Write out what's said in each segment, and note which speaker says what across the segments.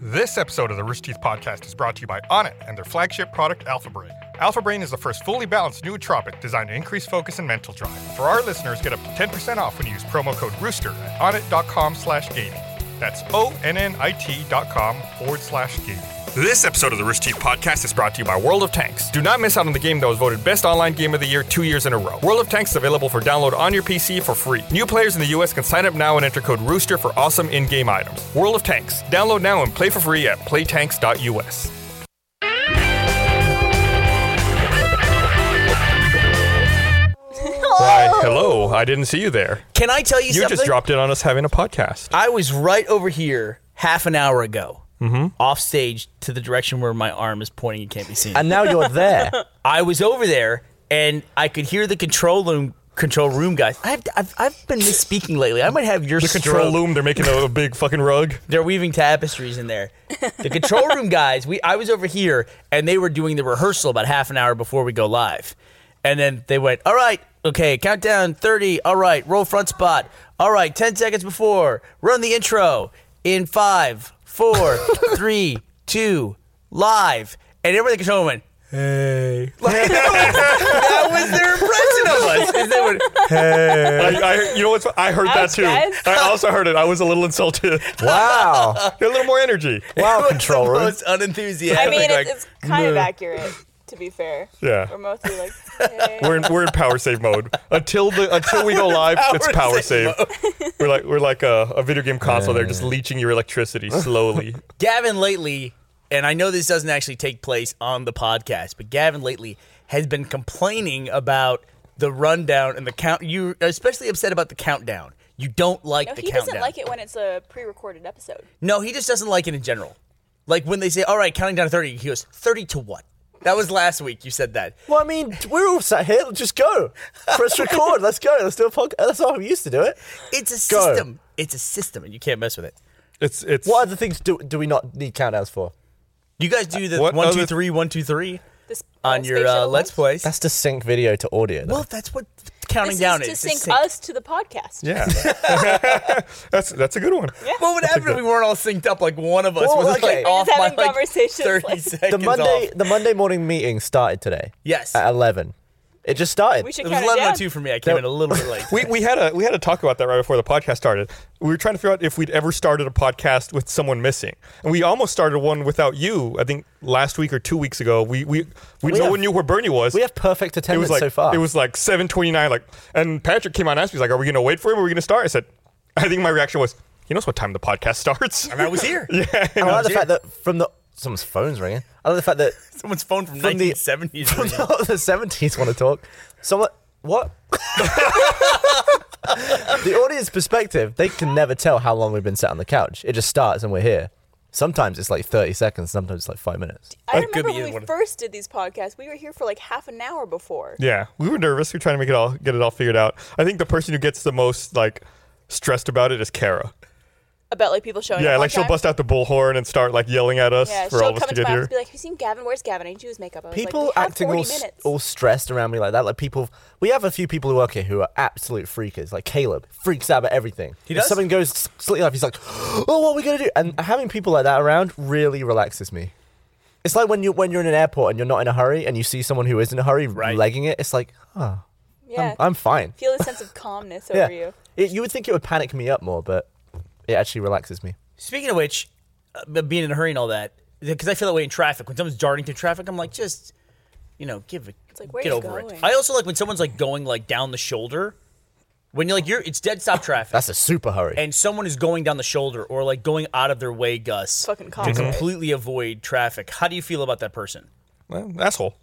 Speaker 1: This episode of the Rooster Teeth Podcast is brought to you by Onnit and their flagship product, Alpha Brain. Alpha Brain is the first fully balanced nootropic designed to increase focus and mental drive. For our listeners, get up to 10% off when you use promo code ROOSTER at onnit.com slash gaming. That's O-N-N-I-T dot com forward slash gaming. This episode of the Rooster Teeth Podcast is brought to you by World of Tanks. Do not miss out on the game that was voted Best Online Game of the Year two years in a row. World of Tanks is available for download on your PC for free. New players in the US can sign up now and enter code ROOSTER for awesome in-game items. World of Tanks. Download now and play for free at playtanks.us. Why, hello. I didn't see you there.
Speaker 2: Can I tell you,
Speaker 1: You
Speaker 2: something?
Speaker 1: just dropped in on us having a podcast.
Speaker 2: I was right over here half an hour ago,
Speaker 3: Mm-hmm.
Speaker 2: off stage to the direction where my arm is pointing and can't be seen.
Speaker 3: and now you're there.
Speaker 2: I was over there and I could hear the control room control room guy. I've, I've, I've been misspeaking lately. I might have your
Speaker 1: The control
Speaker 2: stroke.
Speaker 1: loom, they're making a, a big fucking rug.
Speaker 2: They're weaving tapestries in there. The control room guys, we I was over here and they were doing the rehearsal about half an hour before we go live. And then they went, "All right, okay, countdown 30. All right, roll front spot. All right, 10 seconds before. Run the intro in five, four, three, two, live." And everybody in the control room went, "Hey." Like, that was their impression of us. And they went,
Speaker 1: I, I, you know what's? I heard that
Speaker 4: Ouch,
Speaker 1: too.
Speaker 4: guys.
Speaker 1: I also heard it. I was a little insulted.
Speaker 3: Wow.
Speaker 1: a little more energy.
Speaker 2: That
Speaker 3: Wow,
Speaker 2: was
Speaker 3: control
Speaker 2: the
Speaker 3: room.
Speaker 2: most unenthusiastic.
Speaker 4: I mean,
Speaker 2: like,
Speaker 4: it's, it's kind of accurate, to be fair.
Speaker 1: Yeah.
Speaker 4: We're mostly like, hey.
Speaker 1: We're in, we're in power save mode until the until we go live. it's power save. We're like we're like a, a video game console. They're
Speaker 3: Uh.
Speaker 1: just leeching your electricity slowly.
Speaker 2: Gavin lately, and I know this doesn't actually take place on the podcast, but Gavin lately has been complaining about the rundown and the count. You are especially upset about the countdown. You don't like
Speaker 4: no,
Speaker 2: the
Speaker 4: he
Speaker 2: countdown.
Speaker 4: doesn't like it when it's a pre-recorded episode.
Speaker 2: No, he just doesn't like it in general. Like when they say, "All right, counting down to 30, he goes, "30 to what?" That was last week. You said that.
Speaker 3: Well, I mean, we're all sat here. Just go. Press record. Let's go. Let's do a podcast. That's how we used to do it.
Speaker 2: It's a
Speaker 3: Go.
Speaker 2: system. It's a system, and you can't mess with it.
Speaker 1: It's it's
Speaker 3: What other things do, do we not need countdowns for?
Speaker 2: You guys do the
Speaker 1: What
Speaker 2: one
Speaker 1: other-
Speaker 2: two three one two three
Speaker 4: This
Speaker 2: on your uh, Let's Plays.
Speaker 3: That's to sync video to audio. though.
Speaker 2: well, that's what counting
Speaker 4: This
Speaker 2: down
Speaker 4: is to
Speaker 2: is.
Speaker 4: sync
Speaker 2: It's
Speaker 4: us to the podcast.
Speaker 1: yeah. that's that's a good one.
Speaker 2: What would happen if we weren't all synced up? Like one of us
Speaker 3: Well,
Speaker 2: was
Speaker 3: okay.
Speaker 2: like off
Speaker 4: Just
Speaker 2: by
Speaker 4: having
Speaker 2: like
Speaker 4: conversations,
Speaker 2: thirty
Speaker 4: like-
Speaker 2: seconds.
Speaker 3: the Monday,
Speaker 2: off.
Speaker 3: the Monday morning meeting started today.
Speaker 2: Yes.
Speaker 3: At eleven, it just started.
Speaker 4: We should
Speaker 2: It was
Speaker 4: count it
Speaker 2: eleven
Speaker 4: down.
Speaker 2: oh two for me. I came in a little bit late.
Speaker 1: We, we had a we had a talk about that right before the podcast started. We were trying to figure out if we'd ever started a podcast with someone missing, and we almost started one without you. I think last week or two weeks ago, we we, we,
Speaker 3: We
Speaker 1: no
Speaker 3: have-
Speaker 1: one knew where Bernie was.
Speaker 3: we have perfect
Speaker 1: it
Speaker 3: attendance
Speaker 1: was like
Speaker 3: so far.
Speaker 1: it was like seven twenty nine. Like, and Patrick came on and asked me, he's like, "Are we going to wait for him? Or are we going to start?" I said, "I think my reaction was, he knows what time the podcast starts."
Speaker 2: and I was here.
Speaker 3: I like the fact that from the someone's phone's ringing. I like the fact that
Speaker 2: Someone's phone from
Speaker 3: From the-
Speaker 2: nineteen seventies.
Speaker 3: from the seventies want to talk. Someone what? the audience perspective, they can never tell how long we've been sat on the couch. It just starts and we're here. Sometimes it's like thirty seconds, sometimes it's like five minutes.
Speaker 4: I
Speaker 2: could
Speaker 4: remember
Speaker 2: be
Speaker 4: when
Speaker 2: one
Speaker 4: we
Speaker 2: of-
Speaker 4: first did these podcasts, we were here for like half an hour before.
Speaker 1: Yeah, we were nervous. We were trying to make it all get it all figured out. I think the person who gets the most like stressed about it is Kara.
Speaker 4: About like people showing up
Speaker 1: Yeah,
Speaker 4: on
Speaker 1: like she'll
Speaker 4: time.
Speaker 1: bust out the bullhorn and start like yelling at us
Speaker 4: Yeah,
Speaker 1: for
Speaker 4: she'll
Speaker 1: all of us
Speaker 4: come
Speaker 1: to
Speaker 4: into
Speaker 1: get
Speaker 4: my office
Speaker 1: here.
Speaker 4: and be like, "Have you seen Gavin? Where's Gavin? I need to do his makeup." I was
Speaker 3: People
Speaker 4: like, "We have
Speaker 3: acting
Speaker 4: 40
Speaker 3: all, s- oh,
Speaker 4: minutes.
Speaker 3: all stressed around me like that. Like people, we have a few people who work here who are absolute freakers. Like Caleb freaks out about everything. He
Speaker 2: does?
Speaker 3: If something goes s- slightly off, he's like, "Oh, what are we gonna do?" And having people like that around really relaxes me. It's like when you when you're in an airport and you're not in a hurry and you see someone who is in a hurry
Speaker 2: Right.
Speaker 3: legging it. It's like, oh,
Speaker 4: yeah,
Speaker 3: I'm, I'm fine.
Speaker 4: feel a sense of calmness
Speaker 3: Yeah.
Speaker 4: over you.
Speaker 3: It- you would think it would panic me up more, but it actually relaxes me.
Speaker 2: Speaking of which, uh, but being in a hurry and all that, because I feel that way in traffic. When someone's darting through traffic, I'm like, just you know, give it.
Speaker 4: like, where
Speaker 2: get
Speaker 4: you
Speaker 2: over it.
Speaker 4: going?
Speaker 2: I also like when someone's like going like down the shoulder. When you're like you're, it's dead stop traffic.
Speaker 3: That's a super hurry.
Speaker 2: and someone is going down the shoulder or like going out of their way, Gus,
Speaker 4: Fucking
Speaker 2: to
Speaker 4: complicated.
Speaker 2: completely avoid traffic. How do you feel about that person?
Speaker 1: Well, asshole.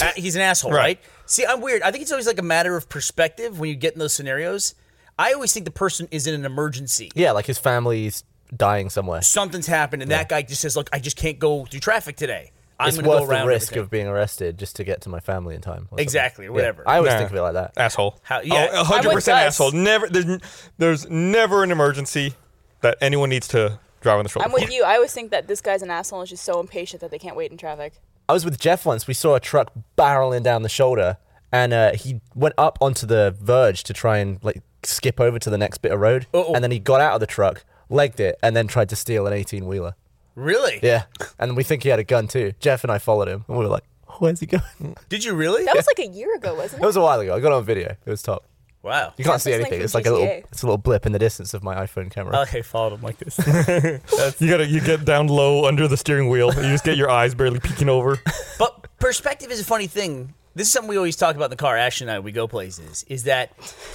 Speaker 2: Uh, He's an asshole,
Speaker 1: Right.
Speaker 2: right. See, I'm weird. I think it's always like a matter of perspective when you get in those scenarios. I always think the person is in an emergency.
Speaker 3: yeah, like his family's dying somewhere.
Speaker 2: Something's happened, and that guy just says, "Look, I just can't go through traffic today. I'm
Speaker 3: It's
Speaker 2: going to go
Speaker 3: worth
Speaker 2: around
Speaker 3: the risk
Speaker 2: everything."
Speaker 3: of being arrested just to get to my family in time. or something.
Speaker 2: Exactly, or
Speaker 3: Yeah,
Speaker 2: whatever.
Speaker 3: I always
Speaker 1: Nah.
Speaker 3: think of it like that.
Speaker 1: Asshole.
Speaker 2: How- yeah.
Speaker 1: Oh, 100%
Speaker 4: I'm with Gus.
Speaker 1: asshole. Never there's, n- there's never an emergency that anyone needs to drive on the shoulder.
Speaker 4: I'm with you. I always think that this guy's an asshole and is just so impatient that they can't wait in traffic.
Speaker 3: I was with Jeff once. We saw a truck barreling down the shoulder, and uh, he went up onto the verge to try and like skip over to the next bit of road,
Speaker 2: Uh-oh.
Speaker 3: and then he got out of the truck, legged it, and then tried to steal an eighteen wheeler.
Speaker 2: Really?
Speaker 3: Yeah. And we think he had a gun too. Jeff and I followed him and we were like, where's he going? That
Speaker 2: Did you really?
Speaker 4: That was like a year ago, wasn't it?
Speaker 3: was a while ago. I got it on video. It was top.
Speaker 2: Wow.
Speaker 3: You can't
Speaker 4: That's
Speaker 3: see
Speaker 4: just like
Speaker 3: anything.
Speaker 4: from
Speaker 3: it's like a little
Speaker 4: GTA.
Speaker 3: it's a little blip in the distance of my iPhone camera.
Speaker 2: Okay, followed him like this.
Speaker 1: You gotta you get down low under the steering wheel. You just get your eyes barely peeking over.
Speaker 2: But perspective is a funny thing. This is something we always talk about in the car. Ash and I, we go places. Is that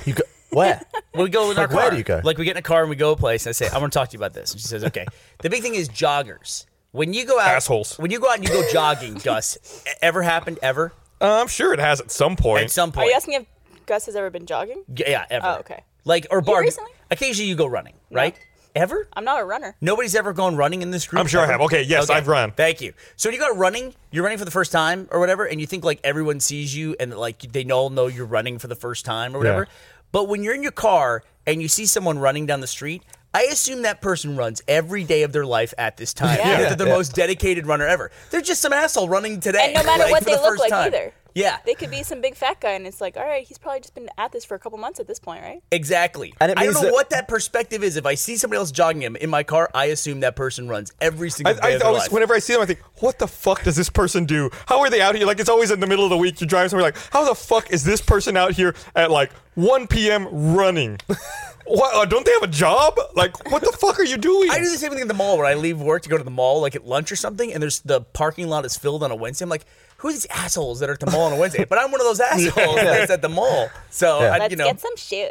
Speaker 3: You go where?
Speaker 2: when we go in our
Speaker 3: where
Speaker 2: car?
Speaker 3: do you go?
Speaker 2: Like we get in a car and we go a place. And I say, I want to talk to you about this. And she says, Okay. the big thing is joggers. When you go out,
Speaker 1: Assholes.
Speaker 2: When you go out and you go jogging, Gus, e- ever happened ever
Speaker 1: Uh, I'm sure it has at some point.
Speaker 2: at some
Speaker 4: Are
Speaker 2: point?
Speaker 4: you asking if Gus has ever been jogging?
Speaker 2: yeah, ever.
Speaker 4: Oh, okay.
Speaker 2: Like or bar.
Speaker 4: recently?
Speaker 2: Occasionally you go running, right? Ever?
Speaker 4: I'm not a runner.
Speaker 2: Nobody's ever gone running in this group.
Speaker 1: I'm sure I
Speaker 2: ever?
Speaker 1: have. Okay, yes, I've run.
Speaker 2: Thank you. So when you go running, you're running for the first time or whatever, and you think like everyone sees you and like they all know you're running for the first time or whatever. But when you're in your car and you see someone running down the street, I assume that person runs every day of their life at this time.
Speaker 4: Yeah.
Speaker 2: They're the most dedicated runner ever. They're just some asshole running today.
Speaker 4: And no matter
Speaker 2: like,
Speaker 4: what
Speaker 2: for
Speaker 4: they
Speaker 2: the
Speaker 4: look
Speaker 2: first
Speaker 4: like
Speaker 2: time.
Speaker 4: either.
Speaker 2: Yeah,
Speaker 4: They could be some big fat guy, and it's like, all right, he's probably just been at this for a couple months at this point, right?
Speaker 2: exactly.
Speaker 3: And it
Speaker 2: I don't
Speaker 3: means
Speaker 2: know
Speaker 3: that-
Speaker 2: what that perspective is. If I see somebody else jogging him in my car, I assume that person runs every
Speaker 1: I,
Speaker 2: single day
Speaker 1: I
Speaker 2: of their
Speaker 1: always,
Speaker 2: life.
Speaker 1: whenever I see them, I think, "What the fuck does this person do? How are they out here?" Like it's always in the middle of the week. You drive somewhere, like, "How the fuck is this person out here at like 1 p.m. running? what? Uh, don't they have a job? Like, what the fuck are you doing?"
Speaker 2: I do the same thing at the mall where I leave work to go to the mall, like at lunch or something, and there's the parking lot is filled on a Wednesday. I'm like, who are these assholes that are at the mall on a Wednesday? But I'm one of those assholes that's at the mall. So I,
Speaker 4: Let's
Speaker 2: you know,
Speaker 4: get some shoes.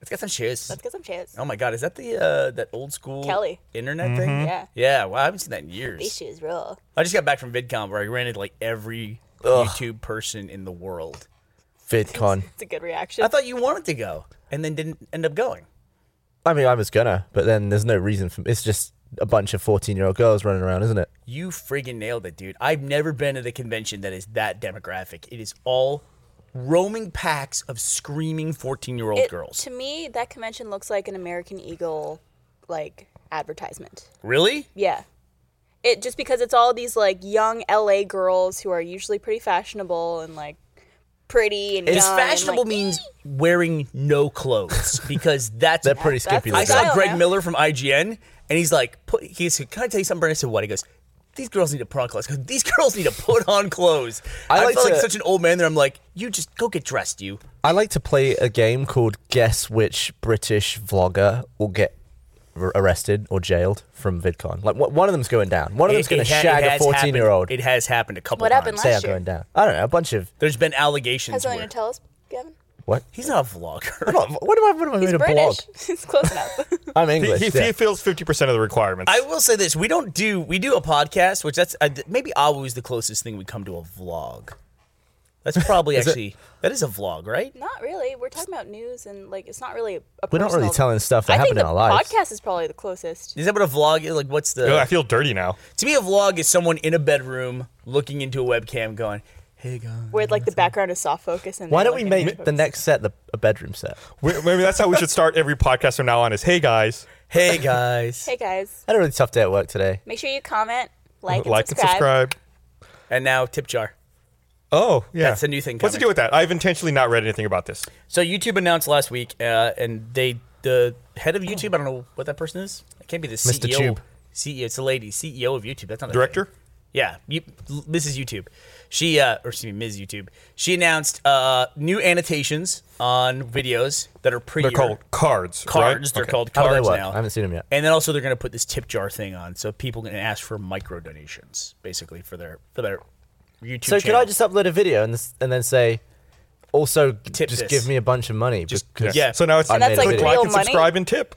Speaker 2: let's get some shoes.
Speaker 4: Let's get some shoes.
Speaker 2: Oh my god, is that the uh, that old school
Speaker 4: Kelly. Mm-hmm.
Speaker 2: internet thing?
Speaker 4: Yeah.
Speaker 2: Yeah, wow, I haven't seen that in
Speaker 4: These
Speaker 2: years.
Speaker 4: shoes rule.
Speaker 2: I just got back from VidCon where I ran into like every YouTube person in the world.
Speaker 3: VidCon.
Speaker 4: It's a good reaction.
Speaker 2: I thought you wanted to go and then didn't end up going.
Speaker 3: I mean, I was gonna, but then there's no reason for it's just a bunch of 14 year old girls running around, isn't it?
Speaker 2: You friggin' nailed it, dude. I've never been at a convention that is that demographic. It is all roaming packs of screaming 14 year old
Speaker 4: It-
Speaker 2: girls.
Speaker 4: To me, that convention looks like an American Eagle, like advertisement.
Speaker 2: really?
Speaker 4: Yeah. It just because it's all these like young LA girls who are usually pretty fashionable and like pretty and
Speaker 2: Because
Speaker 4: young and, like,
Speaker 2: fashionable means wearing no clothes because that's.
Speaker 3: They're pretty skimpy.
Speaker 2: I
Speaker 4: that's-
Speaker 3: looking.
Speaker 2: saw
Speaker 4: style
Speaker 2: Greg
Speaker 4: now.
Speaker 2: Miller from IGN and he's like, put, he said, Can I tell you something, Brent? I said, What? He goes, These girls need to put on clothes. I go, These girls need to put on clothes. I,
Speaker 3: I like
Speaker 2: felt like
Speaker 3: to-
Speaker 2: such an old man there. I'm like, You just go get dressed, you.
Speaker 3: I like to play a game called Guess Which British Vlogger Will Get r- Arrested or Jailed from VidCon. Like, wh- one of them's going down. One of them's
Speaker 2: It-
Speaker 3: going to
Speaker 2: it ha- it
Speaker 3: shag a
Speaker 2: has
Speaker 3: 14 year old.
Speaker 2: happened- It has happened a couple
Speaker 4: What
Speaker 2: times.
Speaker 4: happened
Speaker 3: Say I'm
Speaker 4: last year?
Speaker 3: going down. I don't know. A bunch of.
Speaker 2: There's been allegations.
Speaker 4: Has something
Speaker 2: where-
Speaker 4: to tell us, Gavin?
Speaker 3: What?
Speaker 2: He's not a vlogger.
Speaker 3: What am I, what am I
Speaker 4: He's
Speaker 3: going to blog?
Speaker 4: British. It's close enough.
Speaker 3: I'm
Speaker 1: He,
Speaker 3: English.
Speaker 1: he,
Speaker 3: yeah.
Speaker 1: he feels 50 percent of the requirements.
Speaker 2: I will say this: we don't do we do a podcast, which that's I, maybe always the closest thing we come to a vlog. That's probably actually that is a vlog, right?
Speaker 4: not really. We're talking about news and like it's not really a
Speaker 3: We're not really
Speaker 4: personal-
Speaker 3: telling stuff that
Speaker 4: I think
Speaker 3: happened in
Speaker 4: the
Speaker 3: our lives.
Speaker 4: podcast is probably the closest.
Speaker 2: Is that what a vlog is? Like, what's the?
Speaker 1: Ugh, I feel dirty now.
Speaker 2: To me, a vlog is someone in a bedroom looking into a webcam, going, "Hey, guys."
Speaker 4: Where like the background is soft focus and
Speaker 3: Why
Speaker 4: they're
Speaker 3: don't we
Speaker 4: looking at
Speaker 3: make the
Speaker 4: folks.
Speaker 3: next set the, a bedroom set?
Speaker 1: We, maybe that's how we should start every podcast from now on. Is hey guys,
Speaker 2: Hey, guys.
Speaker 4: Hey guys,
Speaker 3: I had a really tough day at work today.
Speaker 4: make sure you comment, like, and,
Speaker 1: like and
Speaker 4: subscribe.
Speaker 1: subscribe.
Speaker 2: And now tip jar.
Speaker 1: Oh, yeah,
Speaker 2: That's a new thing
Speaker 1: What's to
Speaker 2: coming.
Speaker 1: do with that? I've intentionally not read anything about this.
Speaker 2: So YouTube announced last week, uh, and they the head of YouTube. I don't know what that person is. It can't be the E CEO.
Speaker 3: Mr. Tube.
Speaker 2: CEO. It's a lady. CEO of YouTube. That's not a thing.
Speaker 1: Director?
Speaker 2: Yeah, you, L- Mrs. YouTube. She, uh, or excuse me, Ms. YouTube. She announced uh, new annotations on videos that are pretty.
Speaker 1: They're called cards.
Speaker 2: cards.
Speaker 1: Right?
Speaker 2: They're
Speaker 1: Okay.
Speaker 2: called
Speaker 3: How do they
Speaker 2: cards
Speaker 3: work?
Speaker 2: now.
Speaker 3: I haven't seen them yet.
Speaker 2: And then also they're going to put this tip jar thing on, so people can ask for micro donations, basically for their for their YouTube.
Speaker 3: So could
Speaker 2: channel.
Speaker 3: I just upload a video and, this, and then say, also
Speaker 2: Tip
Speaker 3: just
Speaker 2: this.
Speaker 3: give me a bunch of money? because
Speaker 2: yeah.
Speaker 1: So now it's
Speaker 4: And that's
Speaker 3: like
Speaker 1: click
Speaker 3: real
Speaker 1: like and
Speaker 4: money?
Speaker 1: subscribe and tip.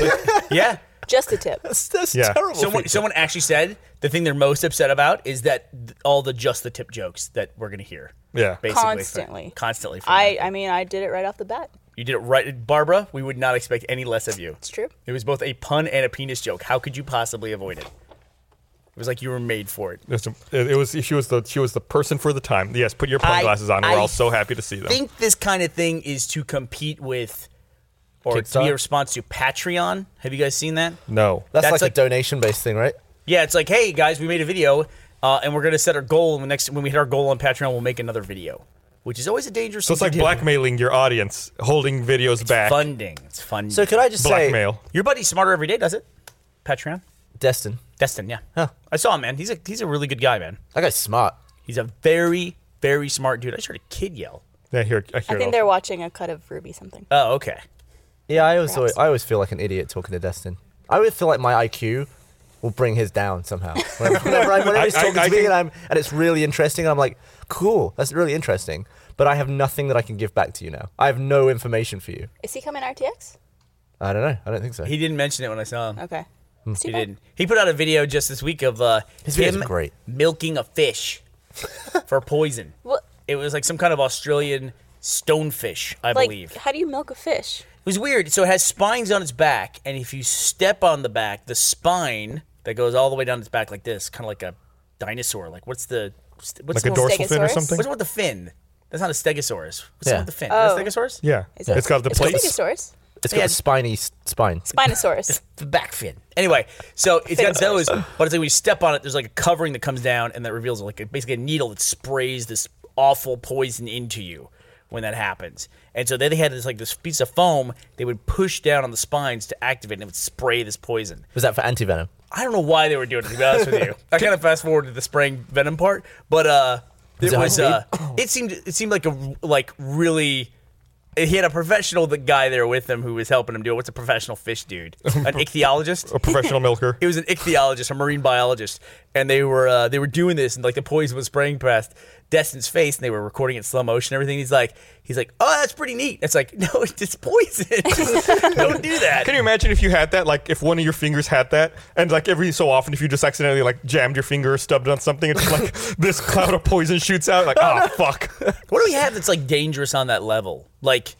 Speaker 2: yeah?
Speaker 4: Just a tip.
Speaker 3: That's, that's
Speaker 1: Yeah.
Speaker 3: terrible.
Speaker 2: Someone,
Speaker 3: feature.
Speaker 2: someone actually said the thing they're most upset about is that th- all the just the tip jokes that we're gonna hear.
Speaker 1: Yeah.
Speaker 2: basically for-
Speaker 4: Constantly.
Speaker 2: constantly. For
Speaker 4: I
Speaker 2: them.
Speaker 4: I mean I did it right off the bat.
Speaker 2: you did it right, Barbara. We would not expect any less of you.
Speaker 4: It's true.
Speaker 2: It was both a pun and a penis joke. How could you possibly avoid it? It was like you were made for it.
Speaker 1: It it was she was the she was the person for the time. Yes, put your pun
Speaker 2: I-
Speaker 1: glasses on. We're
Speaker 2: I
Speaker 1: all so happy to see them.
Speaker 2: I think this kind of thing is to compete with or to
Speaker 3: TikTok?
Speaker 2: be a response to Patreon. Have you guys seen that?
Speaker 1: no,
Speaker 3: That's,
Speaker 2: That's
Speaker 3: like,
Speaker 2: like-
Speaker 3: a donation based thing, right?
Speaker 2: Yeah, it's like, hey guys, we made a video, uh, and we're gonna set our goal. And next, when we hit our goal on Patreon, we'll make another video, which is always a dangerous.
Speaker 1: so it's like blackmailing your audience, holding videos back,
Speaker 2: funding. It's funding.
Speaker 3: So could I just
Speaker 1: blackmail.
Speaker 3: say,
Speaker 2: Your buddy's smarter every day, does it? Patreon.
Speaker 3: Destin.
Speaker 2: Destin, yeah. I saw him, man. He's a he's a really good guy, man.
Speaker 3: That guy's smart.
Speaker 2: He's a very very smart dude. I just heard a kid yell.
Speaker 1: Yeah, I hear, I
Speaker 4: I
Speaker 1: hear
Speaker 4: think
Speaker 1: it.
Speaker 4: they're
Speaker 1: also.
Speaker 4: watching a cut of Ruby something.
Speaker 2: Oh, okay.
Speaker 3: Yeah, I always,
Speaker 4: Perhaps.
Speaker 3: I always feel like an idiot talking to Destin. I always feel like my IQ will bring his down somehow. Whenever, whenever I'm- whenever he's
Speaker 1: I- I-
Speaker 3: talking
Speaker 1: I
Speaker 3: to me
Speaker 1: can-
Speaker 3: and, I'm, and it's really interesting, I'm like, cool, that's really interesting. But I have nothing that I can give back to you now. I have no information for you.
Speaker 4: Is he coming RTX?
Speaker 3: I don't know. I don't think so.
Speaker 2: He didn't mention it when I saw him.
Speaker 4: Okay.
Speaker 3: Hmm.
Speaker 4: It's too
Speaker 2: He
Speaker 4: bad.
Speaker 2: didn't. He put out a video just this week of uh,
Speaker 3: His videos
Speaker 2: him
Speaker 3: are great.
Speaker 2: milking a fish for poison.
Speaker 4: Well,
Speaker 2: It was like some kind of Australian stonefish, I
Speaker 4: like,
Speaker 2: believe.
Speaker 4: how do you milk a fish?
Speaker 2: It was weird. So it has spines on its back, and if you step on the back, the spine that goes all the way down its back like this, kind of like a dinosaur. Like what's the what's
Speaker 1: like
Speaker 2: the
Speaker 1: a
Speaker 2: one-
Speaker 1: dorsal fin or
Speaker 4: Stegosaurus?
Speaker 1: something.
Speaker 2: What's the one with the fin? That's not a stegosaurus. What's the
Speaker 3: Yeah.
Speaker 2: one with the fin? Is that
Speaker 4: Oh.
Speaker 2: stegosaurus?
Speaker 1: Yeah,
Speaker 4: it-
Speaker 1: it's got the
Speaker 4: It's called
Speaker 1: plates.
Speaker 4: Stegosaurus.
Speaker 3: it's got
Speaker 2: Yeah.
Speaker 3: a spiny s- spine.
Speaker 4: Spinosaurus.
Speaker 2: The back fin. Anyway, so it's got those, but it's like when you step on it, there's like a covering that comes down and that reveals like a, basically a needle that sprays this awful poison into you when that happens. And so then they had this like this piece of foam they would push down on the spines to activate and it would spray this poison.
Speaker 3: Was that for antivenom?
Speaker 2: I don't know why they were doing it. To be honest with you, I kind of fast forwarded the spraying venom part, but uh, it
Speaker 3: it high
Speaker 2: was
Speaker 3: speed?
Speaker 2: uh, it seemed it seemed like a like really. He had a professional the guy there with him who was helping him do it. What's a professional fish dude? An ichthyologist.
Speaker 1: A professional milker.
Speaker 2: It was an ichthyologist, a marine biologist, and they were uh, they were doing this, and like the poison was spraying past Destin's face, and they were recording it in slow motion. and Everything. He's like, he's like, oh, that's pretty neat. It's like, no, it's poison. don't do that.
Speaker 1: Can you imagine if you had that? Like, if one of your fingers had that, and like every so often, if you just accidentally like jammed your finger or stubbed on something, it's like this cloud of poison shoots out. Like, ah, fuck.
Speaker 2: What do we have that's like dangerous on that level? Like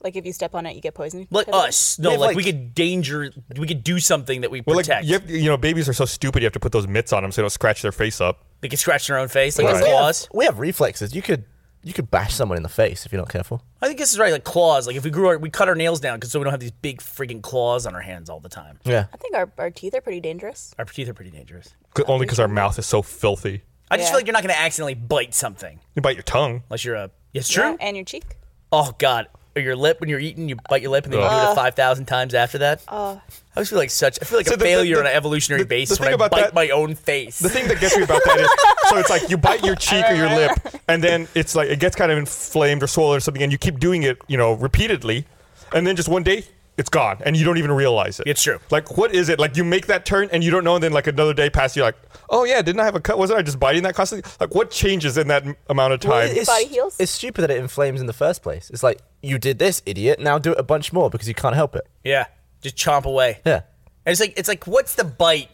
Speaker 4: like if you step on it, you get poisoned.
Speaker 2: like
Speaker 4: Kind of thing?
Speaker 2: us. No,
Speaker 3: Yeah,
Speaker 2: like,
Speaker 3: like-
Speaker 2: we could danger we could do something that we
Speaker 1: Well, like
Speaker 2: protect.
Speaker 1: you, have, you know, babies are so stupid. You have to put those mitts on them so they don't scratch their face up.
Speaker 2: They could scratch their own face, like
Speaker 1: Right.
Speaker 2: with
Speaker 1: Yeah.
Speaker 2: claws.
Speaker 3: We have reflexes. You could you could bash someone in the face if you're not careful.
Speaker 2: I think this is right, like claws. Like if we grew our we cut our nails down because so we don't have these big freaking claws on our hands all the time.
Speaker 3: Yeah.
Speaker 4: I think our, our teeth are pretty dangerous.
Speaker 2: Our teeth are pretty dangerous.
Speaker 1: 'Cause- Only because our mouth is so filthy.
Speaker 2: I just
Speaker 4: Yeah.
Speaker 2: feel like you're not gonna accidentally bite something
Speaker 1: You bite your tongue.
Speaker 2: unless you're a It's true.
Speaker 4: Yeah, and your cheek.
Speaker 2: Oh god. Or your lip when you're eating, you bite your lip and then you do it five thousand times after that. I always feel like such I feel like
Speaker 1: So
Speaker 2: a
Speaker 1: the- the-
Speaker 2: failure on
Speaker 1: the-
Speaker 2: an evolutionary
Speaker 1: the-
Speaker 2: basis
Speaker 1: the
Speaker 2: when
Speaker 1: thing
Speaker 2: I
Speaker 1: about
Speaker 2: bite
Speaker 1: that-
Speaker 2: my own face.
Speaker 1: The thing that gets me about that is so it's like you bite your cheek or your lip, and then it's like it gets kind of inflamed or swollen or something, and you keep doing it, you know, repeatedly, and then just one day it's gone, and you don't even realize it.
Speaker 2: It's true.
Speaker 1: Like, what is it? Like, you make that turn, and you don't know, and then like another day passes, you're like, oh yeah, didn't I have a cut? Wasn't I just biting that constantly? Like, what changes in that m- amount of
Speaker 3: Well,
Speaker 1: time?
Speaker 3: it's,
Speaker 4: Body heals?
Speaker 3: it's stupid that it inflames in the first place. It's like you did this, idiot. Now do it a bunch more because you can't help it.
Speaker 2: Yeah, just chomp away.
Speaker 3: Yeah.
Speaker 2: and it's like it's like what's the bite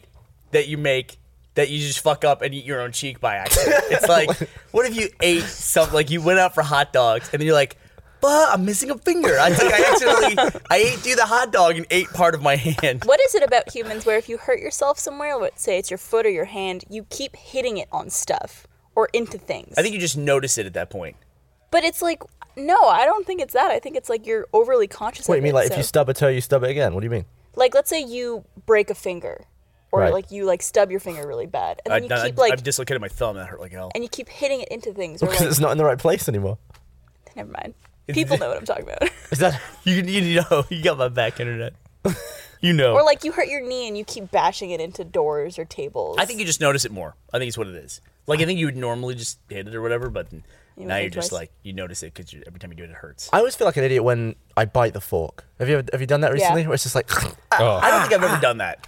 Speaker 2: that you make that you just fuck up and eat your own cheek by accident? It's like what if you ate something like you went out for hot dogs and then you're like, "Bah, I'm missing a finger." I think I accidentally I ate through the hot dog and ate part of my hand.
Speaker 4: What is it about humans where if you hurt yourself somewhere, let's say it's your foot or your hand, you keep hitting it on stuff or into things?
Speaker 2: I think you just notice it at that point.
Speaker 4: but it's like, no, I don't think it's that. I think it's like you're overly conscious.
Speaker 3: What
Speaker 4: of
Speaker 3: do you mean?
Speaker 4: it,
Speaker 3: Like
Speaker 4: so-
Speaker 3: if you stub a toe, you stub it again. What do you mean?
Speaker 4: like let's say you break a finger, or
Speaker 3: Right.
Speaker 4: like you like stub your finger really bad, and
Speaker 2: I,
Speaker 4: then you
Speaker 2: I,
Speaker 4: keep like
Speaker 2: I've dislocated my thumb. That hurt like hell.
Speaker 4: and you keep hitting it into things. Or,
Speaker 3: Because
Speaker 4: like,
Speaker 3: it's not in the right place anymore.
Speaker 4: never mind. People know what I'm talking about.
Speaker 3: Is that?
Speaker 2: You you know you got my back internet. You know.
Speaker 4: or like you hurt your knee and you keep bashing it into doors or tables.
Speaker 2: I think you just notice it more. I think it's what it is. Like I think you would normally just hit it or whatever, but then now
Speaker 4: would
Speaker 2: you're
Speaker 4: think
Speaker 2: just
Speaker 4: twice.
Speaker 2: like you notice it because every time you do it, it hurts.
Speaker 3: I always feel like an idiot when I bite the fork. Have you ever, have you done that recently? Where it's just like,
Speaker 2: I don't think I've
Speaker 4: Ah.
Speaker 2: ever done that.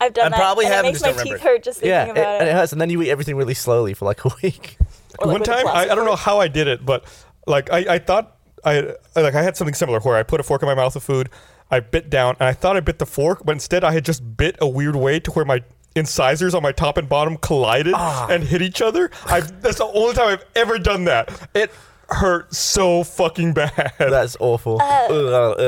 Speaker 4: I've done
Speaker 2: I
Speaker 4: that.
Speaker 2: probably
Speaker 4: and
Speaker 2: haven't,
Speaker 4: It makes
Speaker 2: just don't
Speaker 4: my
Speaker 2: remember
Speaker 4: teeth hurt just thinking
Speaker 3: yeah, it,
Speaker 4: about
Speaker 3: and it
Speaker 4: it.
Speaker 3: hurts, and then you eat everything really slowly for like a week.
Speaker 4: Or, like,
Speaker 1: one
Speaker 4: with a
Speaker 1: time I, I
Speaker 4: plastic
Speaker 1: don't know how I did it but like i, I thought I, I- like i had something similar where i put a fork in my mouth of food i bit down and i thought i bit the fork but instead i had just bit a weird way to where my incisors on my top and bottom collided and hit each other i that's the only time i've ever done that it hurt so fucking bad
Speaker 3: That's
Speaker 4: Uh,
Speaker 3: awful. Ugh,
Speaker 4: I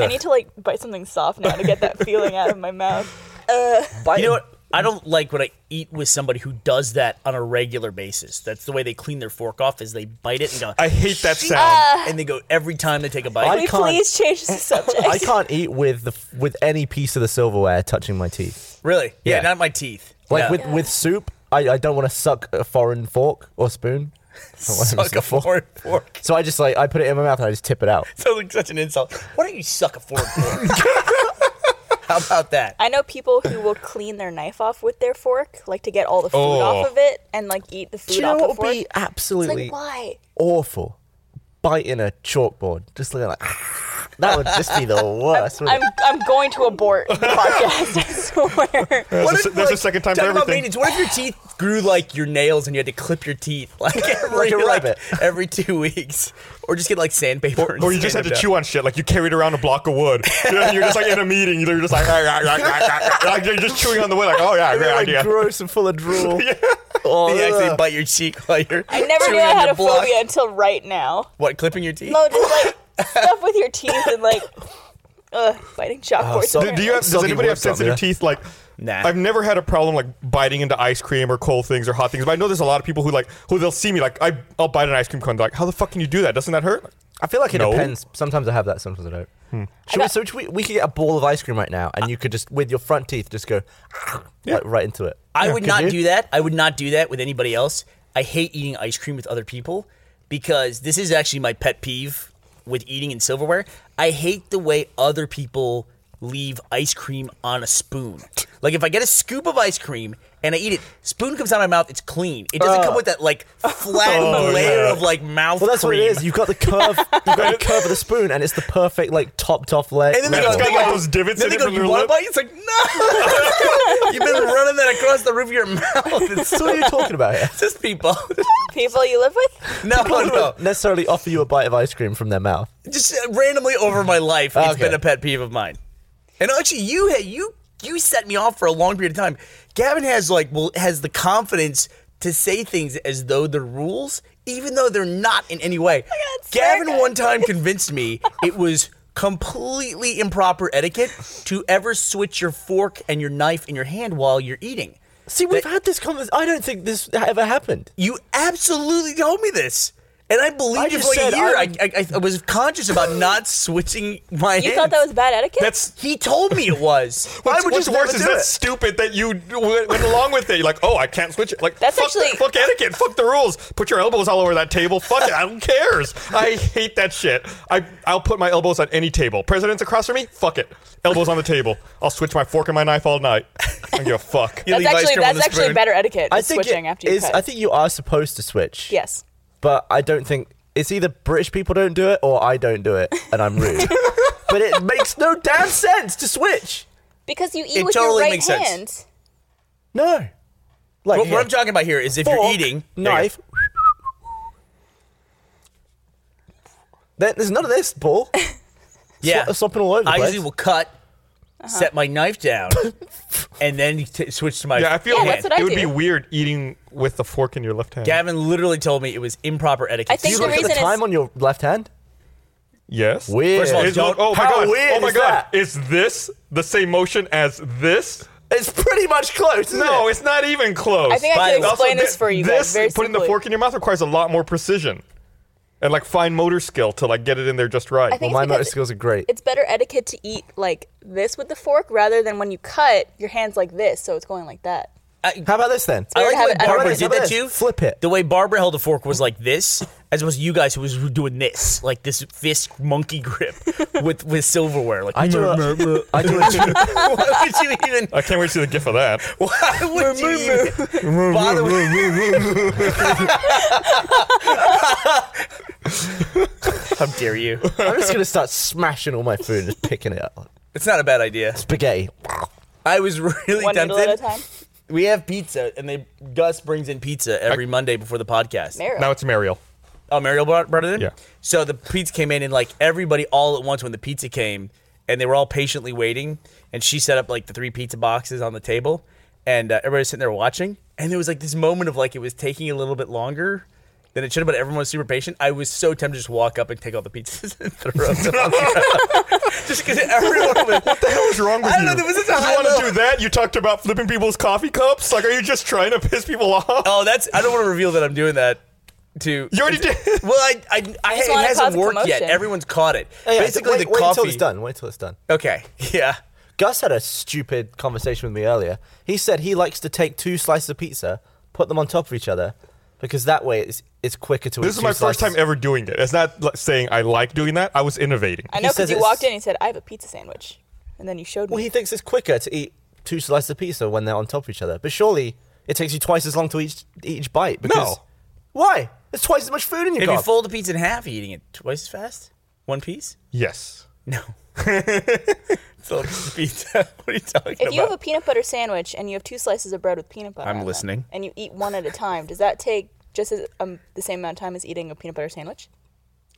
Speaker 3: ugh.
Speaker 4: need to like bite something soft now to get that feeling out of my mouth.
Speaker 2: You know what? I don't like when I eat with somebody who does that on a regular basis. That's the way they clean their fork off is they bite it and go.
Speaker 1: i hate that
Speaker 2: "Shit,"
Speaker 1: sound
Speaker 2: and they go every time they take a
Speaker 4: Can
Speaker 2: bite.
Speaker 4: we
Speaker 3: can't-
Speaker 4: please change the subject?
Speaker 3: I can't eat with the f- with any piece of the silverware touching my teeth.
Speaker 2: really? Yeah,
Speaker 3: Yeah.
Speaker 2: not my teeth.
Speaker 3: Like
Speaker 2: Yeah.
Speaker 3: with with soup, I, I don't want to suck a foreign fork or spoon. I wanna
Speaker 2: suck
Speaker 3: use the
Speaker 2: a foreign fork.
Speaker 3: So I just like I put it in my mouth and I just tip it out.
Speaker 2: Sounds like such an insult. Why don't you suck a foreign fork? How about that?
Speaker 4: I know people who will clean their knife off with their fork, like to get all the food
Speaker 1: Oh.
Speaker 4: off of it and like eat the food
Speaker 3: Do you know
Speaker 4: off
Speaker 3: what
Speaker 4: the
Speaker 3: would
Speaker 4: fork.
Speaker 3: be
Speaker 4: it's
Speaker 3: absolutely
Speaker 4: like why?
Speaker 3: awful? Biting a chalkboard, just looking like that would just be the worst. wouldn't
Speaker 4: I'm I'm going to abort the podcast. I swear.
Speaker 1: That's, the, that's the second time for
Speaker 2: Talking about
Speaker 1: everything.
Speaker 2: maintenance, what if your teeth grew like your nails and you had to clip your teeth like every
Speaker 3: a
Speaker 2: like,
Speaker 3: rabbit.
Speaker 2: every two weeks, or just get like sandpaper? and
Speaker 1: Or you just had
Speaker 2: sand
Speaker 1: to
Speaker 2: them
Speaker 1: chew on shit. Like you carried around a block of wood. You know, you're just like in a meeting. You're just like, "Ah, ah, ah, ah, ah," like you're just chewing on the wood. Like, oh yeah,
Speaker 3: it?
Speaker 1: great
Speaker 3: They're, like,
Speaker 1: idea.
Speaker 3: gross and full of drool. Oh,
Speaker 2: down. You actually
Speaker 3: ugh.
Speaker 2: bite your cheek while you're.
Speaker 4: I never knew
Speaker 2: chewing
Speaker 4: I
Speaker 2: on
Speaker 4: had
Speaker 2: your
Speaker 4: a
Speaker 2: block.
Speaker 4: phobia until right now.
Speaker 2: What clipping your teeth?
Speaker 4: No, just like stuff with your teeth and like ugh, biting chalkboards.
Speaker 3: so-
Speaker 1: Do, do you have, does
Speaker 3: Soggy
Speaker 1: anybody have
Speaker 3: wood something,
Speaker 1: sensitive
Speaker 3: yeah.
Speaker 1: teeth? Like,
Speaker 2: Nah.
Speaker 1: I've never had a problem like biting into ice cream or cold things or hot things. But I know there's a lot of people who like who they'll see me like I, I'll bite an ice cream cone. They're like, how the fuck can you do that? Doesn't that hurt?
Speaker 3: I feel like it
Speaker 1: No.
Speaker 3: depends. Sometimes I have that, sometimes I don't.
Speaker 4: Hmm.
Speaker 3: Should we, so should we, we could get a ball of ice cream right now, and you could just with your front teeth just go like, right into it.
Speaker 2: I would
Speaker 3: Could
Speaker 2: not
Speaker 3: you?
Speaker 2: do that. I would not do that with anybody else. I hate eating ice cream with other people because this is actually my pet peeve with eating in silverware. I hate the way other people leave ice cream on a spoon. Like if I get a scoop of ice cream and I eat it, spoon comes out of my mouth, it's clean. It doesn't come with that like flat
Speaker 1: Oh,
Speaker 2: layer
Speaker 1: yeah.
Speaker 2: of like mouth
Speaker 3: Well, that's
Speaker 2: cream.
Speaker 3: what it is. You've got the curve. You've got the curve of the spoon, and it's the perfect like topped off leg.
Speaker 2: And then they
Speaker 1: Man,
Speaker 2: go,
Speaker 1: it's got
Speaker 2: they
Speaker 1: like
Speaker 2: go-
Speaker 1: those divots
Speaker 2: then
Speaker 1: in
Speaker 2: they
Speaker 1: it
Speaker 2: go,
Speaker 1: from
Speaker 2: "You
Speaker 1: your
Speaker 2: want a
Speaker 1: lip."
Speaker 2: bite?" It's like, no. You've been running that across the roof of your mouth. It's
Speaker 3: so what are you talking about here?
Speaker 2: just people.
Speaker 4: People you live with?
Speaker 2: No,
Speaker 3: People
Speaker 2: no.
Speaker 3: don't necessarily offer you a bite of ice cream from their mouth.
Speaker 2: Just uh, randomly over my life, it's
Speaker 3: Okay.
Speaker 2: been a pet peeve of mine. And actually, you ha- you you set me off for a long period of time. Gavin has like well has the confidence to say things as though they're rules, even though they're not in any way.
Speaker 4: that swear
Speaker 2: Gavin
Speaker 4: guy.
Speaker 2: one time convinced me it was completely improper etiquette to ever switch your fork and your knife in your hand while you're eating.
Speaker 3: See, we've had this conversation. I don't think this ever happened.
Speaker 2: You absolutely told me this. And I believed
Speaker 3: I
Speaker 2: you
Speaker 3: just
Speaker 2: for like
Speaker 3: said
Speaker 2: a year.
Speaker 3: I
Speaker 2: I, I, I, I was conscious about not switching my
Speaker 4: You thought that was bad etiquette?
Speaker 1: That's
Speaker 2: He told me it was.
Speaker 1: What's,
Speaker 2: I would
Speaker 1: what's
Speaker 2: just
Speaker 1: worse
Speaker 2: never
Speaker 1: is
Speaker 2: do
Speaker 1: that's
Speaker 2: it.
Speaker 1: stupid that you d- went, went along with it. You're like, oh, I can't switch it. Like,
Speaker 4: That's
Speaker 1: fuck
Speaker 4: actually-
Speaker 1: the, fuck etiquette, fuck the rules. Put your elbows all over that table. Fuck it, I don't cares. I hate that shit. I I'll put my elbows on any table. President's across from me. Fuck it, elbows on the table. I'll switch my fork and my knife all night. I don't give a fuck.
Speaker 2: You
Speaker 4: That's
Speaker 2: leave ice
Speaker 4: actually
Speaker 2: cream on
Speaker 4: that's
Speaker 2: the
Speaker 4: actually
Speaker 2: spoon.
Speaker 4: better etiquette.
Speaker 3: I
Speaker 4: is
Speaker 3: think
Speaker 4: switching
Speaker 3: it
Speaker 4: after you
Speaker 3: is-
Speaker 4: cut.
Speaker 3: I think you are supposed to switch.
Speaker 4: yes.
Speaker 3: but I don't think it's either British people don't do it or I don't do it and I'm rude. but it makes no damn sense to switch.
Speaker 4: Because you eat
Speaker 2: It
Speaker 4: with
Speaker 2: totally
Speaker 4: your right
Speaker 2: makes sense.
Speaker 4: hand.
Speaker 3: No. Like
Speaker 2: But what
Speaker 3: here,
Speaker 2: I'm talking about here is if you're
Speaker 3: fork,
Speaker 2: eating
Speaker 3: knife. There- There's none of this, Paul.
Speaker 2: yeah,
Speaker 3: Sw- Swapping all over the
Speaker 2: I
Speaker 3: place.
Speaker 2: usually will cut,
Speaker 4: Uh-huh.
Speaker 2: set my knife down, and then t- switch to my.
Speaker 1: Yeah, I feel
Speaker 4: Yeah,
Speaker 1: like
Speaker 4: that's what I
Speaker 1: it would be
Speaker 4: do.
Speaker 1: weird eating with the fork in your left hand.
Speaker 2: Gavin literally told me it was improper etiquette.
Speaker 4: I think
Speaker 3: you
Speaker 4: the
Speaker 3: look at the
Speaker 4: reason is-
Speaker 3: time on your left hand.
Speaker 1: Yes.
Speaker 3: Weird.
Speaker 2: First of all,
Speaker 1: It's-
Speaker 2: don't-
Speaker 1: oh my
Speaker 3: how
Speaker 1: god.
Speaker 3: weird
Speaker 1: oh my
Speaker 3: is
Speaker 1: god.
Speaker 3: that?
Speaker 1: Is this the same motion as this?
Speaker 3: It's pretty much close. Isn't
Speaker 1: No,
Speaker 3: it?
Speaker 1: it's not even close.
Speaker 4: I think
Speaker 2: By
Speaker 4: I
Speaker 2: the
Speaker 4: can
Speaker 2: way-
Speaker 4: explain
Speaker 1: Also,
Speaker 4: this
Speaker 1: thi-
Speaker 4: for you
Speaker 1: this,
Speaker 4: guys very
Speaker 1: putting
Speaker 4: simply.
Speaker 1: the fork in your mouth requires a lot more precision and like fine motor skill to like get it in there just right. Oh
Speaker 4: I think
Speaker 3: my
Speaker 4: it's because
Speaker 3: motor skills are great.
Speaker 4: It's better etiquette to eat like this with the fork rather than when you cut your hands like this, so it's going like that.
Speaker 3: How about this then?
Speaker 2: I
Speaker 4: Or
Speaker 2: like the
Speaker 4: have
Speaker 2: way
Speaker 4: it- I don't
Speaker 2: Barbara
Speaker 4: like
Speaker 2: did
Speaker 4: it.
Speaker 2: that too.
Speaker 3: Flip it.
Speaker 2: The way Barbara held the fork was like this, as opposed to you guys who was doing this, like this fist monkey grip with with silverware. Like
Speaker 3: I do a, I do a
Speaker 2: why would you even?
Speaker 1: I can't wait to see the gif of that.
Speaker 2: Why would you even bother with? How dare you?
Speaker 3: I'm just gonna start smashing all my food and just picking it up.
Speaker 2: It's not a bad idea.
Speaker 3: Spaghetti.
Speaker 2: I was really
Speaker 4: One needle
Speaker 2: tempted.
Speaker 4: at a time.
Speaker 2: We have pizza, and they Gus brings in pizza every Monday before the podcast.
Speaker 4: Meryl.
Speaker 1: Now it's Mariel.
Speaker 2: Oh, Mario brought, brought it in.
Speaker 1: Yeah.
Speaker 2: So the pizza came in, and like everybody all at once when the pizza came, and they were all patiently waiting. And she set up like the three pizza boxes on the table, and uh, everybody was sitting there watching. And there was like this moment of like it was taking a little bit longer than it should have, but everyone was super patient. I was so tempted to just walk up and take all the pizzas and throw them. on the ground. just because everyone was. What the hell
Speaker 1: What's wrong with
Speaker 2: I don't
Speaker 1: you?
Speaker 2: know, there was such a
Speaker 1: you
Speaker 2: high
Speaker 1: want to
Speaker 2: level-
Speaker 1: do that? You talked about flipping people's coffee cups. Like, are you just trying to piss people off?
Speaker 2: Oh, that's. I don't want to reveal that I'm doing that. To
Speaker 1: You already did.
Speaker 2: Well, I, I, I it
Speaker 4: just wanna
Speaker 2: hasn't
Speaker 4: cause a
Speaker 2: worked yet.
Speaker 4: commotion.
Speaker 2: Everyone's caught it.
Speaker 3: Oh, Yeah,
Speaker 2: Basically,
Speaker 3: wait,
Speaker 2: the
Speaker 3: wait
Speaker 2: coffee.
Speaker 3: until it's done. Wait until it's done.
Speaker 2: Okay. Yeah.
Speaker 3: Gus had a stupid conversation with me earlier. He said he likes to take two slices of pizza, put them on top of each other, because that way it's it's quicker to. eat
Speaker 1: This is
Speaker 3: two
Speaker 1: my first time
Speaker 3: slices.
Speaker 1: ever doing it. It's not like, saying I like doing that. I was innovating.
Speaker 4: I know
Speaker 3: says
Speaker 4: because you
Speaker 3: it's-
Speaker 4: walked in and said, I have a pizza sandwich. and then you showed me.
Speaker 3: Well, he thinks it's quicker to eat two slices of pizza when they're on top of each other. But surely it takes you twice as long to each each bite. Because
Speaker 2: No.
Speaker 3: Why? There's twice as much food in your
Speaker 2: If you
Speaker 3: cup.
Speaker 2: fold a pizza in half, are you eating it twice as fast? One piece?
Speaker 1: Yes.
Speaker 2: No. it's a little piece of pizza. What are you talking
Speaker 4: if
Speaker 2: about?
Speaker 4: you have a peanut butter sandwich and you have two slices of bread with peanut butter,
Speaker 2: I'm
Speaker 4: on them,
Speaker 2: listening.
Speaker 4: and you eat one at a time, does that take just as, um, the same amount of time as eating a peanut butter sandwich?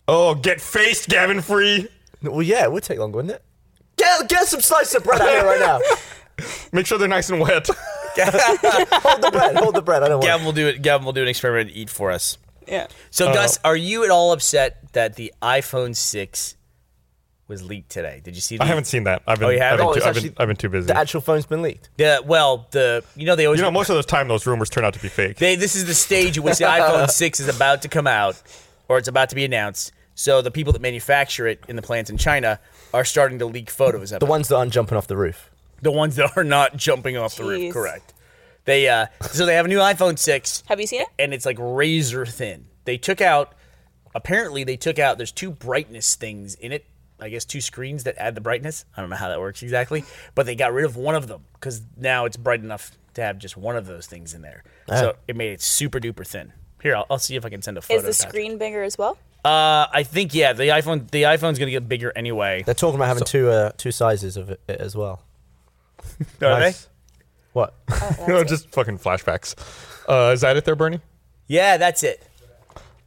Speaker 1: Oh, get faced, Gavin Free.
Speaker 3: well, yeah, it would take longer, wouldn't it? Get get some slices of bread out here right now.
Speaker 1: Make sure they're nice and wet.
Speaker 3: Hold the bread. Hold the bread. I don't want.
Speaker 2: Gavin will do it. Gavin will do an experiment and eat for us.
Speaker 4: Yeah.
Speaker 2: So, Gus, are you at all upset that the iPhone 6 was leaked today? Did you see? The,
Speaker 1: I haven't seen that. I've been,
Speaker 2: you
Speaker 1: I've
Speaker 2: haven't?
Speaker 1: been,
Speaker 2: Oh,
Speaker 1: too,
Speaker 3: it's
Speaker 1: I've, been,
Speaker 3: actually-
Speaker 1: I've been too busy.
Speaker 3: The actual phone's been leaked.
Speaker 2: The, well, the you know they always
Speaker 1: you know, most of the time those rumors turn out to be fake.
Speaker 2: they this is the stage at which the iPhone 6 is about to come out or it's about to be announced. So the people that manufacture it in the plants in China are starting to leak photos of
Speaker 3: The
Speaker 2: it.
Speaker 3: ones that aren't jumping off the roof.
Speaker 2: The ones that are not jumping off the roof,
Speaker 4: Jeez.
Speaker 2: correct? They uh, so they have a new iPhone 6
Speaker 4: Have you seen it?
Speaker 2: and it's like razor thin. They took out apparently they took out there's two brightness things in it. I guess two screens that add the brightness. I don't know how that works exactly, but they got rid of one of them because now it's bright enough to have just one of those things in there. So it made it super duper thin. Here, I'll, I'll see if I can send a photo.
Speaker 4: Is the
Speaker 2: Patrick.
Speaker 4: screen bigger as well?
Speaker 2: Uh, I think yeah, the iPhone the iPhone's gonna get bigger anyway.
Speaker 3: They're talking about having two uh, two sizes of it as well.
Speaker 2: Are
Speaker 1: Nice.
Speaker 2: they?
Speaker 3: What?
Speaker 1: You know, just fucking flashbacks. Uh, is that it there, Bernie?
Speaker 2: Yeah, that's it.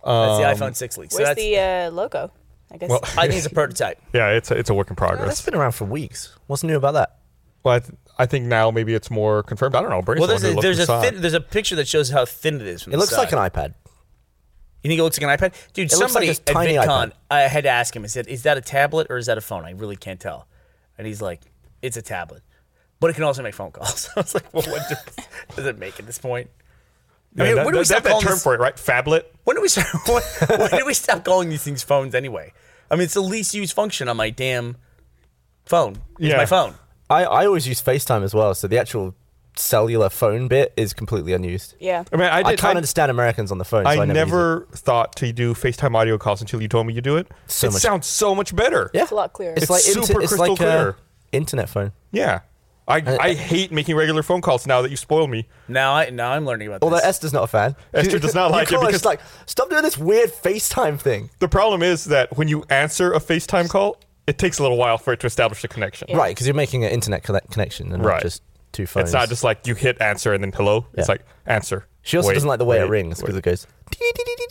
Speaker 2: that's the iPhone six leak. So
Speaker 4: Where's
Speaker 2: that's
Speaker 4: the uh, logo? I guess.
Speaker 1: Well,
Speaker 2: I think it's a prototype.
Speaker 1: yeah, it's a, it's a work in
Speaker 3: That's
Speaker 1: progress.
Speaker 3: been around for weeks. What's new about that?
Speaker 1: Well, I, th- I think now maybe it's more confirmed. I don't know. Bernie's
Speaker 2: Well,
Speaker 1: the
Speaker 2: there's
Speaker 1: one
Speaker 2: a
Speaker 1: who looked
Speaker 2: there's a
Speaker 1: and saw it.
Speaker 2: thin, there's a picture that shows how thin it is. From
Speaker 3: It
Speaker 2: the
Speaker 3: looks
Speaker 2: side.
Speaker 3: like an iPad.
Speaker 2: You think it looks like an iPad, dude?
Speaker 3: looks
Speaker 2: somebody
Speaker 3: like a
Speaker 2: at
Speaker 3: tiny
Speaker 2: VidCon,
Speaker 3: iPad.
Speaker 2: I had to ask him. I said, "Is that a tablet or is that a phone?" I really can't tell. And he's like, "It's a tablet, but it can also make phone calls." I was like, "Well, what difference does it make at this point?" I
Speaker 1: Yeah,
Speaker 2: mean,
Speaker 1: that,
Speaker 2: when do we
Speaker 1: that-
Speaker 2: stop
Speaker 1: that- that
Speaker 2: calling
Speaker 1: term
Speaker 2: this-
Speaker 1: for it, right? Phablet.
Speaker 2: When do we start? When, when do we stop calling these things phones anyway? I mean, it's the least used function on my damn phone. It's
Speaker 1: Yeah.
Speaker 2: my phone.
Speaker 3: I, I always use FaceTime as well, so the actual cellular phone bit is completely unused.
Speaker 4: yeah.
Speaker 1: I mean, I,
Speaker 3: I,
Speaker 1: did,
Speaker 3: can't
Speaker 1: I-
Speaker 3: understand Americans on the phone.
Speaker 1: I
Speaker 3: so I
Speaker 1: never,
Speaker 3: never. use
Speaker 1: thought to do FaceTime audio calls until you told me you do it.
Speaker 3: So
Speaker 1: it
Speaker 3: much-
Speaker 1: sounds so much better.
Speaker 3: it. Yeah,
Speaker 4: It's a lot clearer.
Speaker 3: It's,
Speaker 4: It's
Speaker 3: like
Speaker 1: super
Speaker 3: it's
Speaker 1: crystal
Speaker 3: like uh,
Speaker 1: clear.
Speaker 3: internet phone.
Speaker 1: Yeah. I, I,
Speaker 3: I-
Speaker 1: hate making regular phone calls now that you spoiled me.
Speaker 2: Now I now I'm learning about
Speaker 3: Although
Speaker 2: this.
Speaker 3: Esther's not a fan.
Speaker 1: Esther does not
Speaker 3: You
Speaker 1: like it
Speaker 3: call her,
Speaker 1: because-
Speaker 3: she's like stop doing this weird FaceTime thing.
Speaker 1: The problem is that when you answer a FaceTime call, it takes a little while for it to establish a connection.
Speaker 3: Right, because you're making an internet connect- connection and
Speaker 1: Right.
Speaker 3: not just two phones.
Speaker 1: It's not just like you hit answer and then hello. It's
Speaker 3: Yeah.
Speaker 1: like answer.
Speaker 3: She also
Speaker 1: Wait,
Speaker 3: doesn't like the way it
Speaker 1: wait,
Speaker 3: rings because
Speaker 1: wait.
Speaker 3: it goes.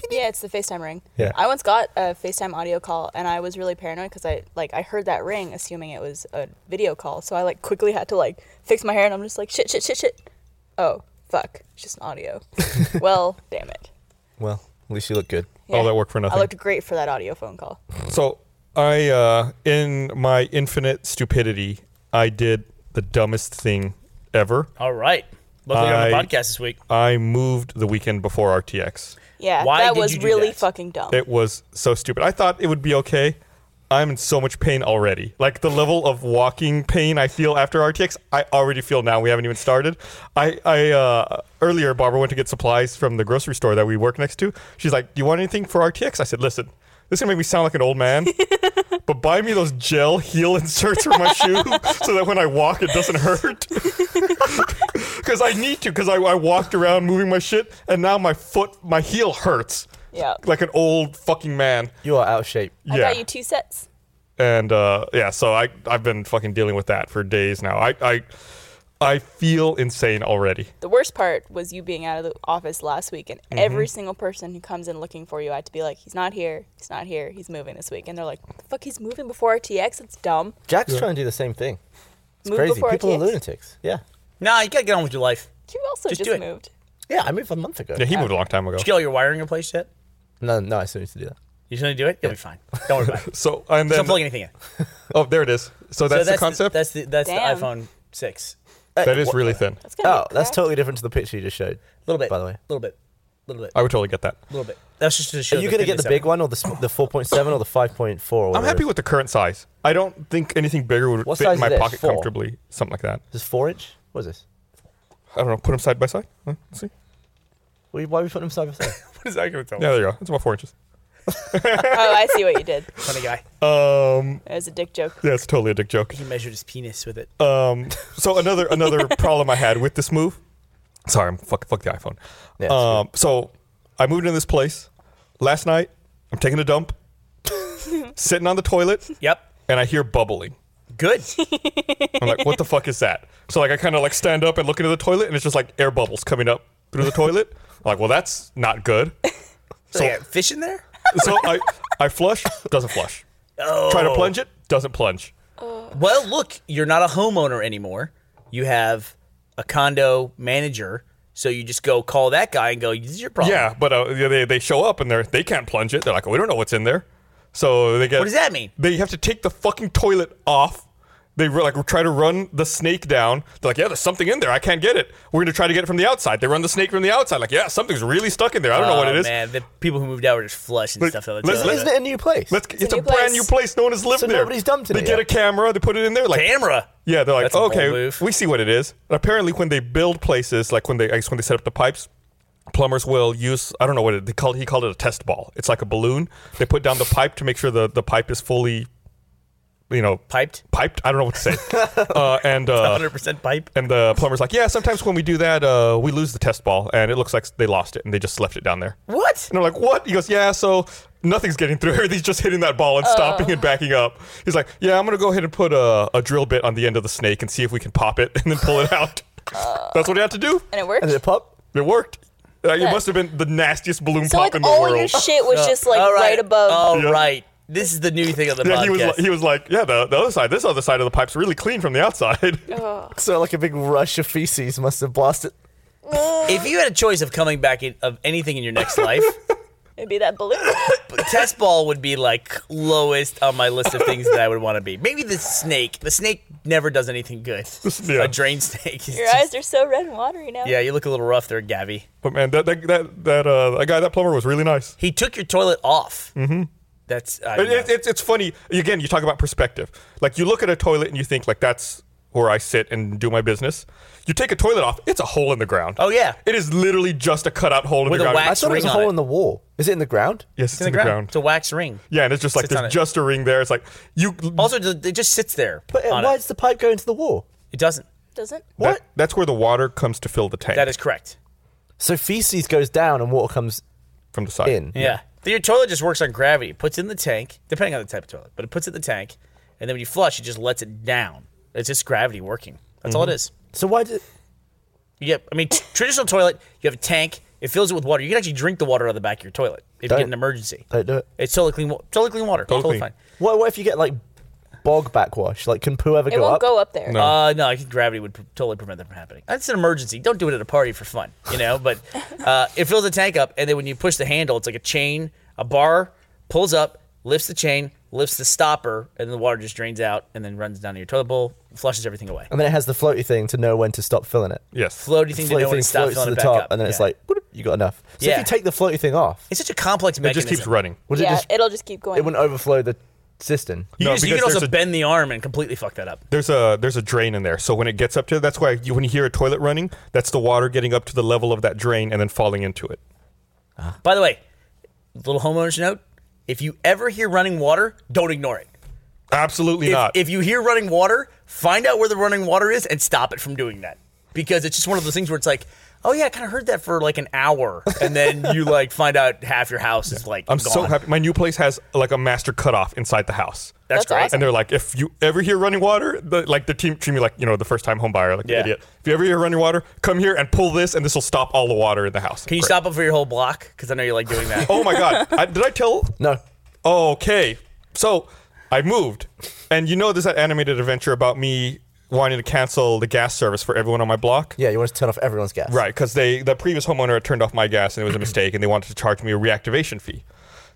Speaker 4: Yeah, it's the FaceTime ring.
Speaker 3: Yeah.
Speaker 4: I once got a FaceTime audio call and I was really paranoid because I like I heard that ring assuming it was a video call. So I like quickly had to like fix my hair and I'm just like shit shit shit shit. Oh, fuck. It's just an audio. well, damn it.
Speaker 3: Well, at least you look good.
Speaker 1: All
Speaker 2: Oh,
Speaker 1: that work for nothing.
Speaker 4: I looked great for that audio phone call.
Speaker 1: So I, uh, in my infinite stupidity, I did the dumbest thing ever.
Speaker 2: All right, luckily you're on the
Speaker 1: I-
Speaker 2: podcast this week.
Speaker 1: I moved the weekend before RTX.
Speaker 4: Yeah,
Speaker 2: Why
Speaker 4: that
Speaker 2: did
Speaker 4: was
Speaker 2: you do
Speaker 4: really
Speaker 2: that?
Speaker 4: fucking dumb.
Speaker 1: It was so stupid. I thought it would be okay. I'm in so much pain already. Like the level of walking pain I feel after RTX, I already feel now. We haven't even started. I, I uh, earlier Barbara went to get supplies from the grocery store that we work next to. She's like, "Do you want anything for RTX?" I said, "Listen, this is gonna make me sound like an old man, but buy me those gel heel inserts for my shoe so that when I walk, it doesn't hurt." Because I need to. Because I, I walked around moving my shit, and now my foot, my heel hurts.
Speaker 4: Yeah.
Speaker 1: Like an old fucking man.
Speaker 3: You are out of shape.
Speaker 4: I
Speaker 1: yeah.
Speaker 4: got you two sets.
Speaker 1: And uh, yeah, so I I've been fucking dealing with that for days now. I I I feel insane already.
Speaker 4: The worst part was you being out of the office last week, and
Speaker 3: Mm-hmm.
Speaker 4: every single person who comes in looking for you, I had to be like, "He's not here. He's not here. He's moving this week." And they're like, "The fuck, he's moving before RTX? It's dumb.
Speaker 3: Jack's trying to do the same thing. It's
Speaker 4: Move
Speaker 3: crazy.
Speaker 4: before
Speaker 3: People
Speaker 4: RTX.
Speaker 3: are lunatics. Yeah.
Speaker 2: Nah, you gotta get on with your life.
Speaker 4: You also
Speaker 2: Just
Speaker 4: just,
Speaker 2: do it.
Speaker 4: moved.
Speaker 3: Yeah, I moved a month ago.
Speaker 1: Yeah, he moved a long time ago.
Speaker 2: Did you get all your wiring replaced yet?
Speaker 3: No, no, I still need to do that.
Speaker 2: You just gonna do it? You'll be fine. Don't worry about it.
Speaker 1: So and
Speaker 2: Don't
Speaker 1: then
Speaker 2: plug anything in.
Speaker 1: oh there it is. So that's,
Speaker 2: so
Speaker 1: the concept.
Speaker 2: that's the that's
Speaker 4: Damn.
Speaker 2: the iPhone six.
Speaker 1: that is really thin.
Speaker 4: That's gonna
Speaker 3: Oh,
Speaker 4: be
Speaker 3: that's
Speaker 4: crap.
Speaker 3: totally different to the picture you just showed.
Speaker 2: A little bit.
Speaker 3: By the way.
Speaker 2: A little bit. A little bit.
Speaker 1: I would totally get that.
Speaker 2: A little bit. That's just to show.
Speaker 3: Are you going to get the big one or the, sm- the 4.7 or the 5.4? Or
Speaker 1: I'm
Speaker 3: whatever
Speaker 1: happy
Speaker 3: it is?
Speaker 1: with the current size. I don't think anything bigger would
Speaker 3: What
Speaker 1: fit
Speaker 3: size
Speaker 1: in
Speaker 3: is
Speaker 1: my
Speaker 3: this?
Speaker 1: pocket
Speaker 3: Four?
Speaker 1: comfortably. Something like that.
Speaker 3: Is this 4 inch? What is this?
Speaker 1: I don't know. Put them side by side. Huh? See?
Speaker 3: Why are we- why are we putting them side by side?
Speaker 2: What is that going to tell?
Speaker 1: Yeah, there you go. It's about four inches.
Speaker 4: Oh, I see what you did.
Speaker 2: Funny guy.
Speaker 4: It was a dick joke.
Speaker 1: Um, Yeah, it's totally a dick joke.
Speaker 2: He measured his penis with it.
Speaker 1: Um, so another another problem I had with this move. Sorry, I'm fuck fuck the iPhone.
Speaker 3: Yeah, it's
Speaker 1: um, so I moved into this place last night. I'm taking a dump, sitting on the toilet,
Speaker 2: yep.
Speaker 1: and I hear bubbling.
Speaker 2: Good.
Speaker 1: I'm like, what the fuck is that? So like, I kind of like stand up and look into the toilet, and it's just like air bubbles coming up through the toilet. I'm like, well, that's not good.
Speaker 2: So, yeah, fish in there?
Speaker 1: So I I flush, doesn't flush.
Speaker 2: Oh.
Speaker 1: Try to plunge it, doesn't plunge.
Speaker 2: Well, look, you're not a homeowner anymore. You have a condo manager, so you just go call that guy and go, "This is your problem."
Speaker 1: Yeah, but uh, yeah, they they show up and they they can't plunge it. They're like, we don't know what's in there. So they get.
Speaker 2: What does that mean?
Speaker 1: They have to take the fucking toilet off. They ru- like try to run the snake down. They're like, yeah, there's something in there. I can't get it. We're gonna try to get it from the outside. They run the snake from the outside. Like, yeah, something's really stuck in there. I don't know what it
Speaker 2: Oh,
Speaker 1: is.
Speaker 2: Man, the people who moved out were just flush and
Speaker 1: But
Speaker 2: stuff. All the
Speaker 1: let's-
Speaker 2: time.
Speaker 1: let's-
Speaker 3: Isn't it a new place?
Speaker 1: Let's. It's,
Speaker 4: a
Speaker 1: a,
Speaker 4: new
Speaker 1: brand
Speaker 4: place.
Speaker 1: new place. No one has lived
Speaker 3: So
Speaker 1: there.
Speaker 3: nobody's dumped in
Speaker 1: They
Speaker 3: it
Speaker 1: get
Speaker 3: yet.
Speaker 1: a camera. They put it in there. Like
Speaker 2: camera.
Speaker 1: Yeah, they're like,
Speaker 2: That's a bold
Speaker 1: okay,
Speaker 2: move.
Speaker 1: we see what it is. And apparently, when they build places, like when they, I guess when they set up the pipes, plumbers will use. I don't know what it, they called. He called it a test ball. It's like a balloon. They put down the pipe to make sure the the pipe is fully, you know,
Speaker 2: Piped.
Speaker 1: piped. I don't know what to say. uh, and uh,
Speaker 2: 100% pipe.
Speaker 1: and the plumber's like, yeah, sometimes when we do that, uh, we lose the test ball, and it looks like they lost it, and they just left it down there.
Speaker 2: What?
Speaker 1: And I'm like, what? He goes, yeah, so nothing's getting through. Everything's just hitting that ball
Speaker 4: Oh.
Speaker 1: and stopping and backing up. He's like, yeah, I'm going to go ahead and put a, a drill bit on the end of the snake and see if we can pop it and then pull it out. That's what he had to do.
Speaker 4: And it worked.
Speaker 3: And did it pop?
Speaker 1: It worked. Uh, it
Speaker 4: Yeah.
Speaker 1: must have been the nastiest balloon
Speaker 4: so
Speaker 1: pop
Speaker 4: like
Speaker 1: in the
Speaker 4: all
Speaker 1: world.
Speaker 4: your shit
Speaker 3: Uh,
Speaker 4: was just like
Speaker 2: Uh, All
Speaker 4: right. above.
Speaker 3: Oh.
Speaker 2: All right.
Speaker 1: Yeah.
Speaker 2: This is the new thing on the
Speaker 1: yeah,
Speaker 2: podcast.
Speaker 1: he was, like, he was like, yeah, the, the other side, this other side of the pipe's really clean from the outside.
Speaker 3: So like a big rush of feces must have blasted.
Speaker 2: if you had a choice of coming back in, of anything in your next life,
Speaker 4: It'd be that balloon.
Speaker 2: test ball would be like lowest on my list of things that I would want to be. Maybe the snake. The snake never does anything good.
Speaker 1: Yeah.
Speaker 2: A drain snake. Is
Speaker 4: Your
Speaker 2: just-
Speaker 4: eyes are so red and watery now.
Speaker 2: yeah, you look a little rough there, Gabby.
Speaker 1: but man, that, that, that, that, uh, that guy, that plumber was really nice.
Speaker 2: He took your toilet off. Mm-hmm. That's
Speaker 1: It,
Speaker 2: I know.
Speaker 1: it, it's it's funny. Again, you talk about perspective. Like you look at a toilet and you think like that's where I sit and do my business. You take a toilet off, it's a hole in the ground.
Speaker 2: Oh, yeah.
Speaker 1: it is literally just a cutout hole in
Speaker 2: With
Speaker 1: the
Speaker 2: a
Speaker 1: ground.
Speaker 3: I
Speaker 2: wax-
Speaker 3: thought it was a
Speaker 2: Ring on
Speaker 3: hole
Speaker 2: it.
Speaker 3: in the wall. Is it in the ground?
Speaker 1: yes, it's in the, ground.
Speaker 2: It's a wax ring.
Speaker 1: Yeah, and it's just like
Speaker 2: Sits on
Speaker 1: there's
Speaker 2: it. Oh,
Speaker 1: just a ring there. It's like you.
Speaker 2: Also, it it just sits there.
Speaker 3: But uh,
Speaker 2: on
Speaker 3: why
Speaker 2: it.
Speaker 3: does the pipe go into the wall?
Speaker 2: it doesn't.
Speaker 4: Doesn't?
Speaker 1: that-
Speaker 3: what?
Speaker 1: that's where the water comes to fill the tank.
Speaker 2: That is correct.
Speaker 3: So feces goes down and water comes
Speaker 1: from the side.
Speaker 3: in.
Speaker 2: Yeah. So Your toilet just works on gravity. It puts it in the tank, depending on the type of toilet, but it puts it in the tank, and then when you flush, it just lets it down. It's just gravity working. That's all it is.
Speaker 3: So why did?
Speaker 2: You get, I mean, t- traditional toilet, you have a tank, it fills it with water. You can actually drink the water out of the back of your toilet if you
Speaker 3: Don't-
Speaker 2: get an emergency.
Speaker 3: Don't do it.
Speaker 2: It's totally clean, wa- totally clean water.
Speaker 1: Totally
Speaker 2: Totally,
Speaker 1: clean.
Speaker 2: fine.
Speaker 3: What, what if you get like bog backwash? Like, can poo ever
Speaker 4: It
Speaker 3: go
Speaker 4: won't
Speaker 3: up?
Speaker 4: go up there.
Speaker 1: No.
Speaker 2: Uh, no, I think gravity would pr- totally prevent that from happening. That's an emergency. Don't do it at a party for fun, you know. But uh, it fills the tank up, and then when you push the handle, it's like a chain. A bar pulls up, lifts the chain, lifts the stopper, and then the water just drains out and then runs down to your toilet bowl, flushes everything away.
Speaker 3: and then it has the floaty thing to know when to stop filling it.
Speaker 1: Yes.
Speaker 2: Floaty thing to
Speaker 3: floaty
Speaker 2: know when to stop
Speaker 3: floats
Speaker 2: filling
Speaker 3: to
Speaker 2: it
Speaker 3: the
Speaker 2: back
Speaker 3: top,
Speaker 2: up.
Speaker 3: and then it's
Speaker 2: Yeah.
Speaker 3: like, whoop, you got enough. So if
Speaker 2: Yeah.
Speaker 3: you take the floaty thing off,
Speaker 2: it's such a complex
Speaker 1: It
Speaker 2: mechanism.
Speaker 1: just keeps running.
Speaker 3: would it
Speaker 4: yeah,
Speaker 3: just? It,
Speaker 4: it'll just keep going.
Speaker 3: wouldn't overflow the cistern.
Speaker 2: You,
Speaker 1: No,
Speaker 2: just, you
Speaker 1: because
Speaker 2: can also
Speaker 1: there's a-
Speaker 2: bend the arm and completely fuck that up.
Speaker 1: There's a there's a drain in there, so when it gets up to that's why you, when you hear a toilet running, that's the water getting up to the level of that drain and then falling into it.
Speaker 2: By the way, little homeowner's note: if you ever hear running water, don't ignore it.
Speaker 1: Absolutely
Speaker 2: if,
Speaker 1: not.
Speaker 2: if you hear running water, find out where the running water is and stop it from doing that. Because it's just one of those things where it's like, oh yeah, I kind of heard that for like an hour, and then you like find out half your house is like.
Speaker 1: I'm so
Speaker 2: gone.
Speaker 1: happy. My new place has like a master cutoff inside the house.
Speaker 2: That's,
Speaker 4: That's
Speaker 2: great.
Speaker 4: awesome.
Speaker 1: And they're like, if you ever hear running water, the, like the team treat me like you know the first time home buyer, like an
Speaker 2: Yeah.
Speaker 1: idiot. If you ever hear running water, come here and pull this, and this will stop all the water in the house.
Speaker 2: Can you
Speaker 1: Great.
Speaker 2: stop it for your whole block? Because I know you like doing that.
Speaker 1: Oh my god! I, did I tell?
Speaker 3: No.
Speaker 1: Okay, so I moved, and you know there's that animated adventure about me wanting to cancel the gas service for everyone on my block.
Speaker 3: Yeah, you want to turn off everyone's gas.
Speaker 1: Right, because they the previous homeowner had turned off my gas and it was a mistake, and they wanted to charge me a reactivation fee.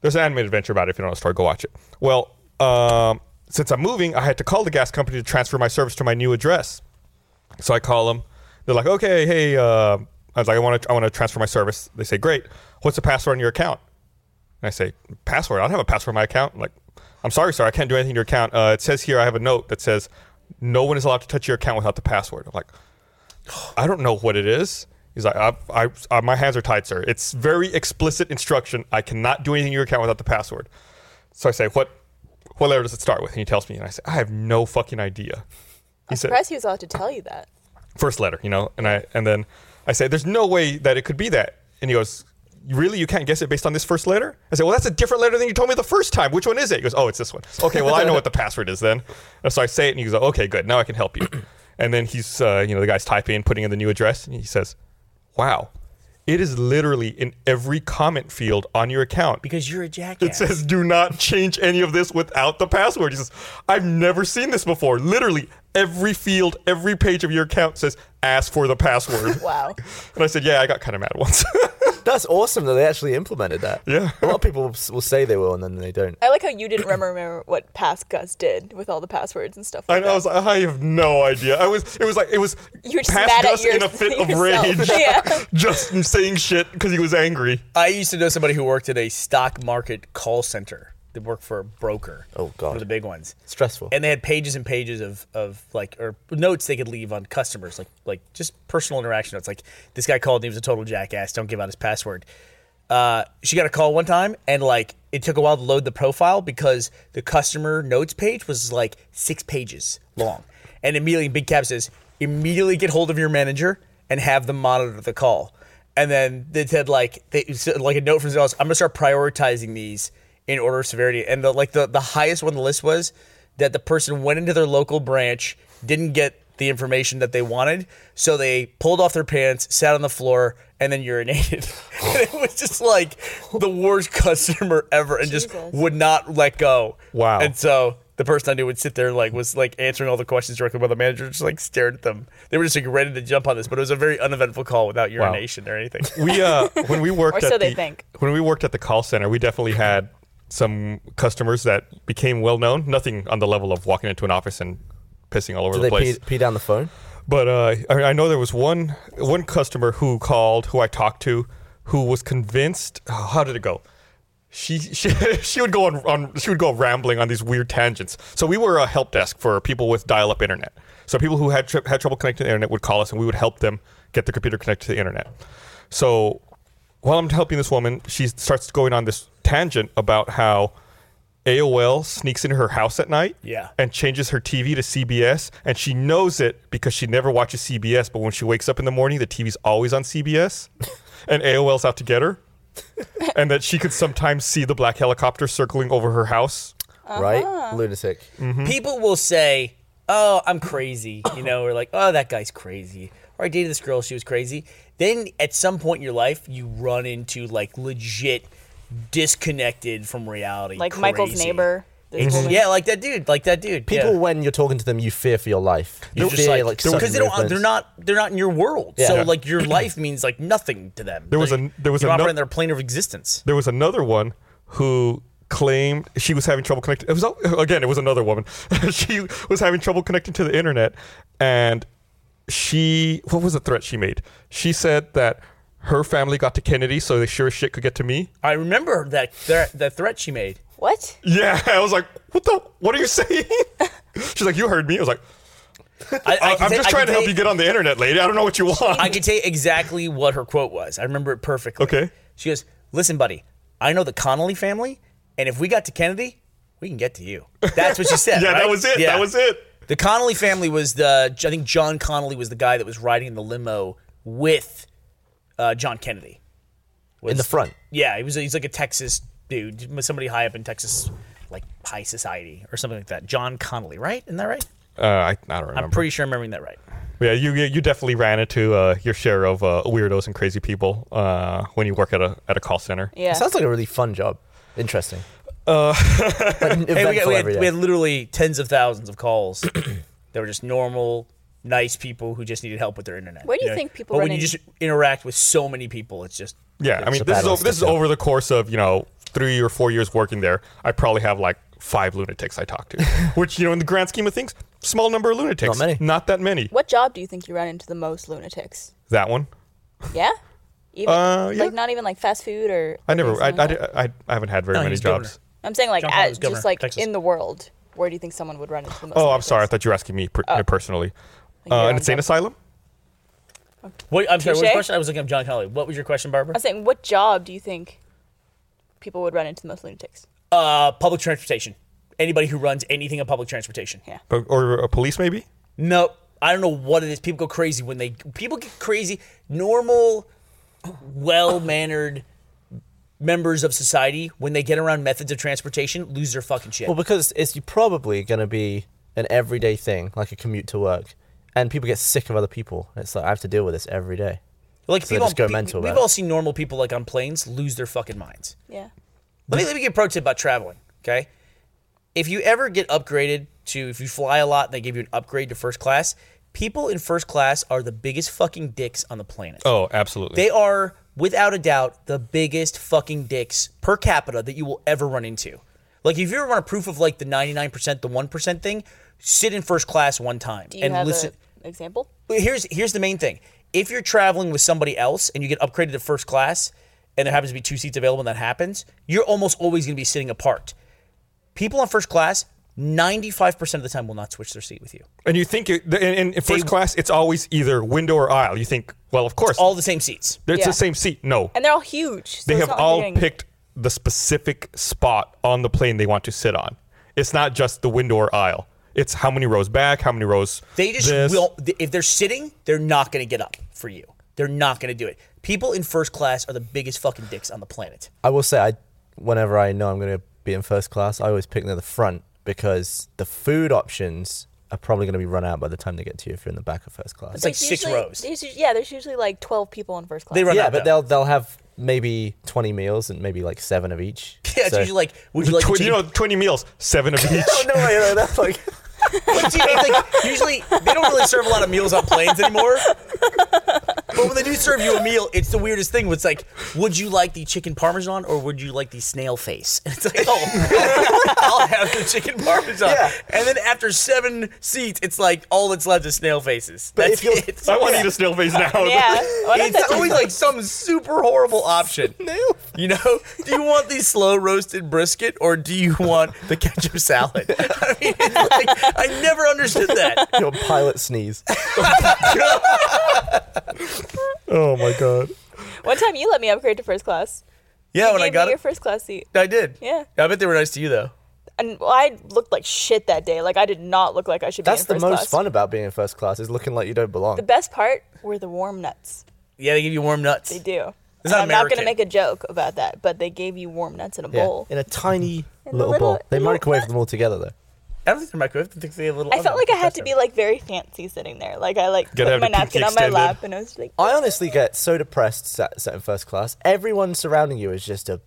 Speaker 1: There's an animated adventure about it. If you don't know the story, go watch it. Well, um, since I'm moving, I had to call the gas company to transfer my service to my new address. So I call them. They're like, "Okay, hey," uh, I was like, "I want to, I want to transfer my service." They say, "Great. What's the password on your account?" And I say, password? I don't have a password on my account. like, I'm sorry, sir. I can't do anything to your account. Uh, it says here I have a note that says no one is allowed to touch your account without the password. I'm like, I don't know what it is. He's like, I, I, I, my hands are tied, sir. It's very explicit instruction. I cannot do anything to your account without the password. So I say, what, what letter does it start with? And he tells me, and I say, I have no fucking idea. He
Speaker 4: I'm
Speaker 1: said,
Speaker 4: surprised he was allowed to tell you that.
Speaker 1: first letter, you know, and I and then I say, "There's no way that it could be that." And he goes, "You "Really, you can't guess it based on this first letter?" I say, "Well, that's a different letter than you told me the first time. Which one is it?" He goes, "Oh, it's this one." Okay, well, I know what the password is then. And so I say it, and he goes, "Okay, good. Now I can help you." And then he's, uh, you know, the guy's typing, putting in the new address, and he says, "Wow, it is literally in every comment field on your account."
Speaker 2: because you're a jackass.
Speaker 1: It says, do not change any of this without the password. He says, I've never seen this before. Literally, every field, every page of your account says, ask for the password.
Speaker 4: Wow.
Speaker 1: and I said, yeah, I got kind of mad once.
Speaker 3: That's awesome that they actually implemented that.
Speaker 1: Yeah.
Speaker 3: A lot of people will s- will say they will and then they don't.
Speaker 4: I like how you didn't remember what past Gus did with all the passwords and stuff. Like
Speaker 1: and I was like, I have no idea. I was, it was like, it was
Speaker 4: that. you were just
Speaker 1: past
Speaker 4: mad
Speaker 1: Gus
Speaker 4: at your,
Speaker 1: in a fit of
Speaker 4: yourself.
Speaker 1: rage,
Speaker 4: yeah.
Speaker 1: just saying shit because he was angry.
Speaker 2: I used to know somebody who worked at a stock market call center. They worked for a broker.
Speaker 3: Oh, God.
Speaker 2: one of the big ones.
Speaker 3: Stressful.
Speaker 2: And they had pages and pages of, of like or notes they could leave on customers, like like just personal interaction notes. Like this guy called and he was a total jackass. Don't give out his password. Uh, she got a call one time and like it took a while to load the profile because the customer notes page was like six pages long. And immediately in big caps says immediately get hold of your manager and have them monitor the call. And then they said like they so, like a note from someone else. I'm gonna start prioritizing these in order of severity. And the like the the highest one on the list was that the person went into their local branch, didn't get the information that they wanted, so they pulled off their pants, sat on the floor, and then urinated. and it was just like the worst customer ever, and
Speaker 4: Jesus.
Speaker 2: just would not let go.
Speaker 1: Wow.
Speaker 2: And so the person I knew would sit there like was like answering all the questions directly while the manager just like stared at them. They were just like ready to jump on this, but it was a very uneventful call without urination or anything.
Speaker 1: we uh when we worked
Speaker 4: Or so
Speaker 1: at
Speaker 4: they
Speaker 1: the,
Speaker 4: think.
Speaker 1: when we worked at the call center we definitely had some customers that became well known nothing on the level of walking into an office and pissing all over
Speaker 3: Do
Speaker 1: the
Speaker 3: they
Speaker 1: place
Speaker 3: pee, pee down the phone?
Speaker 1: but uh, I, I know there was one one customer who called, who I talked to, who was convinced. oh, how did it go? She she, she would go on, on she would go rambling on these weird tangents. So we were a help desk for people with dial up internet. So people who had tr- had trouble connecting to the internet would call us, and we would help them get the computer connected to the internet. So while I'm helping this woman, she starts going on this tangent about how AOL sneaks into her house at night
Speaker 2: Yeah.
Speaker 1: and changes her TV to CBS, and she knows it because she never watches CBS. But when she wakes up in the morning, the TV's always on CBS, and AOL's out to get her, and that she could sometimes see the black helicopter circling over her house.
Speaker 4: Uh-huh.
Speaker 3: Right? Lunatic.
Speaker 2: Mm. people will say, "Oh, I'm crazy," you know, or like, "Oh, that guy's crazy," or "I dated this girl; she was crazy." Then at some point in your life, you run into like legit disconnected from reality,
Speaker 4: Like Michael's
Speaker 2: crazy.
Speaker 4: neighbor. this woman.
Speaker 2: Mm-hmm. Yeah, like that dude, like that dude.
Speaker 3: People,
Speaker 2: yeah.
Speaker 3: when you're talking to them, you fear for your life. You
Speaker 2: You're just
Speaker 3: fear
Speaker 2: like
Speaker 3: like
Speaker 2: because
Speaker 3: sudden
Speaker 2: they don't uh, they're
Speaker 3: movements.
Speaker 2: not they're not in your world. So
Speaker 3: Yeah.
Speaker 2: like your life means like nothing to them.
Speaker 1: There was
Speaker 2: Like,
Speaker 1: a- there was
Speaker 2: you
Speaker 1: a
Speaker 2: operate
Speaker 1: no-
Speaker 2: in their plane of existence.
Speaker 1: There was another one who claimed she was having trouble connecting. It was again, it was another woman. she was having trouble connecting to the internet, and she what was the threat she made? She said that her family got to Kennedy, so they sure as shit could get to me.
Speaker 2: I remember that that, that threat she made.
Speaker 4: What?
Speaker 1: Yeah, I was like, what the? What are you saying? She's like, you heard me. I was like,
Speaker 2: I,
Speaker 1: I,
Speaker 2: I can
Speaker 1: am
Speaker 2: tell-
Speaker 1: Uh, just
Speaker 2: I
Speaker 1: trying
Speaker 2: can
Speaker 1: to
Speaker 2: tell
Speaker 1: help you get on the internet, lady. I don't know what you want.
Speaker 2: I can tell you exactly what her quote was. I remember it perfectly.
Speaker 1: Okay.
Speaker 2: She goes, Listen, buddy, I know the Connolly family, and if we got to Kennedy, we can get to you. That's what she said.
Speaker 1: yeah, that
Speaker 2: right?
Speaker 1: was it.
Speaker 2: Yeah.
Speaker 1: That was it.
Speaker 2: The Connolly family was the, I think John Connolly was the guy that was riding in the limo with uh, John Kennedy.
Speaker 3: in the front.
Speaker 2: Yeah, he was. He's like a Texas dude, somebody high up in Texas, like high society or something like that. John Connolly, right? Isn't that right?
Speaker 1: Uh, I, I don't remember.
Speaker 2: I'm pretty sure I'm remembering that right.
Speaker 1: Yeah, you you- you definitely ran into uh, your share of uh, weirdos and crazy people uh, when you work at a at a call center.
Speaker 4: Yeah.
Speaker 3: It sounds like a really fun job. Interesting. Uh,
Speaker 2: Hey, we, got, we, had, we had literally tens of thousands of calls that were just normal, nice people who just needed help with their internet.
Speaker 4: Where do you think people
Speaker 2: But
Speaker 4: run
Speaker 2: when you
Speaker 4: in-
Speaker 2: just interact with so many people, it's just
Speaker 1: Yeah, I mean
Speaker 3: a
Speaker 1: this is
Speaker 3: battle
Speaker 1: o- this is
Speaker 3: system.
Speaker 1: over the course of you know three or four years working there. I probably have like five lunatics I talk to, which you know in the grand scheme of things, small number of lunatics,
Speaker 3: Not many.
Speaker 1: not that many.
Speaker 4: What job do you think you run into the most lunatics?
Speaker 1: That one,
Speaker 4: Yeah. Even
Speaker 1: Uh, yeah.
Speaker 4: like not even like fast food or.
Speaker 1: I never, I,
Speaker 4: something like that?
Speaker 1: I, I, I haven't had very
Speaker 2: No,
Speaker 1: many
Speaker 2: he's
Speaker 1: jobs.
Speaker 4: I'm saying like
Speaker 2: John Connolly was
Speaker 4: at,
Speaker 2: governor
Speaker 4: just like
Speaker 2: of Texas.
Speaker 4: in the world, where do you think someone would run into the most?
Speaker 1: Oh, I'm
Speaker 4: lunatics?
Speaker 2: Uh,
Speaker 1: sorry, I thought you were asking me per- personally.
Speaker 4: you're
Speaker 1: Uh,
Speaker 4: on
Speaker 1: an insane
Speaker 4: job.
Speaker 1: asylum.
Speaker 2: What, I'm sorry. What was
Speaker 4: Touche.
Speaker 2: the question? I was looking up John Connolly. What was your question, Barbara?
Speaker 4: I was saying, what job do you think people would run into the most lunatics?
Speaker 2: Uh, public transportation. Anybody who runs anything on public transportation.
Speaker 4: Yeah.
Speaker 1: But, or a police maybe?
Speaker 2: Nope. I don't know what it is. People go crazy when they people get crazy. Normal, well mannered members of society when they get around methods of transportation lose their fucking shit.
Speaker 3: Well, because it's you're probably going to be an everyday thing, like a commute to work, and people get sick of other people. It's like I have to deal with this every day.
Speaker 2: like
Speaker 3: they just go mental
Speaker 2: We've
Speaker 3: about it.
Speaker 2: all seen normal people like on planes lose their fucking minds.
Speaker 4: Yeah.
Speaker 2: Let me let me get a pro tip about traveling. Okay, if you ever get upgraded to if you fly a lot and they give you an upgrade to first class, people in first class are the biggest fucking dicks on the planet.
Speaker 1: Oh, absolutely.
Speaker 2: They are, without a doubt, the biggest fucking dicks per capita that you will ever run into. Like, if you ever want a proof of like the 99%, the 1% thing, sit in first class one time
Speaker 4: Do you
Speaker 2: and
Speaker 4: have
Speaker 2: listen.
Speaker 4: an example?
Speaker 2: Well, Here's here's the main thing. If you're traveling with somebody else and you get upgraded to first class and there happens to be two seats available and that happens, you're almost always going to be sitting apart. People on first class, 95% of the time will not switch their seat with you.
Speaker 1: and you think it, the- in, in- in first class, it's always either window or aisle. You think, well, of course,
Speaker 2: All the same seats.
Speaker 1: it's
Speaker 4: Yeah.
Speaker 1: the same seat. No,
Speaker 4: And they're all huge. So
Speaker 1: they
Speaker 4: it's
Speaker 1: have
Speaker 4: not like
Speaker 1: all
Speaker 4: you're getting-
Speaker 1: picked the specific spot on the plane they want to sit on. It's not just the window or aisle. It's how many rows back, how many rows.
Speaker 2: They just
Speaker 1: this.
Speaker 2: will. th- If they're sitting, they're not going to get up for you. They're not going to do it. People in first class are the biggest fucking dicks on the planet.
Speaker 3: I will say, I whenever I know I'm going to be in first class, I always pick near the front because the food options are probably going to be run out by the time they get to you if you're in the back of first class.
Speaker 2: It's like six
Speaker 4: usually-
Speaker 2: rows.
Speaker 4: there's usu- yeah, there's usually like 12 people in first class.
Speaker 2: They run
Speaker 3: yeah,
Speaker 2: out.
Speaker 3: but
Speaker 2: though.
Speaker 3: they'll they'll have maybe 20 meals and maybe like seven of each.
Speaker 2: Yeah, it's
Speaker 3: So-
Speaker 2: usually like, would you like? a
Speaker 1: Tw- you
Speaker 2: chicken-
Speaker 1: know, 20 meals, seven of each.
Speaker 3: Oh, no, wait, no, that's like
Speaker 2: But do you- it's like, usually they don't really serve a lot of meals on planes anymore. But when they do serve you a meal, it's the weirdest thing. It's like, would you like the chicken parmesan or would you like the snail face? And it's like, oh, I'll have the chicken parmesan.
Speaker 3: Yeah.
Speaker 2: And then after seven seats, it's like all that's left is snail faces.
Speaker 3: But
Speaker 2: That's
Speaker 3: if you're-
Speaker 2: it.
Speaker 1: I want to eat a snail face now.
Speaker 4: yeah. Why not
Speaker 2: It's always like some super horrible option. You know, do you want the slow roasted brisket or do you want the ketchup salad? I mean, it's like, I never understood that.
Speaker 3: your pilot sneeze.
Speaker 1: Oh my god.
Speaker 4: One time you let me upgrade to first class.
Speaker 2: Yeah,
Speaker 4: You
Speaker 2: when I
Speaker 4: gave
Speaker 2: got
Speaker 4: me your
Speaker 2: it,
Speaker 4: first class seat.
Speaker 2: I did.
Speaker 4: Yeah.
Speaker 2: I bet they were nice to you though.
Speaker 4: And well, I looked like shit that day. Like I did not look like I should
Speaker 3: That's
Speaker 4: be
Speaker 3: the
Speaker 4: in first
Speaker 3: most
Speaker 4: class.
Speaker 3: fun about being in first class is looking like you don't belong.
Speaker 4: The best part were the warm nuts.
Speaker 2: Yeah, they give you warm nuts.
Speaker 4: They do.
Speaker 2: It's
Speaker 4: And
Speaker 2: not
Speaker 4: I'm not
Speaker 2: American.
Speaker 4: going to make a joke about that, but they gave you warm nuts in a
Speaker 3: Yeah,
Speaker 4: bowl.
Speaker 3: in a tiny
Speaker 4: a
Speaker 3: little,
Speaker 4: little-
Speaker 3: bowl. They
Speaker 4: little
Speaker 3: microwave
Speaker 4: bit.
Speaker 3: them all together though.
Speaker 2: I don't think they're microwave. I think they have a little.
Speaker 4: I felt
Speaker 2: oven.
Speaker 4: like I had to be like very fancy sitting there. Like I like
Speaker 1: Gotta have
Speaker 4: put my
Speaker 1: your pinky
Speaker 4: napkin on my
Speaker 1: extended.
Speaker 4: lap and I was like, "Oh,
Speaker 3: I honestly get so depressed sat, sat in first class. Everyone surrounding you is just a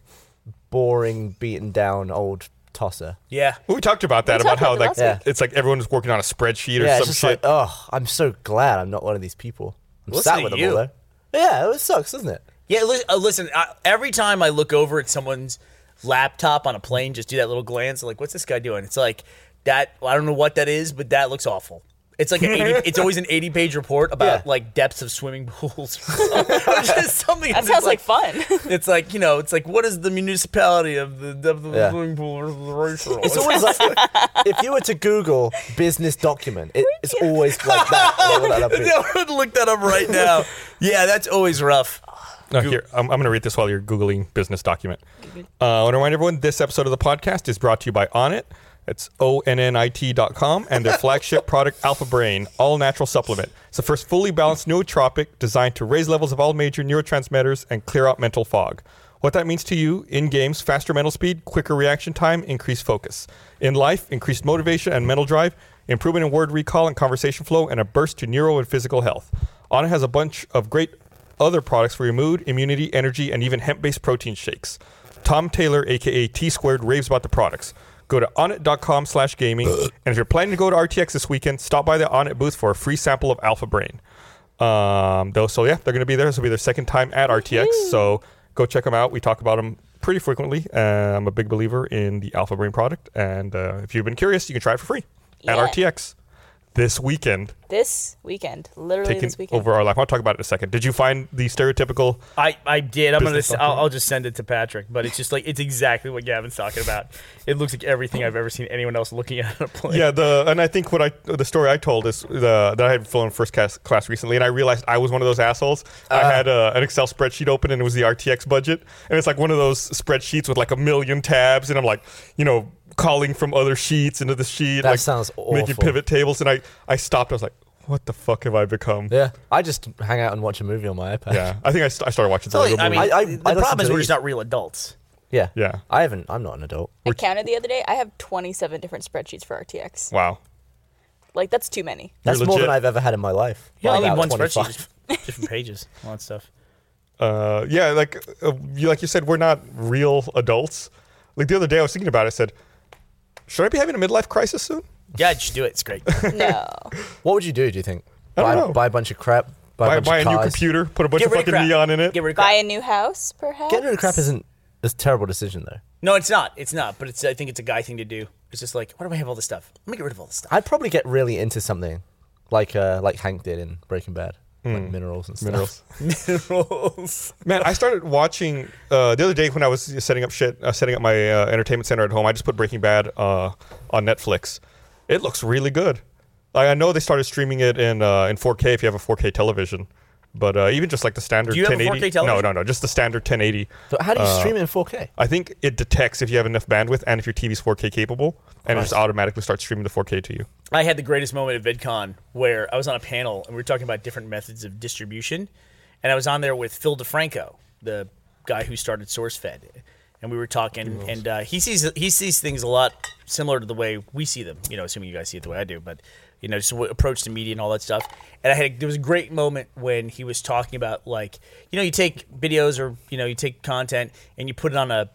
Speaker 3: boring, beaten down old tosser.
Speaker 2: Yeah.
Speaker 1: We talked about that
Speaker 4: We
Speaker 1: about
Speaker 4: talked
Speaker 1: how
Speaker 4: about
Speaker 1: like
Speaker 4: it last
Speaker 3: week.
Speaker 1: it's like everyone's working on a spreadsheet or
Speaker 3: yeah,
Speaker 1: some
Speaker 3: it's just
Speaker 1: shit.
Speaker 3: like, oh, I'm so glad I'm not one of these people. I'm
Speaker 2: Listen to
Speaker 3: sat with
Speaker 2: you.
Speaker 3: them all though. Yeah, it sucks, doesn't it?
Speaker 2: Yeah. Listen, uh, listen I, every time I look over at someone's laptop on a plane, just do that little glance. Like, what's this guy doing? It's like that. I don't know what that is, but that looks awful. It's like an 80, it's always an eighty-page report about
Speaker 3: Yeah.
Speaker 2: like depths of swimming pools, or just something.
Speaker 4: that sounds like fun.
Speaker 2: It's like you know, it's like what is the municipality of the depth of the
Speaker 3: Yeah.
Speaker 2: swimming pool versus the ratio?
Speaker 3: It's always like if you were to Google business document, it, it's always like that. Like, what that'll be.
Speaker 2: I would look that up right now. Yeah, that's always rough.
Speaker 1: No, here, I'm, I'm going to read this while you're Googling business document. Uh, I want to remind everyone this episode of the podcast is brought to you by Onnit. It's O-N-N-I-T.com and their flagship product, Alpha Brain, all natural supplement. It's the first fully balanced nootropic designed to raise levels of all major neurotransmitters and clear out mental fog. What that means to you in games, faster mental speed, quicker reaction time, increased focus. In life, increased motivation and mental drive, improvement in word recall and conversation flow, and a burst to neuro and physical health. Onnit has a bunch of great other products for your mood, immunity, energy, and even hemp-based protein shakes. Tom Taylor, aka T Squared, raves about the products. Go to onit.com slash gaming, and if you're planning to go to RTX this weekend, stop by the Onit booth for a free sample of Alpha Brain. Um, though, so yeah, they're going to be there. This will be their second time at RTX, so go check them out. We talk about them pretty frequently. Uh, I'm a big believer in the Alpha Brain product, and uh, if you've been curious, you can try it for free
Speaker 4: Yeah.
Speaker 1: at RTX. this weekend,
Speaker 4: This weekend, literally
Speaker 1: taking
Speaker 4: this weekend.
Speaker 1: over our life. I'll talk about it in a second. Did you find the stereotypical?
Speaker 2: I, I did. I'm gonna.
Speaker 1: Business
Speaker 2: s- I'll, I'll just send it to Patrick. But it's just like it's exactly what Gavin's talking about. It looks like everything I've ever seen anyone else looking at on a plane.
Speaker 1: Yeah, the and I think what I the story I told is the that I had flown first class, class recently, and I realized I was one of those assholes. I
Speaker 3: Uh-huh.
Speaker 1: had uh, an Excel spreadsheet open, and it was the RTX budget, and it's like one of those spreadsheets with like a million tabs, and I'm like, you know, calling from other sheets into the sheet.
Speaker 3: That
Speaker 1: like,
Speaker 3: sounds
Speaker 1: Making
Speaker 3: awful.
Speaker 1: pivot tables, and I I stopped. I was like, what the fuck have I become?
Speaker 3: Yeah, I just hang out and watch a movie on my iPad.
Speaker 1: Yeah, I think I, st- I started watching. the
Speaker 2: So, like,
Speaker 1: Lego
Speaker 2: I
Speaker 1: Movie.
Speaker 2: mean,
Speaker 3: I- I-
Speaker 2: the
Speaker 3: I listen
Speaker 2: problem is
Speaker 3: to
Speaker 2: we're
Speaker 3: these.
Speaker 2: just not real adults.
Speaker 3: yeah,
Speaker 1: Yeah.
Speaker 3: I haven't. I'm not an adult.
Speaker 4: I counted the other day. I have 27 different spreadsheets for RTX.
Speaker 1: wow.
Speaker 4: Like that's too many.
Speaker 3: That's more
Speaker 1: legit.
Speaker 3: than I've ever had in my life.
Speaker 2: Yeah,
Speaker 3: By
Speaker 2: I need
Speaker 3: about
Speaker 2: one
Speaker 3: 25.
Speaker 2: spreadsheet, just different pages, all that stuff.
Speaker 1: uh, yeah, like uh, you, like you said, we're not real adults. Like the other day, I was thinking about. it. I said, should I be having a midlife crisis soon?
Speaker 2: Yeah, just do it. It's great.
Speaker 4: No.
Speaker 3: What would you do? Do you think?
Speaker 1: I don't
Speaker 3: buy,
Speaker 1: know.
Speaker 3: buy a bunch of crap. Buy, a
Speaker 1: Buy,
Speaker 3: bunch
Speaker 1: buy a
Speaker 3: of
Speaker 1: new
Speaker 3: cars.
Speaker 1: computer, put a bunch
Speaker 2: Get
Speaker 1: of
Speaker 2: rid of
Speaker 1: fucking
Speaker 2: crap.
Speaker 1: neon in it.
Speaker 2: Get rid of crap.
Speaker 4: Buy a new house, perhaps.
Speaker 3: Getting rid of crap isn't a terrible decision though.
Speaker 2: No, it's not. It's not. But it's. I think it's a guy thing to do. It's just like, why do I have all this stuff? Let me get rid of all this stuff.
Speaker 3: I'd probably get really into something, like uh, like Hank did in Breaking Bad, like minerals and stuff.
Speaker 1: Hmm. Minerals.
Speaker 2: Minerals.
Speaker 1: Man, I started watching uh, the other day when I was setting up shit, uh, setting up my uh, entertainment center at home. I just put Breaking Bad uh, on Netflix. It looks really good. Like, I know they started streaming it in uh, in 4K if you have a 4K television, but uh, even just like the standard
Speaker 2: Do you have a
Speaker 1: 1080.
Speaker 2: 4K
Speaker 1: No,
Speaker 2: television?
Speaker 1: no, no, just the standard 1080.
Speaker 3: But how do you
Speaker 1: Uh,
Speaker 3: stream it in 4K?
Speaker 1: I think it detects if you have enough bandwidth and if your TV's 4K capable, and it just automatically starts streaming the 4K to you.
Speaker 2: I had the greatest moment at VidCon where I was on a panel and we were talking about different methods of distribution, and I was on there with Phil DeFranco, the guy who started SourceFed, and we were talking, and uh, he sees he sees things a lot similar to the way we see them. You know, assuming you guys see it the way I do, but you know, just w- approach to media and all that stuff. And I had there was a great moment when he was talking about like you know you take videos or you know you take content and you put it on a